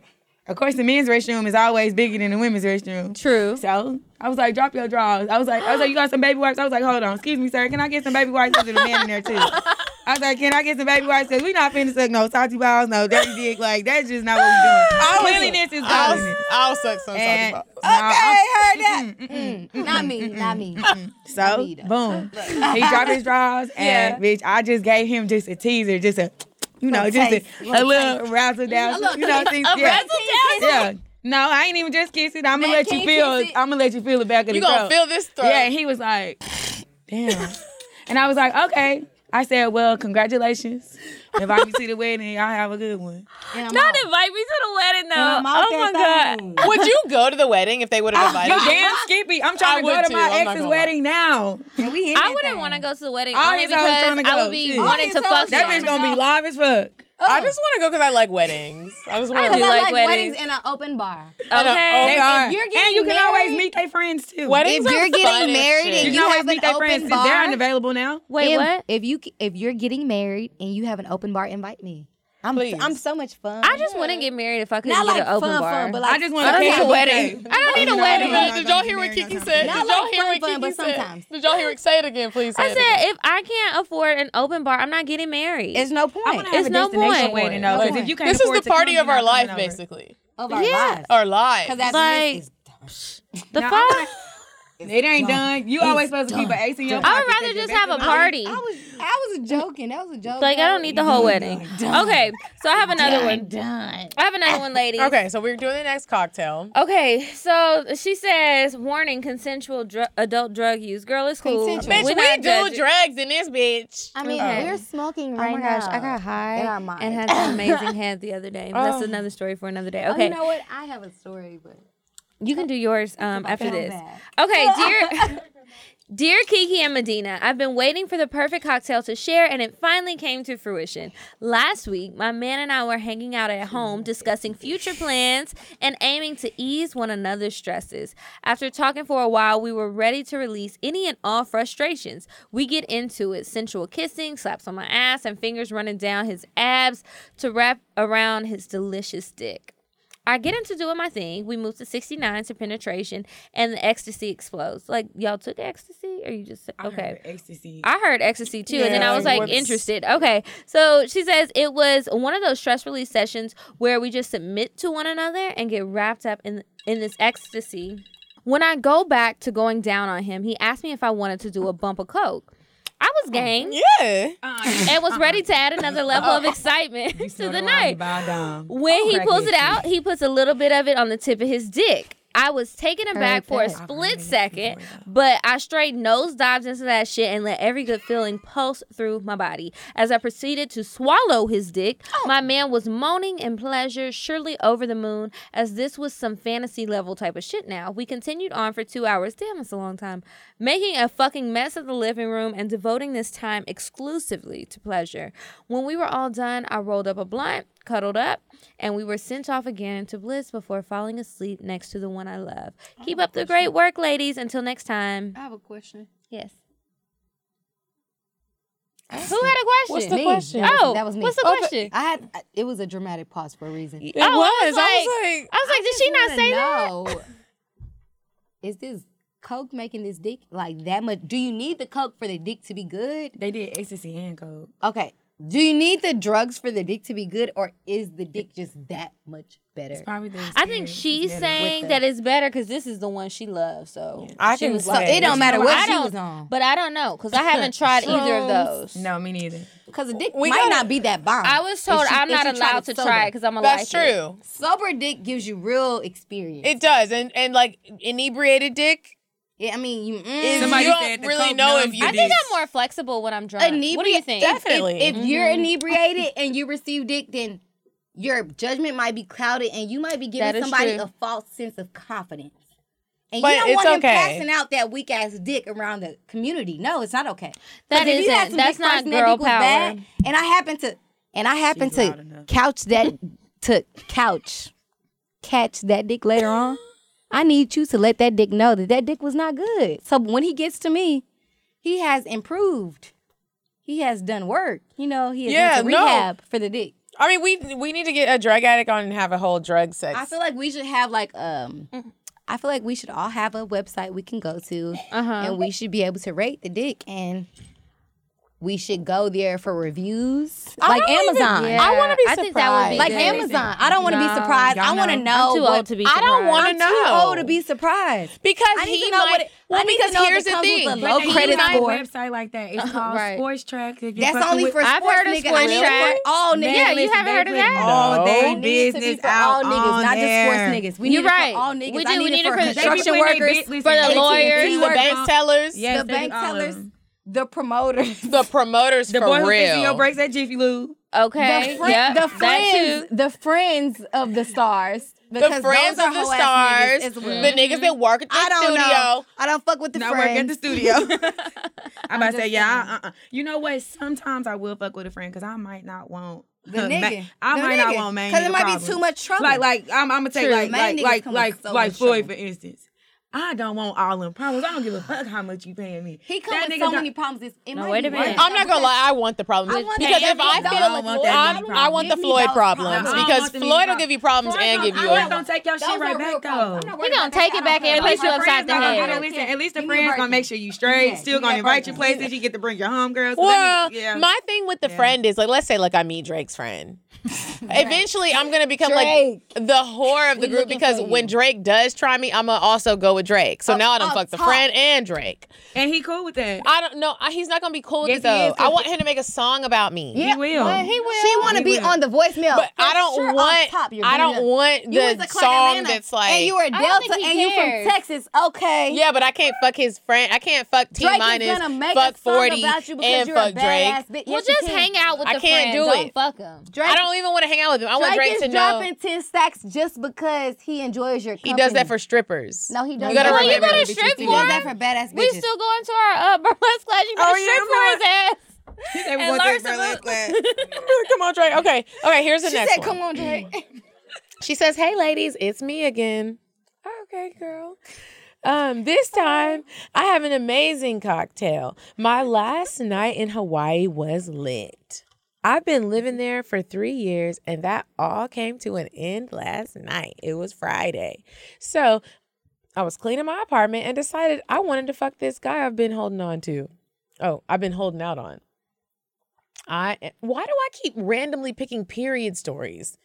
Speaker 7: Of course, the men's restroom is always bigger than the women's restroom.
Speaker 3: True.
Speaker 7: So I was like, drop your drawers. I was like, I was like, you got some baby wipes. I was like, hold on, excuse me, sir. Can I get some baby wipes? There's a man in there too. I was like, can I get some baby wipes? Cause we not finna suck no salty balls, no dirty dick. Like that's just not what we doing. Cleanliness is
Speaker 9: I'll,
Speaker 7: godliness.
Speaker 9: I'll suck some
Speaker 7: And-
Speaker 9: salty balls.
Speaker 7: no, I'm-
Speaker 6: heard that. Mm, Not me, not me.
Speaker 7: so Oh, boom, he dropped his drawers, and bitch, I just gave him just a teaser, just a, you know, just a,
Speaker 6: taste,
Speaker 7: a little razzle dazzle, you know, things, yeah, yeah. No, I ain't even just kiss it. I'm gonna let you
Speaker 6: can't
Speaker 7: feel.
Speaker 6: kiss it.
Speaker 7: I'm gonna let you feel the back of
Speaker 9: You
Speaker 7: the
Speaker 9: gonna
Speaker 7: throat.
Speaker 9: feel this throat?
Speaker 7: Yeah, and he was like, damn. and I was like, okay. I said, well, congratulations. Invite me to the wedding. Y'all have a good one.
Speaker 3: Not invite me to the wedding though.
Speaker 6: I'm out
Speaker 3: Oh my
Speaker 6: that
Speaker 3: god.
Speaker 6: thing.
Speaker 9: Would you go to the wedding if they would have
Speaker 7: You
Speaker 9: invited you?
Speaker 7: damn skippy. I'm trying
Speaker 9: I
Speaker 7: to
Speaker 9: would
Speaker 7: go to
Speaker 9: too.
Speaker 7: my
Speaker 9: I'm not gonna
Speaker 7: ex's
Speaker 9: lie.
Speaker 7: wedding now.
Speaker 6: And we in
Speaker 3: I
Speaker 6: this
Speaker 3: wouldn't
Speaker 6: thing.
Speaker 3: want to go to the wedding
Speaker 7: All
Speaker 3: only
Speaker 7: his hoes trying
Speaker 3: because
Speaker 7: to
Speaker 3: I
Speaker 7: go,
Speaker 3: would be
Speaker 7: too.
Speaker 3: wanting
Speaker 6: All
Speaker 3: to
Speaker 6: his
Speaker 3: fuck
Speaker 6: hoes
Speaker 7: That
Speaker 6: Yeah.
Speaker 7: bitch gonna be live as fuck.
Speaker 9: I just want to go because I like weddings. I just want
Speaker 3: I
Speaker 9: to
Speaker 3: do
Speaker 6: Because
Speaker 9: go.
Speaker 3: like
Speaker 6: I like
Speaker 3: weddings.
Speaker 6: weddings in an open bar.
Speaker 7: They
Speaker 3: Okay.
Speaker 7: are.
Speaker 6: you're
Speaker 7: and
Speaker 6: getting
Speaker 7: you can always
Speaker 6: married-
Speaker 7: meet their friends too.
Speaker 9: Weddings
Speaker 6: if
Speaker 9: are
Speaker 6: you're
Speaker 9: fun
Speaker 6: getting
Speaker 9: as
Speaker 6: married and
Speaker 9: shit.
Speaker 7: You
Speaker 6: you,
Speaker 7: can always
Speaker 6: have an
Speaker 7: meet their friends.
Speaker 6: open
Speaker 7: too.
Speaker 6: bar,
Speaker 7: They aren't available now.
Speaker 3: Wait,
Speaker 6: if,
Speaker 3: what?
Speaker 6: If you if you're getting married and you have an open bar, invite me. I'm
Speaker 9: Please.
Speaker 6: I'm so much fun.
Speaker 3: I just wouldn't get married if I couldn't
Speaker 6: not
Speaker 3: get an
Speaker 6: like
Speaker 3: open
Speaker 6: fun,
Speaker 3: bar.
Speaker 6: fun, but like
Speaker 7: I just want
Speaker 3: I
Speaker 7: to
Speaker 3: don't need
Speaker 7: cancel
Speaker 3: a wedding. I don't need a wedding.
Speaker 9: Did y'all hear what Kiki said?
Speaker 6: Not
Speaker 9: Did y'all
Speaker 6: like
Speaker 9: hear
Speaker 6: fun,
Speaker 9: what
Speaker 6: fun,
Speaker 9: Kiki
Speaker 6: but
Speaker 9: said?
Speaker 6: sometimes.
Speaker 9: Did y'all hear it? Say it again, please. Say
Speaker 3: I
Speaker 9: it again.
Speaker 3: said if I can't afford an open bar, I'm not getting married.
Speaker 6: There's no point.
Speaker 3: It's no point.
Speaker 7: Wedding, though, 'cause
Speaker 6: point.
Speaker 7: if you can't
Speaker 9: this is
Speaker 7: afford
Speaker 9: the
Speaker 7: to come,
Speaker 9: party
Speaker 7: you're
Speaker 9: of our
Speaker 7: not coming
Speaker 9: life,
Speaker 7: over.
Speaker 9: basically.
Speaker 6: of our
Speaker 3: Yeah.
Speaker 6: lives.
Speaker 9: Our lives.
Speaker 6: Because that's
Speaker 3: Like-
Speaker 6: it's-
Speaker 3: the
Speaker 7: Now,
Speaker 3: fuck.
Speaker 7: I'm It ain't done. You always supposed to keep an ace in your pocket.
Speaker 3: I would rather
Speaker 7: 'cause your
Speaker 3: just have a
Speaker 7: best
Speaker 3: party.
Speaker 6: I was I was joking. That was a joke.
Speaker 3: Like I don't need the whole wedding. Okay, so I have another one.
Speaker 6: Done.
Speaker 3: I have another one, lady.
Speaker 9: Okay, so we're doing the next cocktail.
Speaker 3: Okay, so she says, warning: consensual dr- adult drug use. Girl, it's cool.
Speaker 6: Consensual.
Speaker 9: Bitch, we,
Speaker 3: not
Speaker 9: do
Speaker 3: judging.
Speaker 9: drugs in this bitch.
Speaker 6: I mean,
Speaker 3: Okay.
Speaker 6: we're smoking
Speaker 3: Oh
Speaker 6: right
Speaker 3: my
Speaker 6: now.
Speaker 3: gosh, I got high
Speaker 6: In our mind.
Speaker 3: and had an amazing head the other day. That's
Speaker 9: Oh.
Speaker 3: another story for another day.
Speaker 6: Oh,
Speaker 3: Okay,
Speaker 6: you know what? I have a story, but
Speaker 3: you can do yours um, after
Speaker 6: feel
Speaker 3: this.
Speaker 6: bad.
Speaker 3: Okay, dear. Dear Kiki and Medina, I've been waiting for the perfect cocktail to share and it finally came to fruition. Last week, my man and I were hanging out at home discussing future plans and aiming to ease one another's stresses. After talking for a while, we were ready to release any and all frustrations. We get into it sensual kissing, slaps on my ass, and fingers running down his abs to wrap around his delicious dick. I get into doing my thing. We move to 69 to penetration, and the ecstasy explodes. Like, y'all took ecstasy? Or you just, okay.
Speaker 7: Ecstasy.
Speaker 3: I heard ecstasy too, and then I was
Speaker 9: Yeah,
Speaker 3: like
Speaker 9: whoops.
Speaker 3: interested. Okay, so she says it was one of those stress release sessions where we just submit to one another and get wrapped up in in this ecstasy. When I go back to going down on him, he asked me if I wanted to do a bump of coke. I was game
Speaker 9: Yeah.
Speaker 3: and was ready to add another level of excitement to the night.
Speaker 7: Bow down.
Speaker 3: When he
Speaker 7: Crack
Speaker 3: pulls it
Speaker 7: it.
Speaker 3: out, he puts a little bit of it on the tip of his dick. I was taken aback for a split second, but I straight nose dives into that shit and let every good feeling pulse through my body. As I proceeded to swallow his dick, my man was moaning in pleasure, surely over the moon, as this was some fantasy level type of shit now. We continued on for two hours. Damn, it's a long time. Making a fucking mess of the living room and devoting this time exclusively to pleasure. When we were all done, I rolled up a blunt cuddled up, and we were sent off again to bliss before falling asleep next to the one I love. Keep up the great work, ladies. Until next time.
Speaker 6: I have a question.
Speaker 3: Yes. Who had a question?
Speaker 9: What's the
Speaker 6: Me.
Speaker 9: question?
Speaker 6: That was-
Speaker 3: Oh,
Speaker 6: that was me.
Speaker 3: what's the
Speaker 6: Okay.
Speaker 3: question?
Speaker 6: I had I- it was a dramatic pause for a reason.
Speaker 9: It was. I was like,
Speaker 3: I was like, did she not say that?
Speaker 6: that? Is this coke making this dick like that much? Do you need the coke for the dick to be good?
Speaker 7: They did ecstasy and coke.
Speaker 6: Okay. Do you need the drugs for the dick to be good, or is the dick just that much better?
Speaker 7: Probably the
Speaker 3: I think
Speaker 7: experience is
Speaker 3: she's
Speaker 7: better.
Speaker 3: saying that it's better because this is the one she loves. So
Speaker 9: I
Speaker 3: she
Speaker 9: can
Speaker 3: was
Speaker 9: say-
Speaker 3: like, "Oh,
Speaker 9: So it don't
Speaker 6: matter what
Speaker 3: I
Speaker 6: she
Speaker 3: don't-
Speaker 6: was on.
Speaker 3: But I don't know because I haven't tried either of those.
Speaker 7: No, me neither.
Speaker 6: Because the dick
Speaker 9: We
Speaker 6: might
Speaker 9: gotta-
Speaker 6: not be that bomb.
Speaker 3: I was told
Speaker 6: If she-
Speaker 3: I'm
Speaker 6: if
Speaker 3: not
Speaker 6: she tried
Speaker 3: allowed
Speaker 6: it
Speaker 3: to
Speaker 6: sober.
Speaker 3: try it because I'm a
Speaker 9: that's
Speaker 3: like it.
Speaker 9: true.
Speaker 6: Sober dick gives you real experience.
Speaker 9: It does. And and like inebriated dick
Speaker 6: Yeah, I mean, you, mm,
Speaker 9: is
Speaker 7: Somebody
Speaker 9: you
Speaker 7: said
Speaker 9: don't
Speaker 7: the
Speaker 9: really
Speaker 7: coke
Speaker 9: know if
Speaker 7: numbs
Speaker 9: you
Speaker 3: I think I'm more flexible when I'm drunk. what do you
Speaker 6: Inebriate-
Speaker 3: think? Mm-hmm.
Speaker 6: if- if-
Speaker 9: Definitely.
Speaker 6: If, you're inebriated and you receive dick, then your judgment might be clouded, and you might be
Speaker 3: That
Speaker 6: giving
Speaker 3: is
Speaker 6: somebody
Speaker 3: true.
Speaker 6: a false sense of confidence. And
Speaker 9: But
Speaker 6: you don't
Speaker 9: it's
Speaker 6: want
Speaker 9: okay.
Speaker 6: him passing out that weak ass dick around the community. No, it's not okay. 'Cause
Speaker 3: That
Speaker 6: if you had
Speaker 3: isn't-
Speaker 6: some
Speaker 3: that's
Speaker 6: dick first
Speaker 3: not
Speaker 6: and that
Speaker 3: girl
Speaker 6: dick was bad,
Speaker 3: power.
Speaker 6: and I happen to, and I happen to couch that to couch catch that dick later on. I need you to let that dick know that that dick was not good. So when he gets to me, he has improved. He has done work. You know, he has
Speaker 2: Yeah,
Speaker 6: went to
Speaker 2: no.
Speaker 6: rehab for the dick.
Speaker 2: I mean, we we need to get a drug addict on and have a whole drug sex.
Speaker 6: I feel like we should have like um.
Speaker 2: Mm-hmm.
Speaker 6: I feel like we should all have a website we can go to, and we should be able to rate the dick, and we should go there for reviews, like
Speaker 2: don't even-
Speaker 6: Amazon.
Speaker 2: I wanna be
Speaker 3: I think that would be
Speaker 6: Like
Speaker 3: good.
Speaker 6: Amazon, I don't want to be surprised. I
Speaker 7: y'all
Speaker 6: want to
Speaker 7: know.
Speaker 6: know.
Speaker 3: I'm too
Speaker 6: what-
Speaker 3: old to be
Speaker 6: I don't
Speaker 3: surprised.
Speaker 6: want
Speaker 2: I know.
Speaker 6: Too old to be surprised.
Speaker 2: because
Speaker 6: I need
Speaker 2: he
Speaker 6: to know
Speaker 2: might.
Speaker 6: what it-
Speaker 2: well,
Speaker 6: I need to
Speaker 2: because
Speaker 6: know if it
Speaker 2: here's the
Speaker 6: comes with
Speaker 2: thing.
Speaker 6: a
Speaker 2: But
Speaker 6: low
Speaker 2: then you
Speaker 6: credit
Speaker 2: might-
Speaker 6: score.
Speaker 7: website like that. It's called
Speaker 3: Right.
Speaker 7: Sports Track. If you
Speaker 6: That's
Speaker 7: fucking
Speaker 6: only
Speaker 7: with-
Speaker 6: for
Speaker 3: I've
Speaker 6: sports
Speaker 3: heard of
Speaker 6: niggas.
Speaker 3: sports
Speaker 6: I need
Speaker 3: track.
Speaker 6: For all niggas.
Speaker 3: Yeah, you haven't
Speaker 7: they
Speaker 3: heard of
Speaker 7: put
Speaker 3: that?
Speaker 7: All
Speaker 6: They
Speaker 7: day
Speaker 6: need to be
Speaker 7: business
Speaker 6: for
Speaker 7: out
Speaker 6: all niggas,
Speaker 7: on
Speaker 6: not
Speaker 7: there.
Speaker 6: just sports niggas. We
Speaker 3: You're
Speaker 6: need it
Speaker 3: right.
Speaker 6: for all niggas.
Speaker 3: We
Speaker 6: I
Speaker 3: do.
Speaker 6: need
Speaker 3: We
Speaker 6: it
Speaker 3: need it
Speaker 6: for
Speaker 3: for-
Speaker 7: They be
Speaker 6: construction
Speaker 7: putting they
Speaker 6: workers,
Speaker 7: bit- listen,
Speaker 3: for the
Speaker 7: they be-
Speaker 3: lawyers,
Speaker 6: AT&T
Speaker 3: the
Speaker 2: the bank
Speaker 6: workers,
Speaker 2: tellers,
Speaker 7: Yes,
Speaker 6: the
Speaker 7: they be
Speaker 6: bank
Speaker 7: all of
Speaker 6: tellers,
Speaker 7: them.
Speaker 6: the promoters.
Speaker 2: the promoters
Speaker 7: The
Speaker 2: for
Speaker 7: boy who
Speaker 2: real.
Speaker 7: fixing your brakes at Jiffy Lube.
Speaker 3: Okay.
Speaker 6: the, fri-
Speaker 3: yep,
Speaker 6: the
Speaker 3: That
Speaker 6: friends,
Speaker 3: too.
Speaker 6: the friends of the stars.
Speaker 2: the
Speaker 6: because
Speaker 2: friends
Speaker 6: those
Speaker 2: of the
Speaker 6: are hoe-ass
Speaker 2: stars,
Speaker 6: niggas as well.
Speaker 2: the niggas that work at the
Speaker 6: I don't
Speaker 2: studio.
Speaker 6: know. I don't fuck with the
Speaker 7: Not work at
Speaker 6: friends.
Speaker 7: the studio. I'm about to say, yeah. I- Uh-uh. You know what? Sometimes I will fuck with a friend because I might not want
Speaker 6: The nigga.
Speaker 7: I
Speaker 6: The
Speaker 7: might not
Speaker 6: nigga.
Speaker 7: want man.
Speaker 6: 'Cause
Speaker 7: Because
Speaker 6: it might be too much trouble.
Speaker 7: Like, like I'm, I'm gonna take
Speaker 6: True.
Speaker 7: like,
Speaker 6: Man
Speaker 7: like,
Speaker 6: niggas
Speaker 7: like,
Speaker 6: come
Speaker 7: like,
Speaker 6: with so
Speaker 7: like
Speaker 6: much
Speaker 7: Floyd
Speaker 6: trouble.
Speaker 7: for instance. I don't want all them problems. I don't give a fuck how much you paying me.
Speaker 6: He comes
Speaker 7: That
Speaker 6: with
Speaker 7: nigga
Speaker 6: so
Speaker 7: got-
Speaker 6: many problems. It's, it
Speaker 3: No,
Speaker 6: might
Speaker 3: wait
Speaker 6: be
Speaker 3: a minute.
Speaker 6: worth
Speaker 2: I'm
Speaker 6: it
Speaker 2: not gonna lie, I want the problems
Speaker 6: want
Speaker 2: because
Speaker 6: that
Speaker 2: if I
Speaker 6: every-
Speaker 2: feel
Speaker 6: No, I
Speaker 2: like
Speaker 7: want that
Speaker 2: I'm-
Speaker 7: many
Speaker 2: I want the
Speaker 6: problems. Give me
Speaker 2: Floyd
Speaker 6: those
Speaker 2: problems
Speaker 6: problems.
Speaker 2: because
Speaker 7: I don't want the
Speaker 2: Floyd will
Speaker 7: many
Speaker 2: give you problems
Speaker 7: Floyd
Speaker 2: and
Speaker 7: gonna-
Speaker 2: give you.
Speaker 7: I ain't gonna take your
Speaker 6: Those
Speaker 7: shit
Speaker 6: are
Speaker 7: right
Speaker 6: real
Speaker 7: back
Speaker 6: problems. I'm
Speaker 7: though.
Speaker 6: not
Speaker 3: He
Speaker 6: worried
Speaker 3: gonna
Speaker 6: about that
Speaker 3: take
Speaker 6: shit.
Speaker 3: it back
Speaker 6: I
Speaker 3: and
Speaker 6: don't
Speaker 7: At
Speaker 3: place
Speaker 7: least
Speaker 3: you
Speaker 6: care.
Speaker 7: your
Speaker 3: upside
Speaker 7: friends
Speaker 3: the
Speaker 7: not gonna-
Speaker 3: head.
Speaker 7: gotta listen. At least the
Speaker 6: Give me a
Speaker 7: friends
Speaker 6: break.
Speaker 7: gonna make sure you
Speaker 6: Yeah,
Speaker 7: straight.
Speaker 6: give me
Speaker 7: Still gonna
Speaker 6: a
Speaker 7: invite you
Speaker 6: break.
Speaker 7: places. You get to bring your homegirls.
Speaker 2: Well,
Speaker 7: yeah.
Speaker 2: my thing with the friend is like, let's say like I meet Drake's friend. Eventually, I'm gonna become
Speaker 6: Drake.
Speaker 2: like the whore of the
Speaker 6: We
Speaker 2: group
Speaker 6: looking
Speaker 2: because
Speaker 6: for you.
Speaker 2: when Drake does try me, I'm gonna also go with Drake. So now I done
Speaker 6: up
Speaker 2: fucked the
Speaker 6: top.
Speaker 2: friend and Drake.
Speaker 7: and he cool with that.
Speaker 2: I don't know. I- He's not gonna be cool with
Speaker 7: Yes,
Speaker 2: it
Speaker 7: he
Speaker 2: though.
Speaker 7: is,
Speaker 2: I
Speaker 7: 'cause-
Speaker 2: want him to make a song about me.
Speaker 7: He will.
Speaker 6: She want to be on the voicemail.
Speaker 2: But I
Speaker 6: For
Speaker 2: don't
Speaker 6: sure, off
Speaker 2: want.
Speaker 6: top, you're
Speaker 2: I
Speaker 6: bringing
Speaker 2: don't
Speaker 6: up-
Speaker 2: want
Speaker 6: You was a
Speaker 2: the
Speaker 6: Clark
Speaker 2: song
Speaker 6: Atlanta,
Speaker 2: that's like.
Speaker 6: and you were
Speaker 3: don't
Speaker 6: Delta
Speaker 3: think he
Speaker 6: and you
Speaker 3: cares.
Speaker 6: from Texas. Okay.
Speaker 2: yeah, but I can't fuck his friend. I can't fuck T
Speaker 6: Drake is
Speaker 2: minus.
Speaker 6: gonna make
Speaker 2: Fuck
Speaker 6: a song
Speaker 2: forty
Speaker 6: about you because
Speaker 2: and
Speaker 6: you're a
Speaker 2: fuck Drake.
Speaker 6: badass bitch.
Speaker 3: Well,
Speaker 6: Yes, you
Speaker 3: just
Speaker 6: can.
Speaker 3: hang out with
Speaker 2: I
Speaker 3: the
Speaker 2: can't
Speaker 3: friend.
Speaker 2: do
Speaker 3: Don't
Speaker 2: it.
Speaker 3: fuck him.
Speaker 6: Drake,
Speaker 2: I don't even want to hang out with him. I want
Speaker 6: Drake
Speaker 2: Drake
Speaker 6: is
Speaker 2: to know
Speaker 6: dropping ten stacks just because he enjoys your.
Speaker 2: he
Speaker 6: Company.
Speaker 2: does that for strippers.
Speaker 6: No, he
Speaker 2: You
Speaker 6: doesn't.
Speaker 2: gotta
Speaker 3: Well, you
Speaker 2: remember.
Speaker 3: better
Speaker 2: that
Speaker 3: strip
Speaker 6: He
Speaker 3: for
Speaker 6: does
Speaker 3: him.
Speaker 6: that for badass bitches.
Speaker 3: We still going to our uh, burlesque class. You better
Speaker 7: Oh, yeah,
Speaker 3: strip
Speaker 7: I'm
Speaker 3: for his ass.
Speaker 7: They
Speaker 3: And
Speaker 7: want that
Speaker 3: Larsa
Speaker 7: burlesque
Speaker 3: Boot-
Speaker 7: class.
Speaker 2: Come on, Drake. Okay, okay. Here's the
Speaker 6: she
Speaker 2: next
Speaker 6: said,
Speaker 2: one.
Speaker 6: "Come on, Drake."
Speaker 2: She says, "Hey, ladies, it's me again." Okay, girl. Um, this time I have an amazing cocktail. My last night in Hawaii was lit. I've been living there for three years, and that all came to an end last night. It was Friday, so I was cleaning my apartment and decided I wanted to fuck this guy I've been holding on to. Oh, I've been holding out on. I why do I keep randomly picking period stories?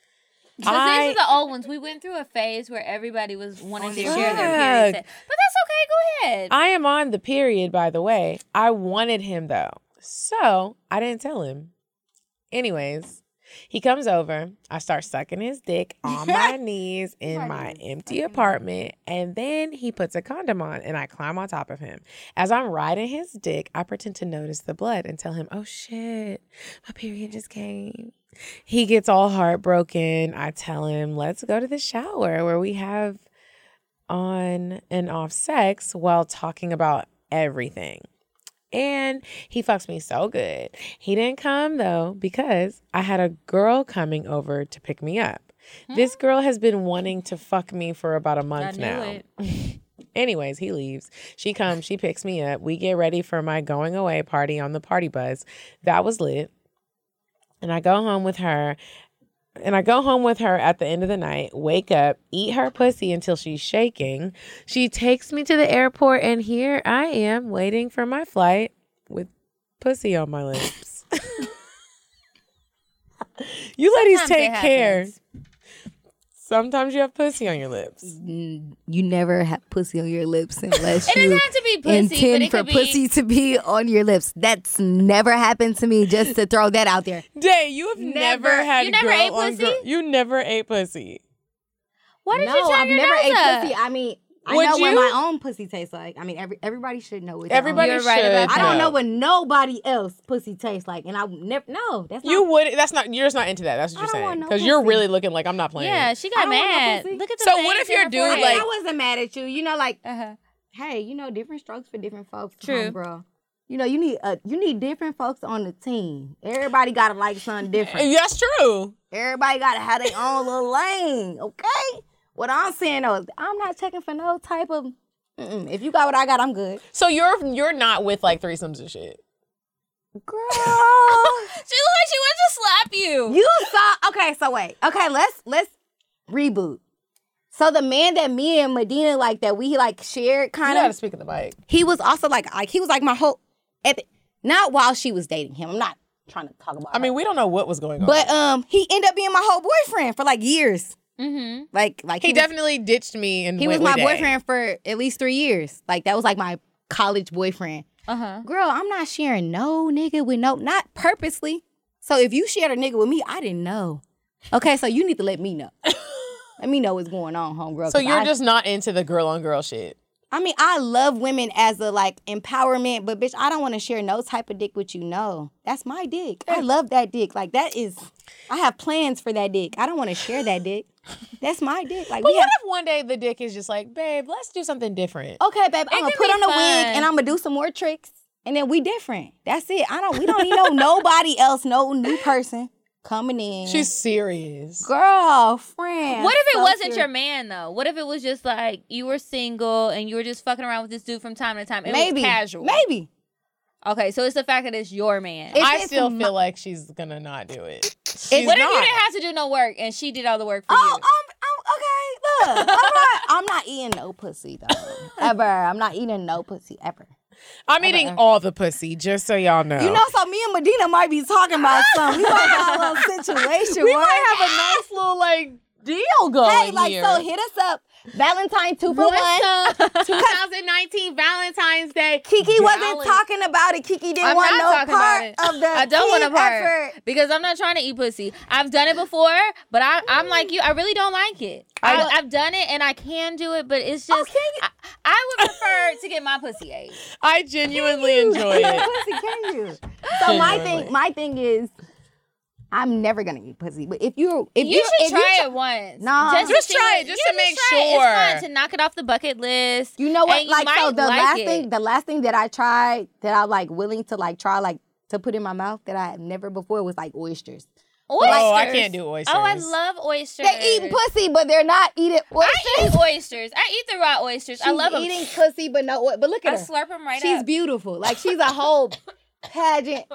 Speaker 3: So these are the old ones. We went through a phase where everybody was wanting
Speaker 6: Oh,
Speaker 3: to share their
Speaker 2: Fuck.
Speaker 3: period. sex. But that's okay. Go ahead.
Speaker 2: I am on the period, by the way. I wanted him though. So I didn't tell him. Anyways, he comes over. I start sucking his dick on my knees in my empty apartment. And then he puts a condom on and I climb on top of him. As I'm riding his dick, I pretend to notice the blood and tell him, oh shit, my period just came. He gets all heartbroken. I tell him, let's go to the shower where we have on and off sex while talking about everything. And he fucks me so good. He didn't come though because I had a girl coming over to pick me up. This girl has been wanting to fuck me for about a
Speaker 3: Hmm. I
Speaker 2: month
Speaker 3: knew
Speaker 2: now.
Speaker 3: it.
Speaker 2: Anyways, he leaves. She comes, she picks me up. We get ready for my going away party on the party bus. That was lit. And I go home with her. And I go home with her at the end of the night, wake up, eat her pussy until she's shaking. She takes me to the airport, and here I am waiting for my flight with pussy on my lips. you ladies
Speaker 3: Sometimes
Speaker 2: take
Speaker 3: it
Speaker 2: care.
Speaker 3: happens.
Speaker 2: Sometimes you have pussy on your lips.
Speaker 6: You never have pussy on your lips unless
Speaker 3: It
Speaker 6: you
Speaker 3: doesn't have to be pussy, but
Speaker 6: intend
Speaker 3: it
Speaker 6: for
Speaker 3: could be.
Speaker 6: pussy to be on your lips. That's never happened to me. Just to throw that out there.
Speaker 2: Day, you have never,
Speaker 3: Never-
Speaker 2: had
Speaker 3: you never
Speaker 2: girl
Speaker 3: ate
Speaker 2: on
Speaker 3: pussy?
Speaker 2: girl- You never ate pussy.
Speaker 3: Why did you
Speaker 6: no,
Speaker 3: turn
Speaker 6: I've
Speaker 3: your
Speaker 6: never
Speaker 3: nose
Speaker 6: ate
Speaker 3: up?
Speaker 6: pussy. I mean, I
Speaker 2: Would
Speaker 6: know what
Speaker 2: you?
Speaker 6: my own pussy tastes like. I mean, every everybody should know what. their own-
Speaker 2: Everybody
Speaker 3: You're
Speaker 2: should.
Speaker 3: right about
Speaker 6: I
Speaker 3: Yeah.
Speaker 6: don't know what nobody else pussy tastes like, and I would never. No, that's
Speaker 2: You
Speaker 6: not.
Speaker 2: would. That's not. You're just not into that. That's what
Speaker 6: I
Speaker 2: you're
Speaker 6: don't
Speaker 2: saying.
Speaker 6: want no
Speaker 2: Because you're
Speaker 6: pussy.
Speaker 2: really looking like I'm not playing.
Speaker 3: Yeah, she got
Speaker 6: I don't want no
Speaker 3: mad.
Speaker 6: pussy.
Speaker 3: Look at the
Speaker 2: So what
Speaker 3: veins
Speaker 2: if
Speaker 3: in
Speaker 2: your
Speaker 3: her
Speaker 2: dude,
Speaker 3: forehead.
Speaker 2: like-
Speaker 6: I wasn't mad at you. You know, like
Speaker 3: Uh-huh.
Speaker 6: hey, you know, different strokes for different folks.
Speaker 3: True.
Speaker 6: True, bro. You know, you need uh, you need different folks on the team. Everybody gotta like something different.
Speaker 2: That's true.
Speaker 6: Everybody gotta have their own little lane, okay? What I'm saying though is, I'm not checking for no type of. Mm-mm. If you got what I got, I'm good.
Speaker 9: So you're you're not with like threesomes and shit.
Speaker 6: Girl.
Speaker 3: She looked like she wanted to slap you.
Speaker 6: You saw okay, so wait. Okay, let's let's reboot. So the man that me and Medina like that we like shared
Speaker 9: You
Speaker 6: kind
Speaker 9: gotta
Speaker 6: of
Speaker 9: speak in the mic.
Speaker 6: he was also like like he was like my whole at the- not while she was dating him. I'm not trying to talk about
Speaker 9: I mean, we don't know what was going on.
Speaker 6: but um he ended up being my whole boyfriend for like years.
Speaker 3: Mm-hmm.
Speaker 6: Like like
Speaker 9: he
Speaker 6: was-
Speaker 9: definitely ditched me and
Speaker 6: he was
Speaker 9: went
Speaker 6: my
Speaker 9: with A.
Speaker 6: boyfriend for at least three years. Like that was like my college boyfriend.
Speaker 3: Uh
Speaker 9: Uh-huh.
Speaker 3: huh.
Speaker 6: Girl, I'm not sharing no nigga with no, not purposely. So if you shared a nigga with me, I didn't know. Okay, so you need to let me know. let me know what's going on, homegirl.
Speaker 9: So
Speaker 6: 'cause
Speaker 9: you're
Speaker 6: I,
Speaker 9: just not into the girl on girl shit.
Speaker 6: I mean, I love women as a like empowerment, but bitch, I don't want to share no type of dick with you. No, that's my dick. I love that dick. Like that is, I have plans for that dick. I don't want to share that dick. That's my dick. Like
Speaker 9: But
Speaker 6: we have.
Speaker 9: what if one day the dick is just like, babe, let's do something different?
Speaker 6: okay, babe, I'm gonna
Speaker 3: can
Speaker 6: put
Speaker 3: be
Speaker 6: on a wig
Speaker 3: fun.
Speaker 6: and I'm gonna do some more tricks, and then we different. That's it. I don't. We don't need no nobody else, no new person coming in.
Speaker 9: She's serious.
Speaker 6: girlfriend.
Speaker 3: What if it
Speaker 6: So
Speaker 3: wasn't
Speaker 6: serious.
Speaker 3: your man though? What if it was just like you were single and you were just fucking around with this dude from time to time? It
Speaker 6: maybe
Speaker 3: was casual.
Speaker 6: Maybe
Speaker 3: Okay, so it's the fact that it's your man.
Speaker 6: If
Speaker 9: I
Speaker 6: it's
Speaker 9: still
Speaker 6: my-
Speaker 9: feel like she's gonna not do it.
Speaker 6: It's-
Speaker 9: She's
Speaker 3: what if
Speaker 9: not.
Speaker 3: you didn't have to do no work and she did all the work for
Speaker 6: Oh,
Speaker 3: you?
Speaker 6: I'm, I'm okay. Look, I'm not, I'm not eating no pussy though. ever. I'm not eating no pussy ever.
Speaker 9: I'm eating all the pussy, just so y'all
Speaker 2: Oh.
Speaker 9: know.
Speaker 6: You know, so me and Medina might be talking about something. We might have a little situation.
Speaker 9: we
Speaker 6: boy.
Speaker 9: might have a nice little like deal going
Speaker 6: Hey, like
Speaker 9: here.
Speaker 6: so, hit us up. Valentine two for one.
Speaker 9: 2019 Valentine's Day.
Speaker 6: Kiki wasn't
Speaker 3: Valid.
Speaker 6: talking about it. Kiki didn't
Speaker 3: I'm
Speaker 6: want
Speaker 3: not
Speaker 6: no
Speaker 3: talking
Speaker 6: part
Speaker 3: about it.
Speaker 6: of the
Speaker 3: I don't want
Speaker 6: team
Speaker 3: a part
Speaker 6: effort.
Speaker 3: because I'm not trying to eat pussy. I've done it before, but I, I'm like you. I really don't like it. I, I've done it and I can do it, but it's
Speaker 6: Oh,
Speaker 3: just I, I would prefer to get my pussy ate.
Speaker 9: I genuinely enjoy it.
Speaker 6: Pussy, can you? So my
Speaker 9: Genuinely.
Speaker 6: thing, my thing is, I'm never gonna eat pussy. But if you, if
Speaker 3: You,
Speaker 6: you, if
Speaker 3: should
Speaker 6: you
Speaker 3: try
Speaker 6: try-
Speaker 3: it once.
Speaker 6: No.
Speaker 3: to
Speaker 9: Just
Speaker 3: see
Speaker 9: try
Speaker 3: what-
Speaker 9: it, just
Speaker 3: yeah,
Speaker 9: to make
Speaker 3: try it.
Speaker 9: sure.
Speaker 3: It's fun to knock it off the bucket list.
Speaker 6: You know what?
Speaker 3: And you
Speaker 6: like so
Speaker 3: might
Speaker 6: the
Speaker 3: like
Speaker 6: last
Speaker 3: it.
Speaker 6: thing the last thing that I tried that I like willing to like try like to put in my mouth that I had never before was like oysters.
Speaker 3: Oysters.
Speaker 9: Oh, I can't do oysters.
Speaker 3: Oh, I love oysters.
Speaker 6: They eat pussy, but they're not eating
Speaker 3: I
Speaker 6: oysters.
Speaker 3: eat oysters. I eat the raw oysters. I
Speaker 6: She's
Speaker 3: love them.
Speaker 6: eating pussy, but no. But look
Speaker 3: I
Speaker 6: at her.
Speaker 3: slurp them right
Speaker 6: She's
Speaker 3: up.
Speaker 6: beautiful. Like she's a whole pageant.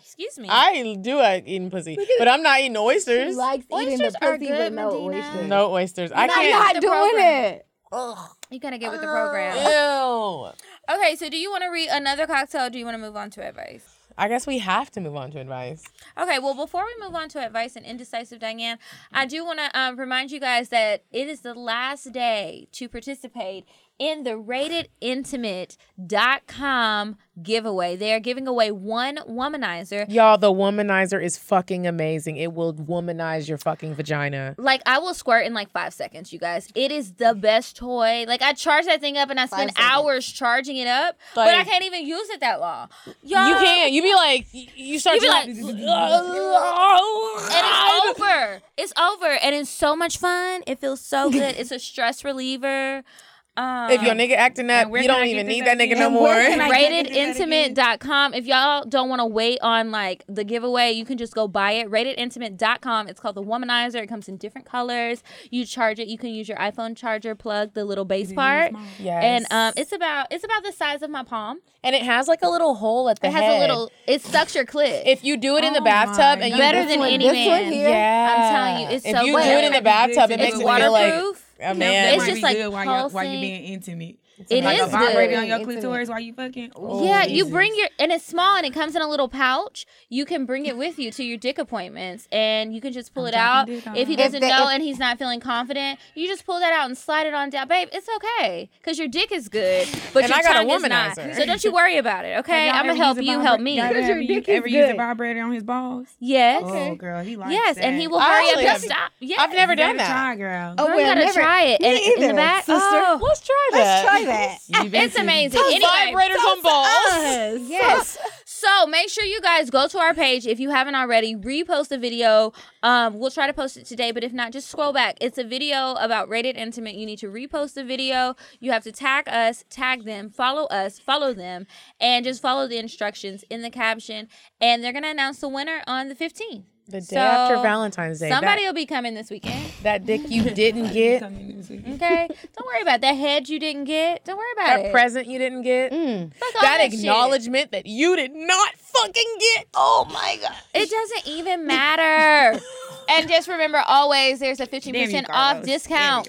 Speaker 3: Excuse me.
Speaker 9: I do like eating pussy, but I'm not eating oysters.
Speaker 6: She likes eating
Speaker 3: Oysters
Speaker 6: the
Speaker 3: are
Speaker 6: pussy,
Speaker 3: good,
Speaker 6: but no
Speaker 3: Medina.
Speaker 6: oysters.
Speaker 9: no oysters. I
Speaker 6: I'm not
Speaker 9: can't.
Speaker 3: the
Speaker 6: doing
Speaker 3: program.
Speaker 6: it.
Speaker 3: you gotta get with the program.
Speaker 9: Ew.
Speaker 3: Okay, so do you want to read another cocktail? Or do you want to move on to advice?
Speaker 9: I guess we have to move on to advice.
Speaker 3: Okay, well, before we move on to advice and indecisive Diane, I do want to um, remind you guys that it is the last day to participate in the ratedintimate.com giveaway. They are giving away one womanizer.
Speaker 9: Y'all, the womanizer is fucking amazing. It will womanize your fucking vagina.
Speaker 3: Like I will squirt in like five seconds, you guys. It is the best toy. Like I charge that thing up and I spend hours charging it up, but I
Speaker 9: Like-
Speaker 3: can't even use it that long.
Speaker 9: You
Speaker 3: Y'all-
Speaker 9: can't. You be like, y- you start
Speaker 3: You
Speaker 9: to
Speaker 3: be
Speaker 9: like,
Speaker 3: like, And it's over. It's over. And it's so much fun. It feels so good. It's a stress reliever. Um,
Speaker 9: if your nigga acting up,
Speaker 7: where
Speaker 9: you
Speaker 7: can
Speaker 9: don't
Speaker 7: I get
Speaker 9: even
Speaker 7: this
Speaker 9: need that
Speaker 7: idea?
Speaker 9: nigga no
Speaker 7: And
Speaker 9: more.
Speaker 7: where can I-
Speaker 3: ratedintimate.com. If y'all don't want to wait on like the giveaway, you can just go buy it. Ratedintimate.com. It's called the Womanizer. It comes in different colors. You charge it. You can use your iPhone charger plug, the little base part.
Speaker 9: Yes.
Speaker 3: And um, it's about it's about the size of my palm.
Speaker 9: And it has like a little hole at the
Speaker 3: It has a
Speaker 9: head.
Speaker 3: little. It sucks your clit.
Speaker 9: If you do it
Speaker 3: Oh
Speaker 9: in the bathtub and you
Speaker 3: Better than any
Speaker 6: this one
Speaker 3: man.
Speaker 6: here?
Speaker 9: yeah,
Speaker 3: I'm telling you, it's
Speaker 9: if
Speaker 3: so
Speaker 9: you
Speaker 3: good.
Speaker 9: do it in the bathtub, it
Speaker 7: It's
Speaker 9: makes it
Speaker 3: waterproof.
Speaker 9: feel like a man.
Speaker 3: it's
Speaker 7: That might
Speaker 3: just
Speaker 7: be
Speaker 3: like
Speaker 7: good while you're, while
Speaker 3: pulsing.
Speaker 7: you're being intimate.
Speaker 3: It
Speaker 7: like
Speaker 3: is
Speaker 7: a vibrator
Speaker 3: good.
Speaker 7: on your clitoris while you fucking.
Speaker 9: Oh,
Speaker 7: Ooh,
Speaker 3: Yeah, you
Speaker 7: Jesus.
Speaker 3: bring your and it's small and it comes in a little pouch. You can bring it with you to your dick appointments and you can just pull it out.
Speaker 7: dick on.
Speaker 3: If he
Speaker 7: If
Speaker 3: doesn't
Speaker 6: the-
Speaker 3: know
Speaker 6: if-
Speaker 3: and he's not feeling confident, you just pull that out and slide it on down. Babe, it's okay cuz your dick is good, but
Speaker 9: And
Speaker 3: your
Speaker 9: I got a
Speaker 3: tongue is not.
Speaker 9: womanizer.
Speaker 3: So don't you worry about it, okay?
Speaker 7: Y'all
Speaker 3: I'm
Speaker 7: ever
Speaker 3: gonna help
Speaker 7: use a
Speaker 3: you
Speaker 7: vibra-
Speaker 3: help me.
Speaker 7: Y'all ever,
Speaker 6: your
Speaker 7: have
Speaker 6: dick
Speaker 7: you
Speaker 6: is
Speaker 7: ever use a
Speaker 6: good.
Speaker 7: vibrator on his balls?
Speaker 3: Yes.
Speaker 7: Oh, girl, he likes
Speaker 3: Yes,
Speaker 7: that.
Speaker 3: and he will
Speaker 9: I
Speaker 3: hurry up
Speaker 9: actually
Speaker 3: and
Speaker 9: have-
Speaker 3: stop. Yeah.
Speaker 9: I've never done
Speaker 7: Never try,
Speaker 9: that.
Speaker 7: girl.
Speaker 6: Oh,
Speaker 3: Girl, you
Speaker 6: well,
Speaker 3: gotta
Speaker 6: never-
Speaker 3: try it.
Speaker 6: Me
Speaker 3: And in
Speaker 6: either,
Speaker 3: the back,
Speaker 6: sister.
Speaker 3: oh,
Speaker 9: Let's try that.
Speaker 6: Let's try that.
Speaker 3: it's amazing.
Speaker 9: Put
Speaker 3: Anyway,
Speaker 9: Vibrators on balls.
Speaker 3: Yes. So make sure you guys go to our page if you haven't already. Repost the video. Um, we'll try to post it today, but if not, just scroll back. It's a video about rated intimate. You need to repost the video. You have to tag us, tag them, follow us, follow them, and just follow the instructions in the caption. And they're gonna announce the winner on the 15th.
Speaker 9: The day after
Speaker 3: So,
Speaker 9: Valentine's Day.
Speaker 3: Somebody
Speaker 9: that,
Speaker 3: will be coming this weekend.
Speaker 9: that dick you didn't get,
Speaker 3: Okay, don't worry about that head you didn't get. Don't worry about
Speaker 9: that
Speaker 3: it.
Speaker 9: present you didn't get,
Speaker 3: Fuck all
Speaker 9: that
Speaker 3: shit.
Speaker 9: acknowledgement that you did not fucking get. Oh my god.
Speaker 3: It doesn't even matter. and just remember always there's a 15%
Speaker 11: Damn you,
Speaker 3: off
Speaker 11: Carlos.
Speaker 3: discount.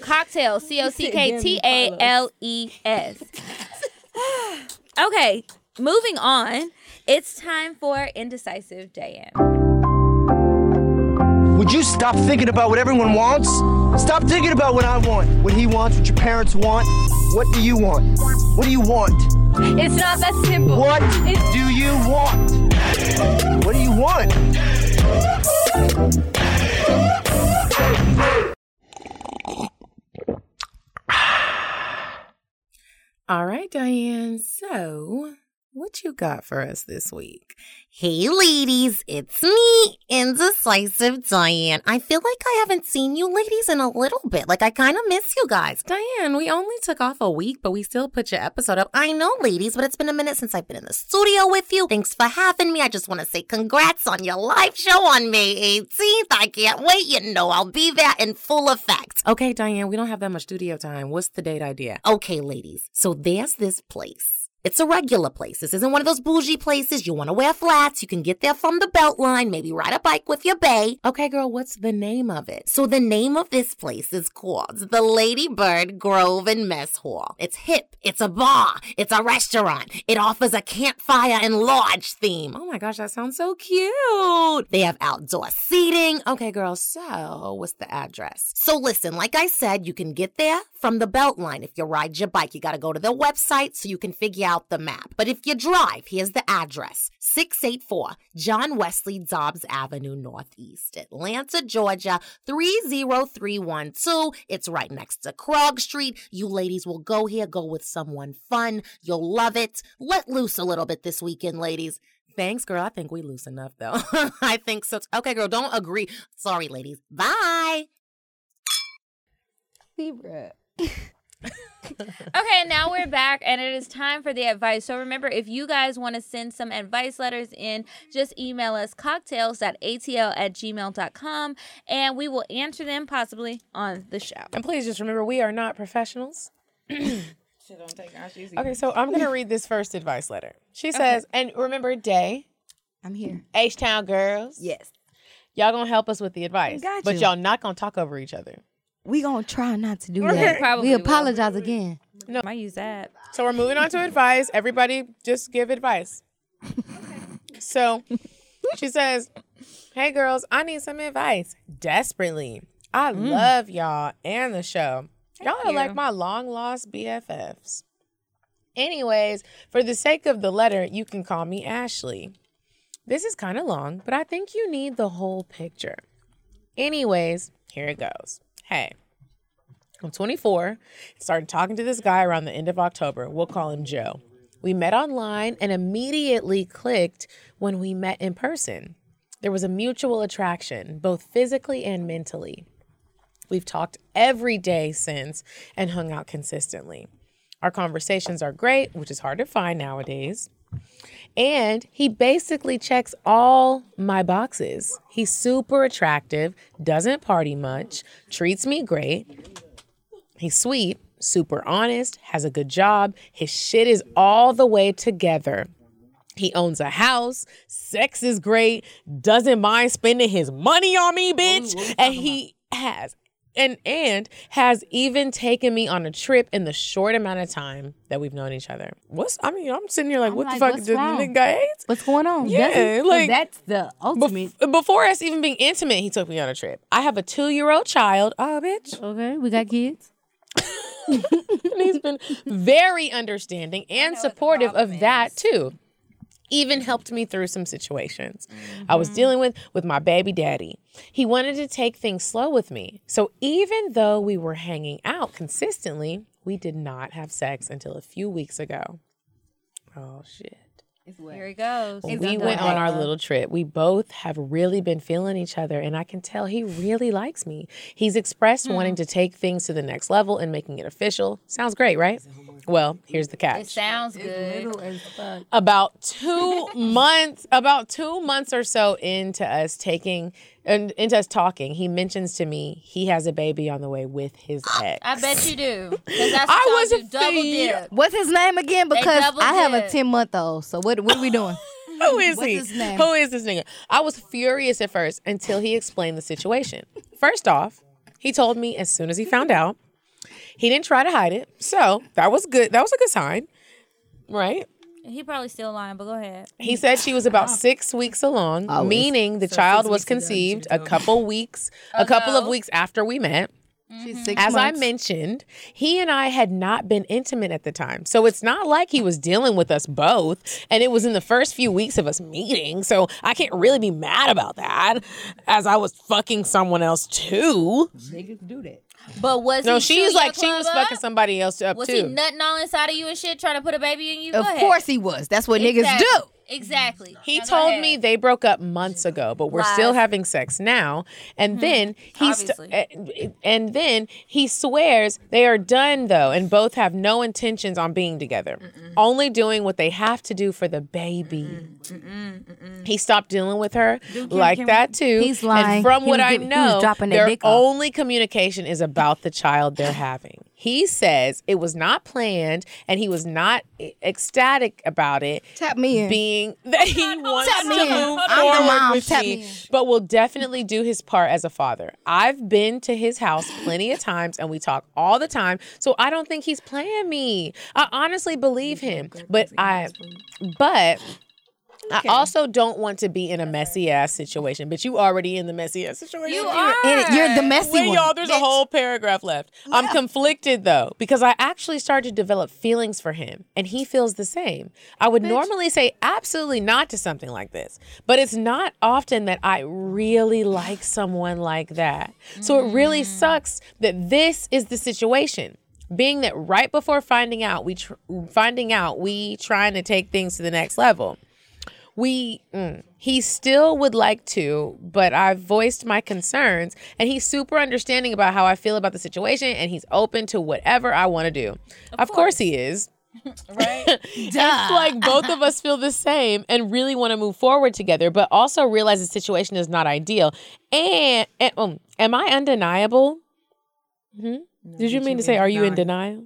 Speaker 3: Cocktail, C O C K T A L E S. Okay, moving on. It's time for Indecisive Diane.
Speaker 1: Would you stop thinking about what everyone wants? Stop thinking about what I want, what he wants, what your parents want. What do you want? What do you want?
Speaker 12: It's not that simple.
Speaker 1: What do you want? What do you want?
Speaker 9: All right, Diane. So, what you got for us this week?
Speaker 2: Hey, ladies, it's me, Indecisive Diane. I feel like I haven't seen you ladies in a little bit. Like, I kind of miss you guys. Diane, we only took off a week, but we still put your episode up. I know, ladies, but it's been a minute since I've been in the studio with you. Thanks for having me. I just want to say congrats on your live show on May 18th. I can't wait. You know, I'll be there in full effect.
Speaker 9: Okay, Diane, we don't have that much studio time. What's the date idea?
Speaker 2: Okay, ladies. So there's this place. It's a regular place. This isn't one of those bougie places. You want to wear flats. You can get there from the Beltline. Maybe ride a bike with your bae.
Speaker 9: Okay, girl, what's the name of it?
Speaker 2: So the name of this place is called the Ladybird Grove and Mess Hall. It's hip. It's a bar. It's a restaurant. It offers a campfire and lodge theme.
Speaker 9: Oh my gosh, that sounds so cute.
Speaker 2: They have outdoor seating.
Speaker 9: Okay, girl, so what's the address?
Speaker 2: So listen, like I said, you can get there from the Beltline. If you ride your bike, you gotta go to their website so you can figure out the map. But if you drive, here's the address 684 John Wesley Dobbs Avenue, Northeast, Atlanta, Georgia, 30312. It's right next to Krog Street. You ladies will go here, go with someone fun. You'll love it. Let loose a little bit this weekend, ladies.
Speaker 9: Thanks, girl. I think we loose enough though.
Speaker 2: I think so. Okay, girl, don't agree. Sorry, ladies. Bye.
Speaker 6: Libra.
Speaker 3: Okay, now we're back and it is time for the advice. So remember, if you guys want to send some advice letters in, just email us cocktails.atl at gmail.com and we will answer them possibly on the show.
Speaker 9: And please just remember, we are not professionals. Okay, so I'm gonna read this first advice letter. She says, and remember, day
Speaker 6: I'm here.
Speaker 9: H Town girls,
Speaker 6: Yes.
Speaker 9: y'all gonna help us with the advice,
Speaker 6: Got
Speaker 9: but
Speaker 6: you.
Speaker 9: y'all not gonna talk over each other.
Speaker 6: We gonna try not to do that.
Speaker 3: probably
Speaker 6: we
Speaker 3: will.
Speaker 6: apologize again.
Speaker 3: I use that.
Speaker 9: So we're moving on to advice. Everybody, just give advice. So she says, Hey girls, I need some advice desperately. I love y'all and the show. Y'all are like my long lost BFFs. Anyways, for the sake of the letter, you can call me Ashley. This is kind of long, but I think you need the whole picture. Anyways, here it goes. Hey, I'm 24. Started talking to this guy around the end of October. We'll call him Joe. We met online and immediately clicked when we met in person. There was a mutual attraction, both physically and mentally. We've talked every day since and hung out consistently. Our conversations are great, which is hard to find nowadays. And he basically checks all my boxes. He's super attractive, doesn't party much, treats me great, He's sweet, super honest, has a good job. His shit is all the way together. He owns a house, sex is great, doesn't mind spending his money on me, bitch. and he has and and has even taken me on a trip in the short amount of time that we've known each other. What's I mean, I'm sitting here like, what
Speaker 6: like,
Speaker 9: the fuck
Speaker 6: what's
Speaker 9: did the
Speaker 6: wrong?
Speaker 9: nigga got AIDS?
Speaker 6: What's going on?
Speaker 9: Yeah,
Speaker 6: Doesn't- 'cause
Speaker 9: like-
Speaker 6: that's the ultimate.
Speaker 9: Bef- before us even being intimate, he took me on a trip. I have a two year old child. Oh, bitch.
Speaker 6: okay, we got kids.
Speaker 9: and he's been very understanding and supportive of that too even helped me through some situations i was dealing with with my baby daddy he wanted to take things slow with me so even though we were hanging out consistently we did not have sex until a few weeks ago oh shit
Speaker 3: Here he goes.
Speaker 9: we went on our little trip. We both have really been feeling each other, and I can tell he really likes
Speaker 3: Hmm.
Speaker 9: me. He's expressed wanting to take things to the next level and making it official. Sounds great, right? Well, here's the catch.
Speaker 3: It sounds good.
Speaker 9: about two months about two months or so into us taking and into us talking he mentions to me he has a baby on the way with his ex
Speaker 3: I bet you do. 'Cause that's
Speaker 9: I
Speaker 3: I was
Speaker 9: wasn't
Speaker 3: you double
Speaker 9: feed-
Speaker 3: dip.
Speaker 6: What's his name again?
Speaker 3: They
Speaker 6: Because
Speaker 3: double
Speaker 6: I have a
Speaker 3: dip.
Speaker 6: ten month old. So what what are we doing?
Speaker 9: who is
Speaker 6: What's
Speaker 9: he
Speaker 6: his name?
Speaker 9: who is this nigga i was furious at first until he explained the situation first off he told me as soon as he found out he didn't try to hide it so that was good that was a good sign right
Speaker 3: He probably still lying, but go ahead.
Speaker 9: He said she was about six weeks along,
Speaker 3: Always.
Speaker 9: meaning the
Speaker 3: So
Speaker 9: child
Speaker 3: six
Speaker 9: was
Speaker 3: weeks ago, you
Speaker 9: conceived a
Speaker 3: should've told
Speaker 9: couple weeks, a couple of
Speaker 3: Ago.
Speaker 9: weeks after we met.
Speaker 3: Mm-hmm.
Speaker 6: She's
Speaker 9: As I mentioned, he and I had not been intimate at the time. So it's not like he was dealing with us both. And it was in the first few weeks of us meeting. So I can't really be mad about that as I was fucking someone else too.
Speaker 6: Niggas do that.
Speaker 3: But was
Speaker 9: No,
Speaker 3: he
Speaker 9: she's
Speaker 3: shooting
Speaker 9: like,
Speaker 3: your
Speaker 9: she was
Speaker 3: club up?
Speaker 9: fucking somebody else up
Speaker 3: Was
Speaker 9: too.
Speaker 3: he nutting all inside of you and shit, trying to put a baby in you?
Speaker 6: Of
Speaker 3: go ahead.
Speaker 6: course he was. That's what niggas
Speaker 3: Exactly.
Speaker 6: do.
Speaker 3: Exactly.
Speaker 9: He
Speaker 3: Now go
Speaker 9: told
Speaker 3: ahead.
Speaker 9: me they broke up months ago, but we're still
Speaker 3: Lies.
Speaker 9: having sex now. And then he st- a- and then he swears they are done though, and both have no intentions on being together. Only doing what they have to do for the baby. He stopped dealing with her like that too.
Speaker 6: He's lying.
Speaker 9: And from
Speaker 6: He
Speaker 9: what
Speaker 6: was
Speaker 9: I
Speaker 6: giving- he was
Speaker 9: know,
Speaker 6: dropping that
Speaker 9: their
Speaker 6: dick off.
Speaker 9: only communication is about the child they're having. He says it was not planned, and he was not e- ecstatic about it.
Speaker 6: Tap me in.
Speaker 9: Being that he wants
Speaker 6: Tap
Speaker 9: to
Speaker 6: me
Speaker 9: move
Speaker 6: in. I'm the
Speaker 9: forward
Speaker 6: mom.
Speaker 9: with
Speaker 6: Tap
Speaker 9: me,
Speaker 6: me in.
Speaker 9: but will definitely do his part as a father. I've been to his house plenty of times, and we talk all the time. So I don't think he's playing me. I honestly believe him, but I, but. I also don't want to be in a messy ass situation, but you already in the messy ass situation.
Speaker 3: You
Speaker 6: And
Speaker 3: are.
Speaker 6: it- you're the messy
Speaker 9: Wait,
Speaker 6: one.
Speaker 9: y'all, there's a
Speaker 6: bitch.
Speaker 9: whole paragraph left. I'm conflicted though, because I actually started to develop feelings for him, and he feels the same. I would normally say absolutely not to something like this, but it's not often that I really like someone like that. So it really sucks that this is the situation. Being that right before finding out, we tr- finding out we trying to take things to the next level. We mm, he still would like to, but I've voiced my concerns and he's super understanding about how I feel about the situation and he's open to whatever I want to do. Of, course. he is. right? It's like both of us feel the same and really want to move forward together, but also realize the situation is not ideal. And, and, um, am I undeniable? Hmm? Did you mean to say, are you in denial?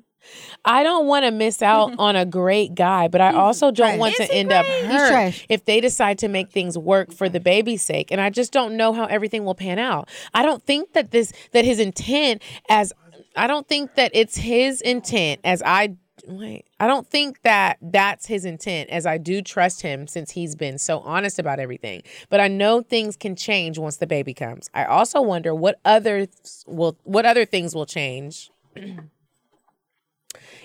Speaker 9: I don't want to miss out on a great guy, but I also don't want to end up hurt
Speaker 6: trash.
Speaker 9: if they decide to make things work for the baby's sake. And I just don't know how everything will pan out. I don't think that this that his intent as I don't think that it's his intent as I wait. I don't think that that's his intent as I do trust him since he's been so honest about everything. But I know things can change once the baby comes. I also wonder what others will what other things will change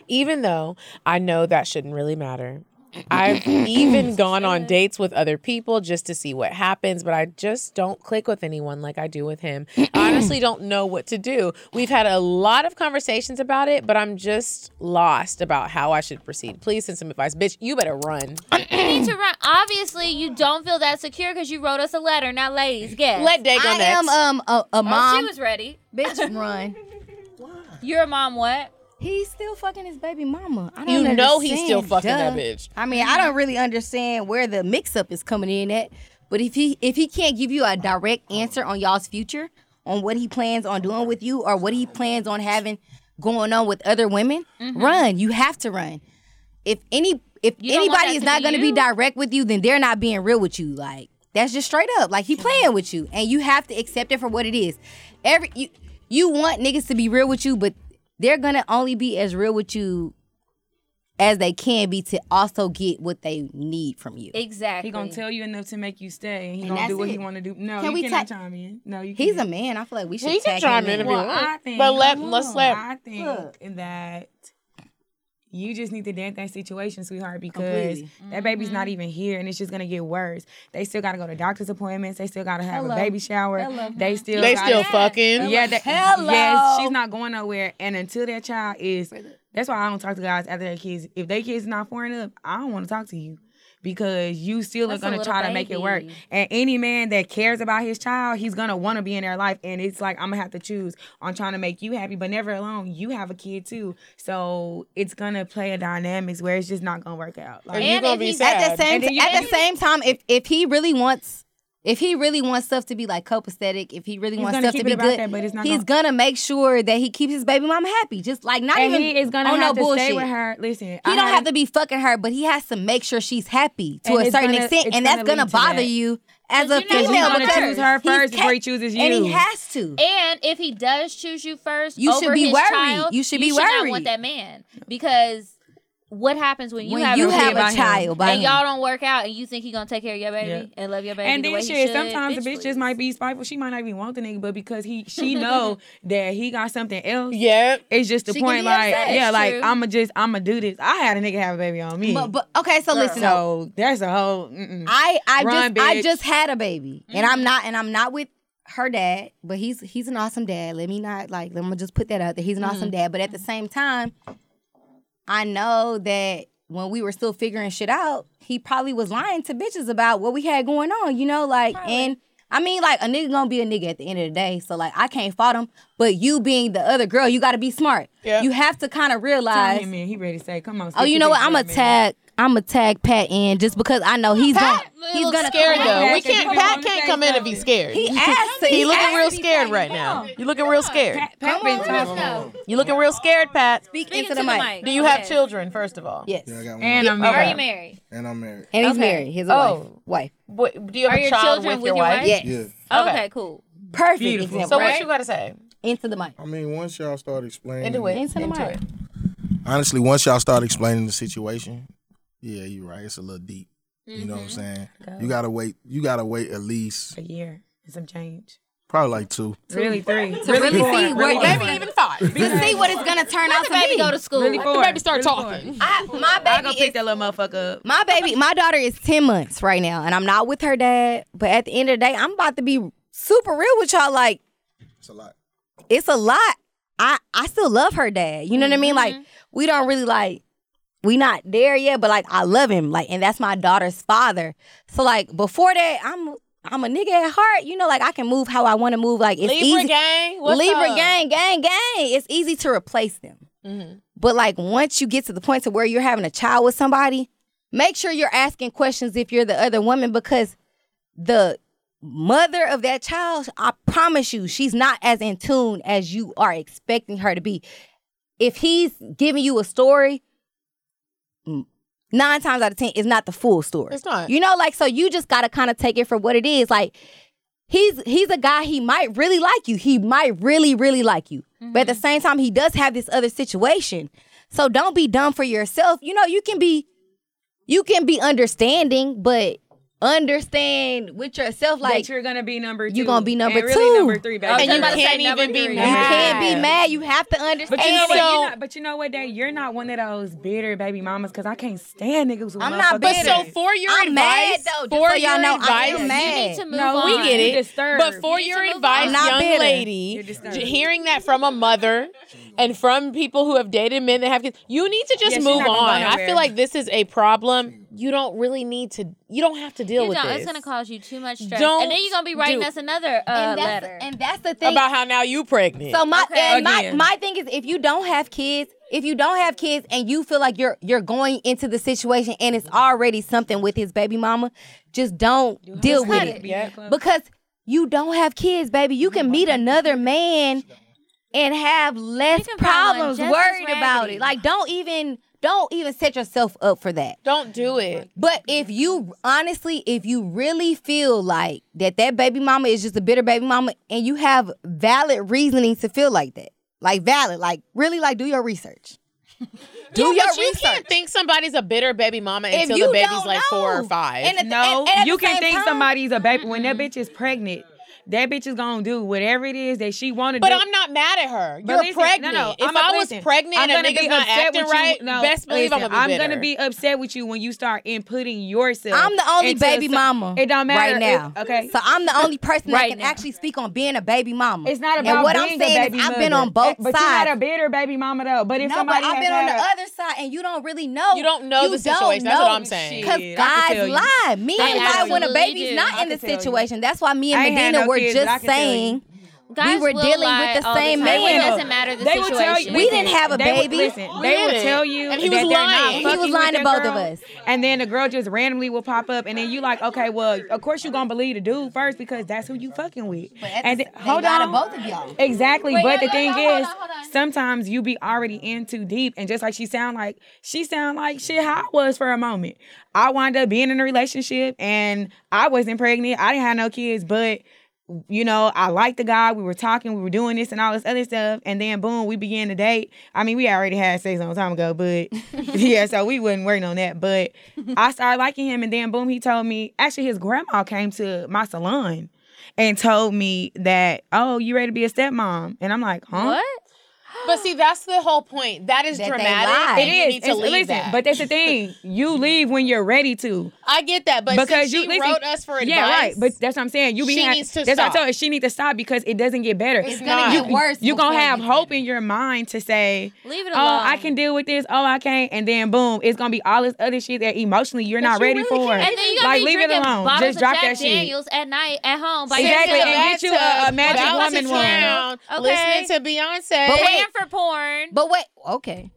Speaker 9: even though I know that shouldn't really matter. I've even gone on dates with other people just to see what happens, but I just don't click with anyone like I do with him. I honestly don't know what to do. We've had a lot of conversations about it, but I'm just lost about how I should proceed. Please send some advice. Bitch, you better run.
Speaker 3: need to run. Obviously, you don't feel that secure because you wrote us a letter. Now, ladies, guess.
Speaker 9: Let Day go
Speaker 6: I am
Speaker 9: next.
Speaker 6: um a, a
Speaker 3: oh,
Speaker 6: mom.
Speaker 3: she was ready.
Speaker 6: Bitch, run.
Speaker 3: You're a mom. What?
Speaker 6: He's still fucking his baby mama. I don't
Speaker 9: you know he's
Speaker 6: understand,
Speaker 9: still fucking that
Speaker 6: duh.
Speaker 9: bitch.
Speaker 6: I mean, I don't really understand where the mix up is coming in at. But if he if he can't give you a direct answer on y'all's future, on what he plans on doing with you or what he plans on having going on with other women,
Speaker 9: Mm-hmm.
Speaker 6: run. You have to run. If any if
Speaker 3: You don't want
Speaker 6: anybody
Speaker 3: that
Speaker 6: is
Speaker 3: to
Speaker 6: not
Speaker 3: be
Speaker 6: going to be
Speaker 3: you?
Speaker 6: direct with you, then they're not being real with you. Like that's just straight up. Like he playing with you and you have to accept it for what it is. Every you you want niggas to be real with you, but they're going to only be as real with you as they can be to also get what they need from you.
Speaker 3: Exactly.
Speaker 7: He gonna tell you enough to make you stay. and He
Speaker 6: And
Speaker 7: gonna
Speaker 6: that's
Speaker 7: do what he
Speaker 6: it.
Speaker 7: wanna do. No,
Speaker 6: Can
Speaker 7: you
Speaker 6: we
Speaker 7: cannot
Speaker 6: ta-
Speaker 7: chime in. No, you
Speaker 6: He's a
Speaker 7: can't.
Speaker 6: man. I feel like we should
Speaker 9: He can
Speaker 6: tag
Speaker 9: chime
Speaker 6: him
Speaker 9: in if he
Speaker 7: Well,
Speaker 9: wants.
Speaker 7: I think,
Speaker 9: But let let's
Speaker 7: Well,
Speaker 9: let
Speaker 7: I think
Speaker 6: Look.
Speaker 7: that you just need to dance that situation, sweetheart, because
Speaker 6: Completely.
Speaker 7: that baby's not even here and it's just gonna get worse. They still gotta go to doctor's appointments. They still gotta have a baby shower. They still
Speaker 9: They
Speaker 7: gotta-
Speaker 9: still fucking.
Speaker 7: yeah, that,
Speaker 6: Hello.
Speaker 7: yes, she's not going nowhere. And until that child is, that's why I don't talk to guys after their kids. If their kids not pouring up, I don't want to talk to you because you still
Speaker 3: That's a
Speaker 7: are gonna
Speaker 3: little
Speaker 7: try to make it work.
Speaker 3: baby.
Speaker 7: And any man that cares about his child, he's gonna want to be in their life. And it's like I'm gonna have to choose on trying to make you happy, but never alone. You have a kid too, so it's gonna play a dynamics where it's just not gonna work out.
Speaker 6: And at the same
Speaker 7: And then you-
Speaker 6: at
Speaker 7: and
Speaker 6: the
Speaker 7: you-
Speaker 6: same time, if if he really wants. If he really wants stuff to be like copacetic, if he really
Speaker 7: He's
Speaker 6: wants
Speaker 7: gonna
Speaker 6: stuff
Speaker 7: keep
Speaker 6: to be
Speaker 7: it about
Speaker 6: good,
Speaker 7: that, but it's not
Speaker 6: he's gonna make sure that he keeps his baby mama happy. Just like not
Speaker 7: and
Speaker 6: even
Speaker 7: he is gonna
Speaker 6: on
Speaker 7: have
Speaker 6: no
Speaker 7: to
Speaker 6: bullshit.
Speaker 7: stay with her. Listen,
Speaker 6: He don't have to be fucking her, but he has to make sure she's happy to
Speaker 7: And
Speaker 6: a
Speaker 7: it's
Speaker 6: certain
Speaker 7: gonna-
Speaker 6: extent,
Speaker 7: it's
Speaker 6: and that's
Speaker 7: gonna
Speaker 6: gonna
Speaker 7: lead to
Speaker 6: bother
Speaker 7: that.
Speaker 6: you as
Speaker 3: But
Speaker 6: a
Speaker 3: you know he's
Speaker 6: female
Speaker 7: gonna
Speaker 6: because
Speaker 7: choose her
Speaker 6: he's
Speaker 7: first before he
Speaker 6: kept-
Speaker 7: chooses
Speaker 6: and he
Speaker 7: you.
Speaker 6: has to.
Speaker 3: And if he does choose you first,
Speaker 6: You should
Speaker 3: over
Speaker 6: be
Speaker 3: his
Speaker 6: worried.
Speaker 3: Child,
Speaker 6: You should be
Speaker 3: Not want
Speaker 6: worried.
Speaker 3: that man because what happens when you
Speaker 6: When
Speaker 3: have
Speaker 6: you
Speaker 3: a,
Speaker 6: have
Speaker 3: kid
Speaker 6: a
Speaker 3: by him
Speaker 6: child by
Speaker 3: and
Speaker 6: him.
Speaker 3: y'all don't work out and you think he gonna take care of your baby
Speaker 7: Yeah.
Speaker 3: and love your baby
Speaker 7: And
Speaker 3: the
Speaker 7: then
Speaker 3: way he
Speaker 7: shit,
Speaker 3: should?
Speaker 7: sometimes
Speaker 3: bitch,
Speaker 7: the bitch just might be spiteful. She might not even want the nigga, but because he she know that he got something else.
Speaker 9: Yep.
Speaker 7: It's just the
Speaker 6: She can
Speaker 7: point,
Speaker 6: be
Speaker 7: like,
Speaker 6: upset.
Speaker 7: yeah,
Speaker 6: It's
Speaker 7: like
Speaker 6: true.
Speaker 7: I'ma just I'ma do this. I had a nigga have a baby on me.
Speaker 6: But, but okay, so listen. though.
Speaker 7: so that's a whole mm-mm.
Speaker 6: I I
Speaker 7: Mm-hmm. Run,
Speaker 6: just I
Speaker 7: bitch. Mm-hmm.
Speaker 6: just had a baby, and I'm not and I'm not with her dad, but he's he's an awesome dad. Let me not like let me just put that out there. He's an
Speaker 7: Mm-hmm.
Speaker 6: awesome dad, but at the same time, I know that when we were still figuring shit out, he probably was lying to bitches about what we had going on. You know, like and. I mean, like a nigga gonna be a nigga at the end of the day, so like I can't fault him. But you being the other girl, you gotta be smart.
Speaker 9: Yeah.
Speaker 6: You have to kind of
Speaker 7: Tell
Speaker 6: realize
Speaker 7: him, man, he ready to say, come on.
Speaker 6: Oh,
Speaker 7: sis,
Speaker 6: you know
Speaker 7: think
Speaker 6: what? I'm gonna
Speaker 7: good, man.
Speaker 6: tag. I'm gonna tag Pat in just because I know he's
Speaker 9: Pat,
Speaker 6: gonna.
Speaker 9: he
Speaker 6: He's
Speaker 9: looks
Speaker 6: gonna
Speaker 9: scared
Speaker 6: come
Speaker 9: though.
Speaker 6: back.
Speaker 9: We
Speaker 7: Back if
Speaker 9: can't.
Speaker 7: you
Speaker 9: Pat
Speaker 7: wanna
Speaker 9: can't
Speaker 7: say
Speaker 9: come in and be
Speaker 7: something.
Speaker 9: scared.
Speaker 6: He asked. to-
Speaker 9: He looking
Speaker 6: asked
Speaker 9: real
Speaker 6: to be
Speaker 9: scared
Speaker 6: taken
Speaker 9: right
Speaker 6: down.
Speaker 9: now. You looking real scared.
Speaker 7: Pat, Pat been talking.
Speaker 9: You looking real scared, Pat.
Speaker 6: Speak
Speaker 3: Speak
Speaker 6: into the mic.
Speaker 9: Do you have children? First of all,
Speaker 6: Yes.
Speaker 13: I got one.
Speaker 7: And I'm
Speaker 3: Are you
Speaker 7: married.
Speaker 3: married?
Speaker 13: And I'm married.
Speaker 6: And he's
Speaker 3: Okay.
Speaker 6: married. He's a
Speaker 9: Oh.
Speaker 6: wife. Wife.
Speaker 9: what, do you have
Speaker 3: Are
Speaker 9: a
Speaker 3: your
Speaker 9: child
Speaker 3: children
Speaker 9: with your wife?
Speaker 6: Yes.
Speaker 13: Yeah.
Speaker 3: Okay,
Speaker 9: Okay.
Speaker 3: cool.
Speaker 6: Perfect
Speaker 7: Beautiful.
Speaker 6: example.
Speaker 9: So
Speaker 6: right?
Speaker 9: what you gotta say?
Speaker 6: into the mic.
Speaker 13: I mean, once y'all start explaining,
Speaker 9: Into it.
Speaker 6: Into
Speaker 9: Into
Speaker 6: the mic.
Speaker 9: it.
Speaker 13: honestly, once y'all start explaining the situation, yeah, you're right. It's a little deep. You know what I'm
Speaker 9: Mm-hmm.
Speaker 13: saying? You gotta wait. You gotta wait at least
Speaker 7: A year and some change.
Speaker 13: probably like two.
Speaker 7: Really three.
Speaker 6: To really see
Speaker 7: four.
Speaker 6: where-
Speaker 7: Really
Speaker 6: maybe
Speaker 7: four.
Speaker 9: Even five.
Speaker 6: To see what it's gonna turn out to
Speaker 3: Baby,
Speaker 6: be.
Speaker 3: go to school.
Speaker 7: Really four.
Speaker 9: Maybe start
Speaker 7: Really four.
Speaker 9: talking.
Speaker 6: I,
Speaker 7: I
Speaker 6: my
Speaker 7: go
Speaker 6: baby
Speaker 7: pick
Speaker 6: is.
Speaker 7: that little motherfucker up.
Speaker 6: My baby. My daughter is ten months right now, and I'm not with her dad. But at the end of the day, I'm about to be super real with y'all. Like
Speaker 13: It's a lot.
Speaker 6: it's a lot. I I still love her dad. You know what I mean? Like we don't really like we not there yet, but like I love him. Like and that's my daughter's father. So like before that, I'm I'm a nigga at heart. You know, like I can move how I want to move. Like it's
Speaker 9: Libra
Speaker 6: easy.
Speaker 9: gang. What's
Speaker 6: Libra
Speaker 9: up?
Speaker 6: gang, gang, gang. It's easy to replace them.
Speaker 9: Mm-hmm.
Speaker 6: But like once you get to the point to where you're having a child with somebody, make sure you're asking questions if you're the other woman because the mother of that child, I promise you, she's not as in tune as you are expecting her to be. If he's giving you a story, mm, nine times out of ten, it's not the full story.
Speaker 9: It's not.
Speaker 6: You know, like so you just gotta kind of take it for what it is. Like he's he's a guy he might really like you. He might really really like you. But
Speaker 9: Mm-hmm.
Speaker 6: at the same time, he does have this other situation. So don't be dumb for yourself. You know, you can be you can be understanding, but understand with yourself like
Speaker 7: that you're gonna be number two.
Speaker 6: you gonna be number
Speaker 7: and really
Speaker 6: two.
Speaker 7: number three, baby.
Speaker 9: And you
Speaker 3: about to say
Speaker 9: can't
Speaker 3: number
Speaker 9: even be
Speaker 3: three.
Speaker 6: you can't
Speaker 9: mad.
Speaker 6: be mad. You have to understand.
Speaker 7: But you, know what,
Speaker 9: so-
Speaker 7: you're not, but you know what, Dad? You're not one of those bitter baby mamas because I can't stand niggas with
Speaker 6: I'm not
Speaker 7: motherfucking
Speaker 9: But
Speaker 6: bitter.
Speaker 9: so
Speaker 7: kids.
Speaker 9: for your
Speaker 6: I'm mad,
Speaker 9: advice,
Speaker 6: though, just
Speaker 9: for
Speaker 6: so y'all
Speaker 9: your
Speaker 6: know, I
Speaker 9: advice,
Speaker 6: am mad.
Speaker 3: You need to move
Speaker 7: No,
Speaker 3: on.
Speaker 7: we get
Speaker 9: it.
Speaker 7: it. Disturbed.
Speaker 9: But for
Speaker 3: You
Speaker 9: your
Speaker 3: need to move
Speaker 9: advice,
Speaker 6: on. I'm not
Speaker 9: young
Speaker 6: bitter.
Speaker 7: You're
Speaker 9: lady,
Speaker 7: disturbed.
Speaker 9: j- hearing that from a mother and from people who have dated men that have kids, you need to just
Speaker 7: Yeah, she's
Speaker 9: move
Speaker 7: not gonna go
Speaker 9: on. I
Speaker 7: nowhere.
Speaker 9: feel like this is a problem. You don't really need to. You don't have to deal
Speaker 3: You
Speaker 9: with
Speaker 3: don't.
Speaker 9: this.
Speaker 3: It's gonna cause you too much stress,
Speaker 9: Don't
Speaker 3: and then you're gonna be writing
Speaker 9: do-
Speaker 3: us another uh,
Speaker 6: and that's,
Speaker 3: letter.
Speaker 6: and that's the thing.
Speaker 9: about how now you pregnant.
Speaker 6: So my
Speaker 3: Okay.
Speaker 6: and my
Speaker 7: Again.
Speaker 6: my thing is if you don't have kids, if you don't have kids and you feel like you're you're going into the situation and it's already something with his baby mama, just don't deal with it. Because you don't have kids, baby. You can meet another man and have less
Speaker 3: can find one
Speaker 6: problems
Speaker 3: just as
Speaker 6: worried about
Speaker 3: raggedy.
Speaker 6: it. Like don't even don't even set yourself up for that.
Speaker 9: don't do it.
Speaker 6: But if you honestly, if you really feel like that, that baby mama is just a bitter baby mama, and you have valid reasoning to feel like that, like valid, like really, like do your research. do
Speaker 9: Yeah,
Speaker 6: your
Speaker 9: but you
Speaker 6: research.
Speaker 9: can't think somebody's a bitter baby mama
Speaker 6: If
Speaker 9: until
Speaker 6: you
Speaker 9: the baby's
Speaker 6: don't
Speaker 9: like four or
Speaker 6: know.
Speaker 9: five.
Speaker 6: And at the-
Speaker 7: No,
Speaker 6: and- and at
Speaker 7: you
Speaker 6: the
Speaker 7: can
Speaker 6: same
Speaker 7: think
Speaker 6: time-
Speaker 7: somebody's a baby when that bitch is pregnant. that bitch is gonna do whatever it is that she wanna
Speaker 9: But
Speaker 7: do.
Speaker 9: I'm not mad at her.
Speaker 7: But
Speaker 9: You're
Speaker 7: listen,
Speaker 9: pregnant.
Speaker 7: No, no,
Speaker 9: if
Speaker 7: I'm,
Speaker 9: I was
Speaker 7: listen,
Speaker 9: pregnant
Speaker 7: I'm
Speaker 9: and a
Speaker 7: gonna be
Speaker 9: nigga's not
Speaker 7: upset with
Speaker 9: acting
Speaker 7: you.
Speaker 9: right,
Speaker 7: No,
Speaker 9: best believe
Speaker 7: listen,
Speaker 9: I'm gonna be
Speaker 7: I'm
Speaker 9: bitter.
Speaker 7: gonna be upset with you when you start inputting yourself.
Speaker 6: I'm the only
Speaker 7: into
Speaker 6: baby
Speaker 7: some-
Speaker 6: mama.
Speaker 7: It don't matter
Speaker 6: right now.
Speaker 7: It- okay,
Speaker 6: so I'm the only person that
Speaker 7: Right
Speaker 6: can
Speaker 7: now.
Speaker 6: actually speak on being a baby mama.
Speaker 7: It's not about
Speaker 6: and what
Speaker 7: being
Speaker 6: I'm saying
Speaker 7: a baby
Speaker 6: is I've been
Speaker 7: mother. eh,
Speaker 6: on both
Speaker 7: but
Speaker 6: sides.
Speaker 7: you're not a bitter baby mama though. But if
Speaker 6: no,
Speaker 7: somebody
Speaker 6: but I've
Speaker 7: has
Speaker 6: been on the
Speaker 7: had-
Speaker 6: other side, and you don't really know.
Speaker 9: You don't know the situation. That's what I'm saying.
Speaker 6: Because
Speaker 9: Shit, I can
Speaker 6: guys
Speaker 9: tell you.
Speaker 6: lie. Men
Speaker 9: I can
Speaker 6: lie when a
Speaker 9: absolutely
Speaker 6: baby's
Speaker 9: do. I
Speaker 6: not in
Speaker 9: can
Speaker 6: the
Speaker 9: tell you.
Speaker 6: situation. That's why me
Speaker 7: I
Speaker 6: and
Speaker 7: ain't had
Speaker 6: Medina
Speaker 7: no
Speaker 6: were
Speaker 7: kids, but I
Speaker 6: just
Speaker 7: can tell you.
Speaker 6: saying we
Speaker 7: Guys
Speaker 6: were
Speaker 7: will
Speaker 6: dealing
Speaker 7: lie
Speaker 6: with the
Speaker 7: all the
Speaker 6: same
Speaker 7: time. They
Speaker 6: man.
Speaker 7: will. Doesn't matter the They will tell situation. you-
Speaker 6: we didn't have a
Speaker 7: They will-
Speaker 6: baby. Oh,
Speaker 7: listen, they will tell you
Speaker 6: And he was
Speaker 7: that they're not
Speaker 6: lying. He was
Speaker 7: fucking
Speaker 6: lying
Speaker 7: with
Speaker 6: to
Speaker 7: that
Speaker 6: both of
Speaker 7: girl,
Speaker 6: us.
Speaker 7: And then the girl just randomly will pop up, and then you like, okay, well, of course you're gonna believe the dude first because that's who you fucking with. and then, hold
Speaker 6: lie to
Speaker 7: on,
Speaker 6: both of y'all.
Speaker 7: Exactly,
Speaker 6: Wait,
Speaker 7: but
Speaker 6: no,
Speaker 7: the
Speaker 6: no,
Speaker 7: thing
Speaker 6: no, hold
Speaker 7: is,
Speaker 6: on, hold on.
Speaker 7: sometimes you be already in too deep, and just like she sound like she sound like shit how I was for a moment. I wound up being in a relationship, and I wasn't pregnant. I didn't have no kids, but you know, I liked the guy. We were talking, we were doing this and all this other stuff. And then, boom, we began to date. I mean, we already had sex a long time ago, but yeah, so we wasn't working on that. But I started liking him. And then, boom, he told me actually, his grandma came to my salon and told me that, oh, you ready to be a stepmom? And I'm like, huh?
Speaker 9: But see, that's the whole point. That is
Speaker 7: That they
Speaker 9: dramatic.
Speaker 7: lied.
Speaker 9: and you
Speaker 7: It is.
Speaker 9: need to
Speaker 7: It's-
Speaker 9: leave
Speaker 7: listen,
Speaker 9: that.
Speaker 7: but that's the thing. You leave when you're ready to.
Speaker 9: I get that, but because she
Speaker 7: listen,
Speaker 9: wrote us for advice.
Speaker 7: Yeah, right. But that's what I'm saying. You be
Speaker 9: She
Speaker 7: ha-
Speaker 9: needs to
Speaker 7: That's what I
Speaker 9: stop.
Speaker 7: told her. She needs to stop because it doesn't get better.
Speaker 9: It's gonna
Speaker 7: you,
Speaker 9: get worse
Speaker 7: You're gonna
Speaker 9: before it
Speaker 7: have hope in your mind to say,
Speaker 3: Leave it
Speaker 7: Oh,
Speaker 3: alone."
Speaker 7: I can deal with this. Oh, I can't. And then boom, it's gonna be all this other shit that emotionally you're not ready for.
Speaker 3: And then you gotta
Speaker 7: like
Speaker 3: be
Speaker 7: leave it
Speaker 3: drinking
Speaker 7: alone.
Speaker 3: bottles
Speaker 7: Just
Speaker 3: of
Speaker 7: drop
Speaker 3: Jack
Speaker 7: that shit.
Speaker 3: Daniels at night at home. By
Speaker 7: Exactly,
Speaker 3: yourself.
Speaker 7: and get you a, a magic woman one.
Speaker 3: Okay.
Speaker 9: Listening to Beyonce.
Speaker 6: But
Speaker 3: Paying
Speaker 6: wait,
Speaker 3: for porn.
Speaker 6: But wait, okay.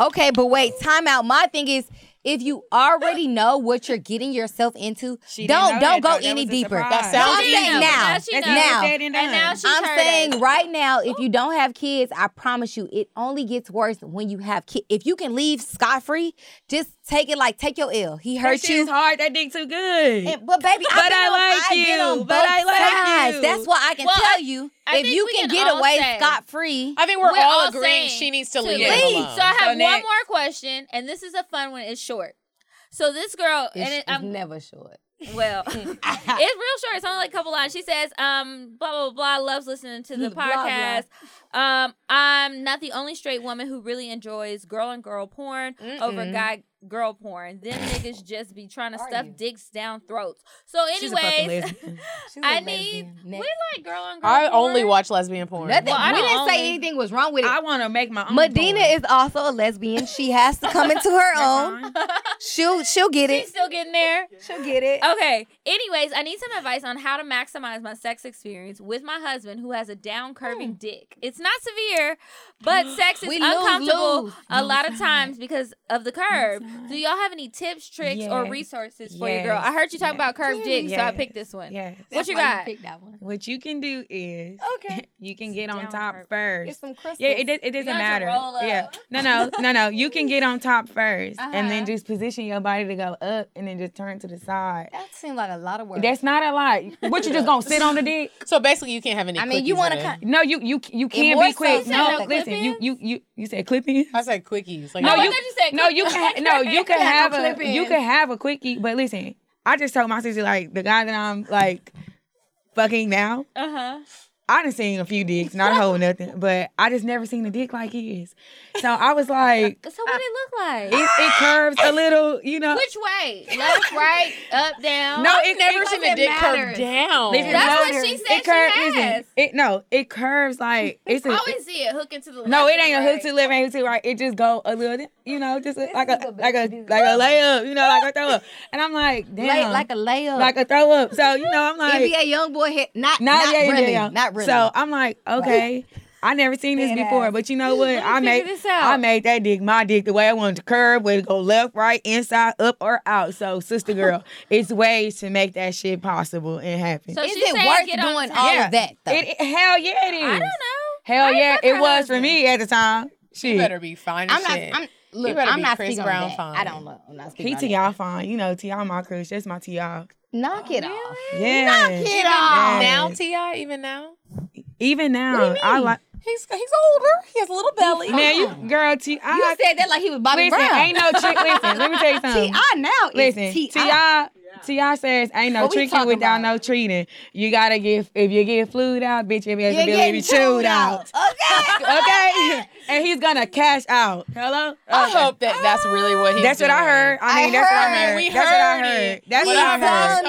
Speaker 6: okay, but wait, time out. My thing is if you already know what you're getting yourself into,
Speaker 7: didn't know
Speaker 6: don't don't
Speaker 7: that,
Speaker 6: go
Speaker 7: though. That
Speaker 6: any
Speaker 7: was a
Speaker 6: deeper.
Speaker 7: surprise. That
Speaker 6: No,
Speaker 7: sounds
Speaker 6: I'm
Speaker 7: easy.
Speaker 6: saying
Speaker 7: Now
Speaker 6: now.
Speaker 7: she knows.
Speaker 6: now.
Speaker 7: Said and done. And now she's
Speaker 6: I'm
Speaker 7: heard
Speaker 6: saying
Speaker 7: it.
Speaker 6: right now, if you don't have kids, I promise you, it only gets worse when you have kids. If you can leave scot free, just take it like take your ill. He
Speaker 7: Her
Speaker 6: hurt
Speaker 7: shit
Speaker 6: you.
Speaker 7: is hard. That dick too good.
Speaker 6: And- but baby, I've
Speaker 7: But
Speaker 6: been
Speaker 7: I
Speaker 6: on-
Speaker 7: like
Speaker 6: I've been
Speaker 7: you.
Speaker 6: on
Speaker 7: But
Speaker 6: both
Speaker 7: I like
Speaker 6: sides.
Speaker 7: you.
Speaker 6: That's why I can
Speaker 7: Well,
Speaker 6: tell
Speaker 7: I-
Speaker 6: you
Speaker 7: I
Speaker 6: if
Speaker 7: think
Speaker 6: you
Speaker 7: we
Speaker 6: can,
Speaker 7: can
Speaker 6: get
Speaker 7: all
Speaker 6: away
Speaker 7: say-
Speaker 6: scot free.
Speaker 9: I think we're, all, agreeing she needs to leave. it
Speaker 6: leave.
Speaker 9: alone.
Speaker 3: So I have one
Speaker 7: next-
Speaker 3: more question, and this is a fun one. It's short. So this girl,
Speaker 6: It's,
Speaker 3: and it, um,
Speaker 6: it's
Speaker 3: I'm
Speaker 6: never short.
Speaker 3: well, it's real short. It's only like a couple lines. She says, um, blah blah blah, loves listening to the
Speaker 6: Blah, blah.
Speaker 3: podcast. Um, I'm not the only straight woman who really enjoys girl and girl porn over
Speaker 6: Mm-mm.
Speaker 3: guy girl porn. Them niggas just be trying to stuff dicks down throats. So
Speaker 7: She's a fucking
Speaker 3: anyways,
Speaker 7: lesbian.
Speaker 3: I need we like girl and girl.
Speaker 9: I
Speaker 3: porn.
Speaker 9: only watch lesbian porn.
Speaker 6: Nothing.
Speaker 3: Well, I
Speaker 6: we
Speaker 3: don't
Speaker 6: didn't say
Speaker 3: only-
Speaker 6: anything was wrong with it.
Speaker 7: I want to make my own.
Speaker 6: Medina is also a lesbian. She has to come into her own. She'll she'll get
Speaker 3: She's
Speaker 6: it.
Speaker 3: still getting there.
Speaker 6: She'll get it.
Speaker 7: Oh,
Speaker 3: Okay. Anyways, I need some advice on how to maximize my sex experience with my husband who has a down curving dick. It's not severe, but sex is
Speaker 6: We lose,
Speaker 3: uncomfortable
Speaker 6: lose.
Speaker 3: a lot of times because of the curve. Do y'all have any tips, tricks, or
Speaker 7: Yes.
Speaker 3: resources for your girl? I
Speaker 7: Yes.
Speaker 3: heard you talk about curved dicks, so I
Speaker 7: Yes.
Speaker 3: picked this one.
Speaker 7: Yes.
Speaker 3: What you got?
Speaker 7: What you can do is
Speaker 6: Okay.
Speaker 7: you can get on
Speaker 3: down
Speaker 7: top
Speaker 3: curve.
Speaker 6: Get
Speaker 7: first.
Speaker 6: some
Speaker 7: Yeah, it,
Speaker 6: crystals.
Speaker 7: does- it doesn't
Speaker 3: got to
Speaker 7: matter.
Speaker 3: roll up. Uh-huh.
Speaker 7: Yeah, no, no, no, no. You can get on top 1st and then just position your body to go up, and then just turn to the side.
Speaker 6: That seemed like a lot of work.
Speaker 7: That's not a lot. What you just gonna sit on the dick?
Speaker 9: So basically, you can't have any.
Speaker 6: I mean,
Speaker 9: quickies
Speaker 6: you
Speaker 9: in
Speaker 6: wanna
Speaker 9: it.
Speaker 6: cut-
Speaker 7: No, you you you can
Speaker 9: more
Speaker 7: be
Speaker 9: so
Speaker 7: quick.
Speaker 9: said
Speaker 7: No,
Speaker 9: no
Speaker 7: listen, you you you you said clipping.
Speaker 9: I said quickies. Like
Speaker 7: No,
Speaker 9: I
Speaker 7: you,
Speaker 9: thought
Speaker 3: said
Speaker 7: no, you can no, you can
Speaker 6: Yeah, no
Speaker 7: have a
Speaker 6: clip-ins.
Speaker 7: you can have a quickie, but listen, I just told my sister like the guy that I'm like fucking now.
Speaker 3: Uh huh.
Speaker 7: I done seen a few dicks, not a whole nothing, but I just never seen a dick like his. So I was like,
Speaker 3: So what it look
Speaker 7: it,
Speaker 3: like?
Speaker 7: it curves a little, you know.
Speaker 3: Which way? Left, right, up, down.
Speaker 7: No,
Speaker 9: I've never seen a dick curve down.
Speaker 7: Listen,
Speaker 3: That's
Speaker 7: no,
Speaker 3: what she said.
Speaker 7: It curves.
Speaker 3: she has.
Speaker 7: Listen, it no, it curves like it's a.
Speaker 3: I always see it hooking to the left.
Speaker 7: no, it
Speaker 3: and
Speaker 7: ain't a
Speaker 3: right.
Speaker 7: hook to left, ain't hook to right. It just go a little, you know, just a, like a like a like a layup, you know, like a throw up. And I'm like,
Speaker 6: Lay-
Speaker 7: damn,
Speaker 6: like a layup.
Speaker 7: like a throw up. So you know, I'm like,
Speaker 6: NBA young boy hit not
Speaker 7: not,
Speaker 6: not,
Speaker 7: yeah, yeah,
Speaker 6: really.
Speaker 7: yeah.
Speaker 6: Not really.
Speaker 7: So I'm like, okay. I never seen this before, but you know what? I made
Speaker 3: this out.
Speaker 7: I made that dick my dick the way I wanted to curve, way to go left, right, inside, up, or out. So sister girl, it's ways to make that shit possible and happen.
Speaker 3: So
Speaker 6: is
Speaker 3: she
Speaker 6: it
Speaker 3: said
Speaker 6: worth
Speaker 3: get on
Speaker 6: doing
Speaker 3: top.
Speaker 6: all
Speaker 7: Yeah.
Speaker 6: of that though?
Speaker 7: It, it- hell yeah, it is.
Speaker 3: I don't know.
Speaker 7: Hell
Speaker 3: I ain't
Speaker 7: yeah,
Speaker 3: fuck
Speaker 7: it
Speaker 3: her
Speaker 7: was for
Speaker 3: husband.
Speaker 7: me at the time.
Speaker 9: you
Speaker 7: Shit,
Speaker 9: better be fine. as
Speaker 6: I'm not.
Speaker 9: shit.
Speaker 6: I'm
Speaker 9: You
Speaker 6: look.
Speaker 9: better
Speaker 6: I'm
Speaker 9: be
Speaker 6: not
Speaker 9: Chris
Speaker 6: speaking
Speaker 9: Brown
Speaker 6: on that.
Speaker 9: fine.
Speaker 6: I don't know. I'm not speaking
Speaker 7: he
Speaker 6: on
Speaker 7: to
Speaker 6: that.
Speaker 7: y'all fine. You know, to y'all my crush. That's my to y'all.
Speaker 6: Knock it off.
Speaker 7: Yeah.
Speaker 6: Knock it off.
Speaker 9: Now, Ti, even now,
Speaker 7: Even now, I like.
Speaker 9: he's he's older. He has a little belly.
Speaker 7: Man, you girl, T.
Speaker 6: You said that like he was Bobby
Speaker 7: Listen,
Speaker 6: Brown.
Speaker 7: ain't no chick. Listen, let me tell you something.
Speaker 6: Ti now is
Speaker 7: Listen,
Speaker 6: Ti.
Speaker 7: Ti, Ti T.I. says, ain't no
Speaker 6: What we
Speaker 7: tricking
Speaker 6: talking
Speaker 7: without no treating. You gotta get, if you get flued out, bitch, your
Speaker 6: You're
Speaker 7: ability
Speaker 6: getting
Speaker 7: be chewed
Speaker 6: chewed
Speaker 7: out. Okay. okay. And he's gonna cash out. Hello?
Speaker 9: I hope that that's really what he's
Speaker 7: That's what I
Speaker 9: doing.
Speaker 7: heard. I mean, that's what I heard.
Speaker 9: We
Speaker 7: That's what I
Speaker 9: heard
Speaker 7: heard.
Speaker 9: it.
Speaker 7: That's what I heard.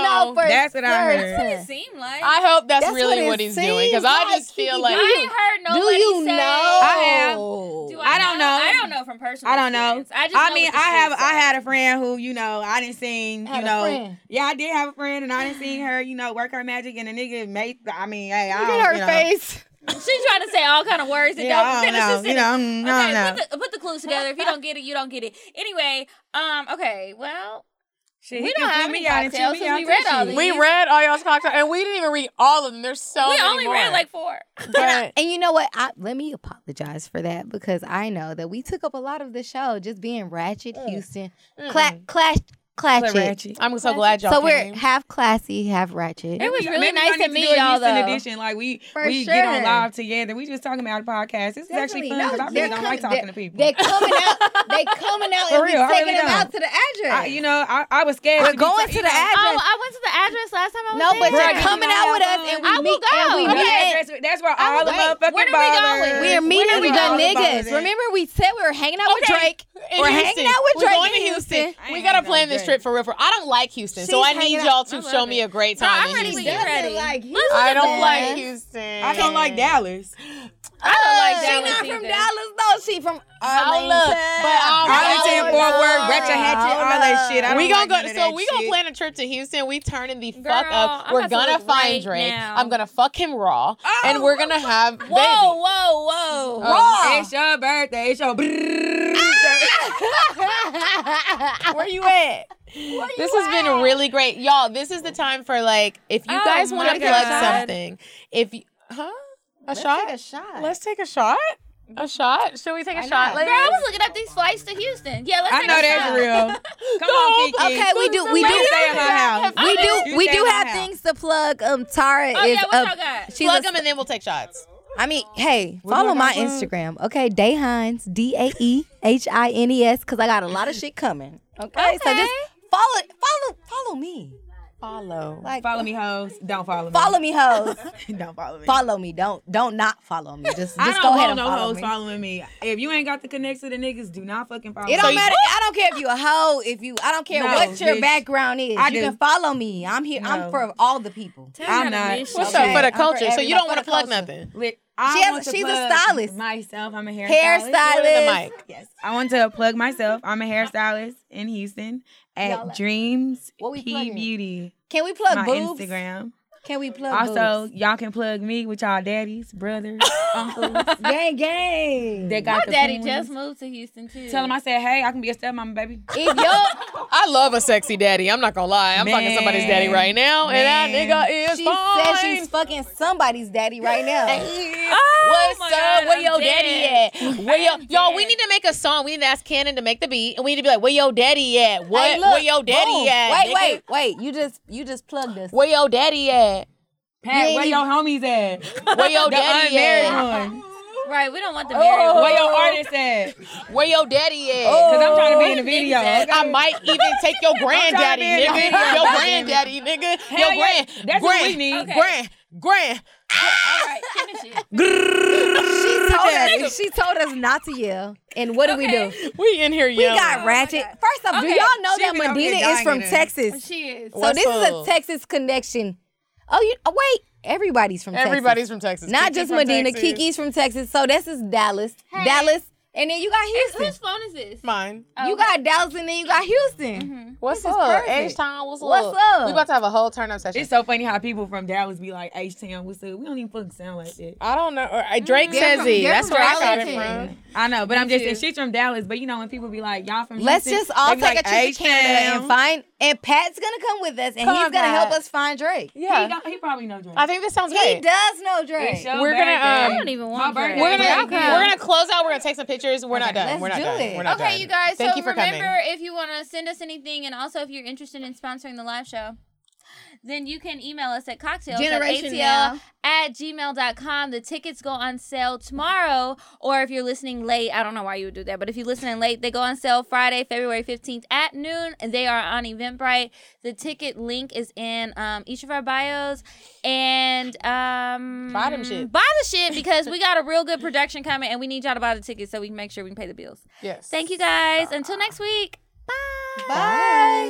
Speaker 7: That's what I heard.
Speaker 3: seemed like.
Speaker 9: I hope that's,
Speaker 7: That's
Speaker 9: really
Speaker 7: what
Speaker 9: what,
Speaker 7: it
Speaker 9: he's doing because
Speaker 7: seems
Speaker 9: I
Speaker 7: like,
Speaker 9: just feel
Speaker 7: Kiki.
Speaker 9: like
Speaker 7: I
Speaker 3: ain't heard
Speaker 9: Do
Speaker 3: nobody
Speaker 9: you
Speaker 3: say-
Speaker 9: know?
Speaker 7: I have.
Speaker 3: Do
Speaker 7: I don't know.
Speaker 3: I don't know from personal.
Speaker 7: I don't know.
Speaker 3: experience. I just. know
Speaker 7: mean,
Speaker 3: what the
Speaker 7: I
Speaker 3: streets
Speaker 7: have.
Speaker 3: say.
Speaker 7: I had a friend who, you know, I didn't seen.
Speaker 3: Had
Speaker 7: you
Speaker 3: a
Speaker 7: know,
Speaker 3: friend.
Speaker 7: yeah, I did have a friend, and I didn't seen her. You know, work her magic, and the nigga made. I mean, hey, I
Speaker 3: Look at
Speaker 7: don't,
Speaker 3: her
Speaker 7: Oh, you know.
Speaker 3: face. She trying to say all kind of words and
Speaker 7: Yeah,
Speaker 3: don't,
Speaker 7: I don't
Speaker 3: then it's
Speaker 7: know.
Speaker 3: just
Speaker 7: You
Speaker 3: in
Speaker 7: know,
Speaker 3: it.
Speaker 7: mm, I
Speaker 3: okay,
Speaker 7: don't
Speaker 3: Put, the, put the clues together. If you don't get it, you don't get it. Anyway, um, okay, well,
Speaker 7: Shit,
Speaker 3: we
Speaker 7: he
Speaker 3: don't
Speaker 7: can
Speaker 3: have
Speaker 7: flip
Speaker 3: any
Speaker 7: me out and
Speaker 3: cocktails
Speaker 7: chew me
Speaker 3: since we
Speaker 7: out
Speaker 3: read
Speaker 7: too,
Speaker 3: all
Speaker 7: shit.
Speaker 3: these.
Speaker 9: we read all y'all's cocktails and we didn't even read all of them. There's so
Speaker 3: We
Speaker 9: many
Speaker 3: only read
Speaker 9: more.
Speaker 3: like four.
Speaker 9: But
Speaker 6: and you know what? I, let me apologize for that because I know that we took up a lot of the show just being ratchet Houston, clash, clash, clash it.
Speaker 9: I'm so glad y'all
Speaker 6: So
Speaker 9: came.
Speaker 6: we're half classy, half ratchet.
Speaker 7: Maybe- maybe y'all need do a Houston edition. Like we
Speaker 6: For
Speaker 7: we get on
Speaker 6: sure.
Speaker 7: live together. We just talking about a podcast. This
Speaker 6: Definitely.
Speaker 7: is actually fun
Speaker 6: No,
Speaker 7: because I
Speaker 6: they're
Speaker 7: really don't like
Speaker 6: coming-
Speaker 7: talking to people.
Speaker 6: They coming out. They coming out
Speaker 7: For
Speaker 6: and we
Speaker 7: real, I
Speaker 6: taking
Speaker 7: really
Speaker 6: them out to
Speaker 7: don't.
Speaker 6: the address.
Speaker 7: I, you know, I, I was scared.
Speaker 6: We're
Speaker 7: to be
Speaker 6: going to
Speaker 7: ta-
Speaker 6: the
Speaker 7: you know,
Speaker 6: address.
Speaker 3: Oh, I went to the address last time. I was
Speaker 6: No, but
Speaker 3: there.
Speaker 6: you're coming out with us and we
Speaker 3: I will
Speaker 6: meet.
Speaker 3: go.
Speaker 6: And we
Speaker 3: Okay.
Speaker 6: meet
Speaker 7: That's, that's where all the motherfucking
Speaker 3: Where are we
Speaker 7: ballers-
Speaker 3: going?
Speaker 6: We are meeting
Speaker 7: where
Speaker 6: the
Speaker 7: all
Speaker 6: niggas.
Speaker 7: ballers at?
Speaker 6: Remember, we said we were hanging out with
Speaker 9: Okay.
Speaker 6: Drake.
Speaker 9: In
Speaker 6: we're
Speaker 9: Houston.
Speaker 6: hanging out with
Speaker 9: We're
Speaker 6: Drake
Speaker 9: going
Speaker 6: in
Speaker 9: to Houston.
Speaker 7: I
Speaker 9: We
Speaker 7: ain't
Speaker 9: gotta
Speaker 7: hanging
Speaker 9: plan
Speaker 7: out
Speaker 9: this
Speaker 7: with
Speaker 9: trip for real. for- I don't like Houston, so
Speaker 6: She's
Speaker 9: I need
Speaker 6: hanging
Speaker 9: y'all
Speaker 6: out-
Speaker 9: to show me a great time.
Speaker 3: I'm
Speaker 9: in
Speaker 3: ready to
Speaker 9: Houston.
Speaker 3: get ready.
Speaker 6: Like Houston.
Speaker 3: Listen
Speaker 9: I
Speaker 3: to
Speaker 9: don't
Speaker 3: this.
Speaker 9: like Houston.
Speaker 7: I don't like Dallas.
Speaker 3: I
Speaker 6: She
Speaker 3: don't like Dallas.
Speaker 6: not from
Speaker 3: either.
Speaker 6: Dallas though. She from Arlington.
Speaker 9: Arlington,
Speaker 7: Arlington, Fort Worth, Ratchet Hatchet, all that shit. I don't
Speaker 9: we gonna
Speaker 7: like
Speaker 9: go.
Speaker 7: none of
Speaker 9: So
Speaker 7: that
Speaker 9: we gonna
Speaker 7: shit.
Speaker 9: plan a trip to Houston. We turning the
Speaker 3: Girl,
Speaker 9: fuck up.
Speaker 3: I'm
Speaker 9: We're
Speaker 3: about to
Speaker 9: gonna
Speaker 3: look
Speaker 9: find
Speaker 3: right
Speaker 9: Drake.
Speaker 3: now. Oh,
Speaker 9: I'm gonna fuck him raw, and we're gonna have baby.
Speaker 3: Whoa, whoa, whoa.
Speaker 7: Oh, It's your birthday. It's your
Speaker 9: Where you at? this has been really great, y'all. This is the time for like, if you
Speaker 3: Oh
Speaker 9: guys
Speaker 3: my
Speaker 9: want to plug
Speaker 3: God.
Speaker 9: something, if you, huh? A shot?
Speaker 6: shot.
Speaker 9: Let's take a shot. A shot? Should we take a
Speaker 6: Why
Speaker 9: shot?
Speaker 6: not?
Speaker 9: Ladies?
Speaker 3: Girl, I was looking up these flights to Houston. Yeah, let's
Speaker 7: I
Speaker 3: take
Speaker 7: know
Speaker 3: a
Speaker 7: that's
Speaker 3: shot.
Speaker 7: real. Come on, Kiki.
Speaker 6: Okay, we do. We
Speaker 7: You
Speaker 6: do.
Speaker 7: stay at my house.
Speaker 6: We
Speaker 7: You
Speaker 6: do. We
Speaker 7: stay
Speaker 6: do
Speaker 7: at my
Speaker 6: have
Speaker 7: house.
Speaker 6: things to plug. Um, Tara
Speaker 3: Oh,
Speaker 6: is
Speaker 3: yeah, what
Speaker 6: up.
Speaker 3: y'all got?
Speaker 6: She's
Speaker 9: Plug
Speaker 6: a-
Speaker 9: them and then we'll take shots.
Speaker 6: I mean, hey, follow
Speaker 7: doing
Speaker 6: my
Speaker 7: our plug?
Speaker 6: Instagram, okay? Day Hines, D A E H I N E S, because I got a lot of shit coming. Okay, so just follow, follow, follow me.
Speaker 9: Follow.
Speaker 6: Like
Speaker 7: Follow me, hoes. Don't follow me.
Speaker 6: follow me, hoes.
Speaker 7: Don't follow me.
Speaker 6: follow me. Don't, don't not follow me. Just, just
Speaker 7: I don't
Speaker 6: go ahead
Speaker 7: want
Speaker 6: and
Speaker 7: no
Speaker 6: follow
Speaker 7: hoes
Speaker 6: me.
Speaker 7: following me. If you ain't got the connects to the niggas, do not fucking follow
Speaker 6: It
Speaker 7: me.
Speaker 6: don't matter. I don't care if you a hoe. If you, I don't care
Speaker 7: No,
Speaker 6: what your
Speaker 7: bitch.
Speaker 6: background is.
Speaker 7: I
Speaker 6: you
Speaker 7: do.
Speaker 6: can follow me. I'm here. I'm
Speaker 7: No.
Speaker 6: for all the people.
Speaker 7: I'm not.
Speaker 9: What's
Speaker 6: Okay,
Speaker 9: up for
Speaker 6: I'm
Speaker 9: the
Speaker 6: for
Speaker 9: culture? so
Speaker 6: everybody-
Speaker 9: you don't
Speaker 6: for
Speaker 9: want to
Speaker 6: the
Speaker 9: plug
Speaker 6: culture.
Speaker 9: nothing.
Speaker 7: Lit- I
Speaker 6: She has-
Speaker 7: want to
Speaker 6: she's a
Speaker 7: plug
Speaker 6: stylist.
Speaker 7: Myself, I'm a hair
Speaker 9: Put it in the
Speaker 6: Hairstylist.
Speaker 9: mic.
Speaker 7: Yes, I want to plug myself. I'm a hairstylist in Houston at
Speaker 6: Y'all at-
Speaker 7: Dreams
Speaker 6: What we
Speaker 7: P
Speaker 6: plugging?
Speaker 7: Beauty.
Speaker 6: Can we plug
Speaker 7: my
Speaker 6: boobs?
Speaker 7: Instagram.
Speaker 6: Can we plug
Speaker 7: Also,
Speaker 6: boobs?
Speaker 7: y'all can plug me with y'all daddies, brothers, uncles.
Speaker 6: gang, gang.
Speaker 7: They got
Speaker 3: My
Speaker 7: the
Speaker 3: daddy
Speaker 7: coons.
Speaker 3: just moved to Houston too.
Speaker 7: Tell them I said, hey, I can be a stepmom, baby.
Speaker 6: If your
Speaker 9: I love a sexy daddy. I'm not gonna lie. I'm fucking somebody's daddy right now, and that
Speaker 7: Man.
Speaker 9: nigga is
Speaker 6: She
Speaker 9: fine.
Speaker 6: says she's fucking somebody's daddy right now.
Speaker 7: Oh
Speaker 9: What's
Speaker 3: my
Speaker 9: up?
Speaker 3: God,
Speaker 9: Where
Speaker 3: I'm
Speaker 9: your
Speaker 3: dead.
Speaker 9: daddy at? Where your, y'all? We
Speaker 3: dead.
Speaker 9: need to make a song. We need to ask Cannon to make the beat, and we need to be like, "Where your daddy at? What?
Speaker 6: Hey, look,
Speaker 9: where your daddy
Speaker 6: boom.
Speaker 9: at?
Speaker 6: Wait,
Speaker 9: nigga?
Speaker 6: wait, wait. You just you just plugged us.
Speaker 9: Where your daddy at?
Speaker 7: Pat,
Speaker 6: ain't
Speaker 7: where your homies at?
Speaker 9: Where your
Speaker 7: the
Speaker 9: daddy
Speaker 7: unmarried
Speaker 9: at?
Speaker 7: one.
Speaker 3: right, we don't want
Speaker 7: Oh.
Speaker 3: the married one.
Speaker 7: Where your artist at? Because
Speaker 9: Where your daddy at?
Speaker 7: I'm trying to be in the video. Oh, Okay?
Speaker 9: I might even take your granddaddy,
Speaker 7: be in the
Speaker 9: nigga.
Speaker 7: video.
Speaker 9: Your granddaddy, nigga.
Speaker 7: Hell
Speaker 9: your
Speaker 7: yeah.
Speaker 9: grand,
Speaker 7: That's
Speaker 9: grand,
Speaker 7: what we need.
Speaker 3: Okay.
Speaker 9: grand, grand.
Speaker 3: All right, finish it.
Speaker 6: She told us she told us not to yell. And what do we do?
Speaker 9: We in here
Speaker 6: We
Speaker 9: yelling.
Speaker 6: got ratchet. First off, do
Speaker 3: Okay,
Speaker 6: y'all know
Speaker 7: she
Speaker 6: that
Speaker 7: been over here
Speaker 6: Medina is
Speaker 7: dying
Speaker 6: from
Speaker 7: in it.
Speaker 6: Texas?
Speaker 3: She is.
Speaker 6: So
Speaker 9: What's
Speaker 6: this is a
Speaker 9: up?
Speaker 6: Texas connection. Oh, you oh, wait. Everybody's from Texas.
Speaker 9: Everybody's from Texas.
Speaker 6: Not
Speaker 9: Kiki
Speaker 6: just
Speaker 9: from
Speaker 6: Medina.
Speaker 9: Texas.
Speaker 6: Kiki's from Texas. So this is Dallas.
Speaker 3: Hey.
Speaker 6: Dallas. And then you got
Speaker 3: It's,
Speaker 6: Houston.
Speaker 3: whose phone is this?
Speaker 9: Mine.
Speaker 6: You got Dallas and then you got Houston.
Speaker 9: What's
Speaker 6: This is
Speaker 9: up?
Speaker 6: perfect.
Speaker 9: H Town, what's,
Speaker 6: What's up?
Speaker 9: We about to have a whole turn up session.
Speaker 7: It's so funny how people from Dallas be like, H Town, what's up? We don't even fucking sound like that.
Speaker 9: I don't know. Or, uh, Drake says
Speaker 6: from-
Speaker 9: it.
Speaker 6: they're
Speaker 9: That's
Speaker 6: from
Speaker 9: where I got it
Speaker 6: Arlington.
Speaker 9: from.
Speaker 7: I know, but I'm just
Speaker 3: too.
Speaker 7: saying she's from Dallas. But you know when people be like, y'all from
Speaker 6: Let's
Speaker 7: Houston,
Speaker 6: just all
Speaker 7: they
Speaker 6: take
Speaker 7: be
Speaker 6: a
Speaker 7: like,
Speaker 6: trip to Canada and
Speaker 7: "H-Town."
Speaker 6: find. And Pat's gonna come with us, and
Speaker 9: Come
Speaker 6: he's
Speaker 9: on,
Speaker 6: gonna help
Speaker 9: Pat.
Speaker 6: us find Drake.
Speaker 7: He,
Speaker 9: Yeah,
Speaker 7: got- he probably knows.
Speaker 9: I think this sounds
Speaker 6: He
Speaker 9: great.
Speaker 6: does know Drake.
Speaker 9: We're gonna, um,
Speaker 3: I don't even
Speaker 7: My
Speaker 3: want
Speaker 7: birthday.
Speaker 3: that.
Speaker 9: We're gonna
Speaker 3: Y'all come.
Speaker 9: we're gonna close out. We're gonna take some pictures. We're not done.
Speaker 6: Let's
Speaker 9: we're not
Speaker 6: do
Speaker 9: done.
Speaker 6: it.
Speaker 9: We're not
Speaker 3: okay,
Speaker 9: done.
Speaker 3: you guys.
Speaker 9: Thank
Speaker 3: so
Speaker 9: you for
Speaker 3: remember,
Speaker 9: coming.
Speaker 3: if you want to send us anything, and also if you're interested in sponsoring the live show, then you can email us at cocktails
Speaker 14: Generation
Speaker 3: at,
Speaker 14: Now.
Speaker 3: ATL
Speaker 2: Uh-huh.
Speaker 3: at gmail.com. The tickets go on sale tomorrow. Or if you're listening late, I don't know why you would do that, but if you're listening late, they go on sale Friday, February 15th at noon, and they are on Eventbrite. The ticket link is in um, each of our bios. And um,
Speaker 2: Buy them shit.
Speaker 3: Buy the shit because we got a real good production coming, and we need y'all to buy the tickets so we can make sure we can pay the bills.
Speaker 2: Yes.
Speaker 3: Thank you guys. Until next week.
Speaker 2: Bye.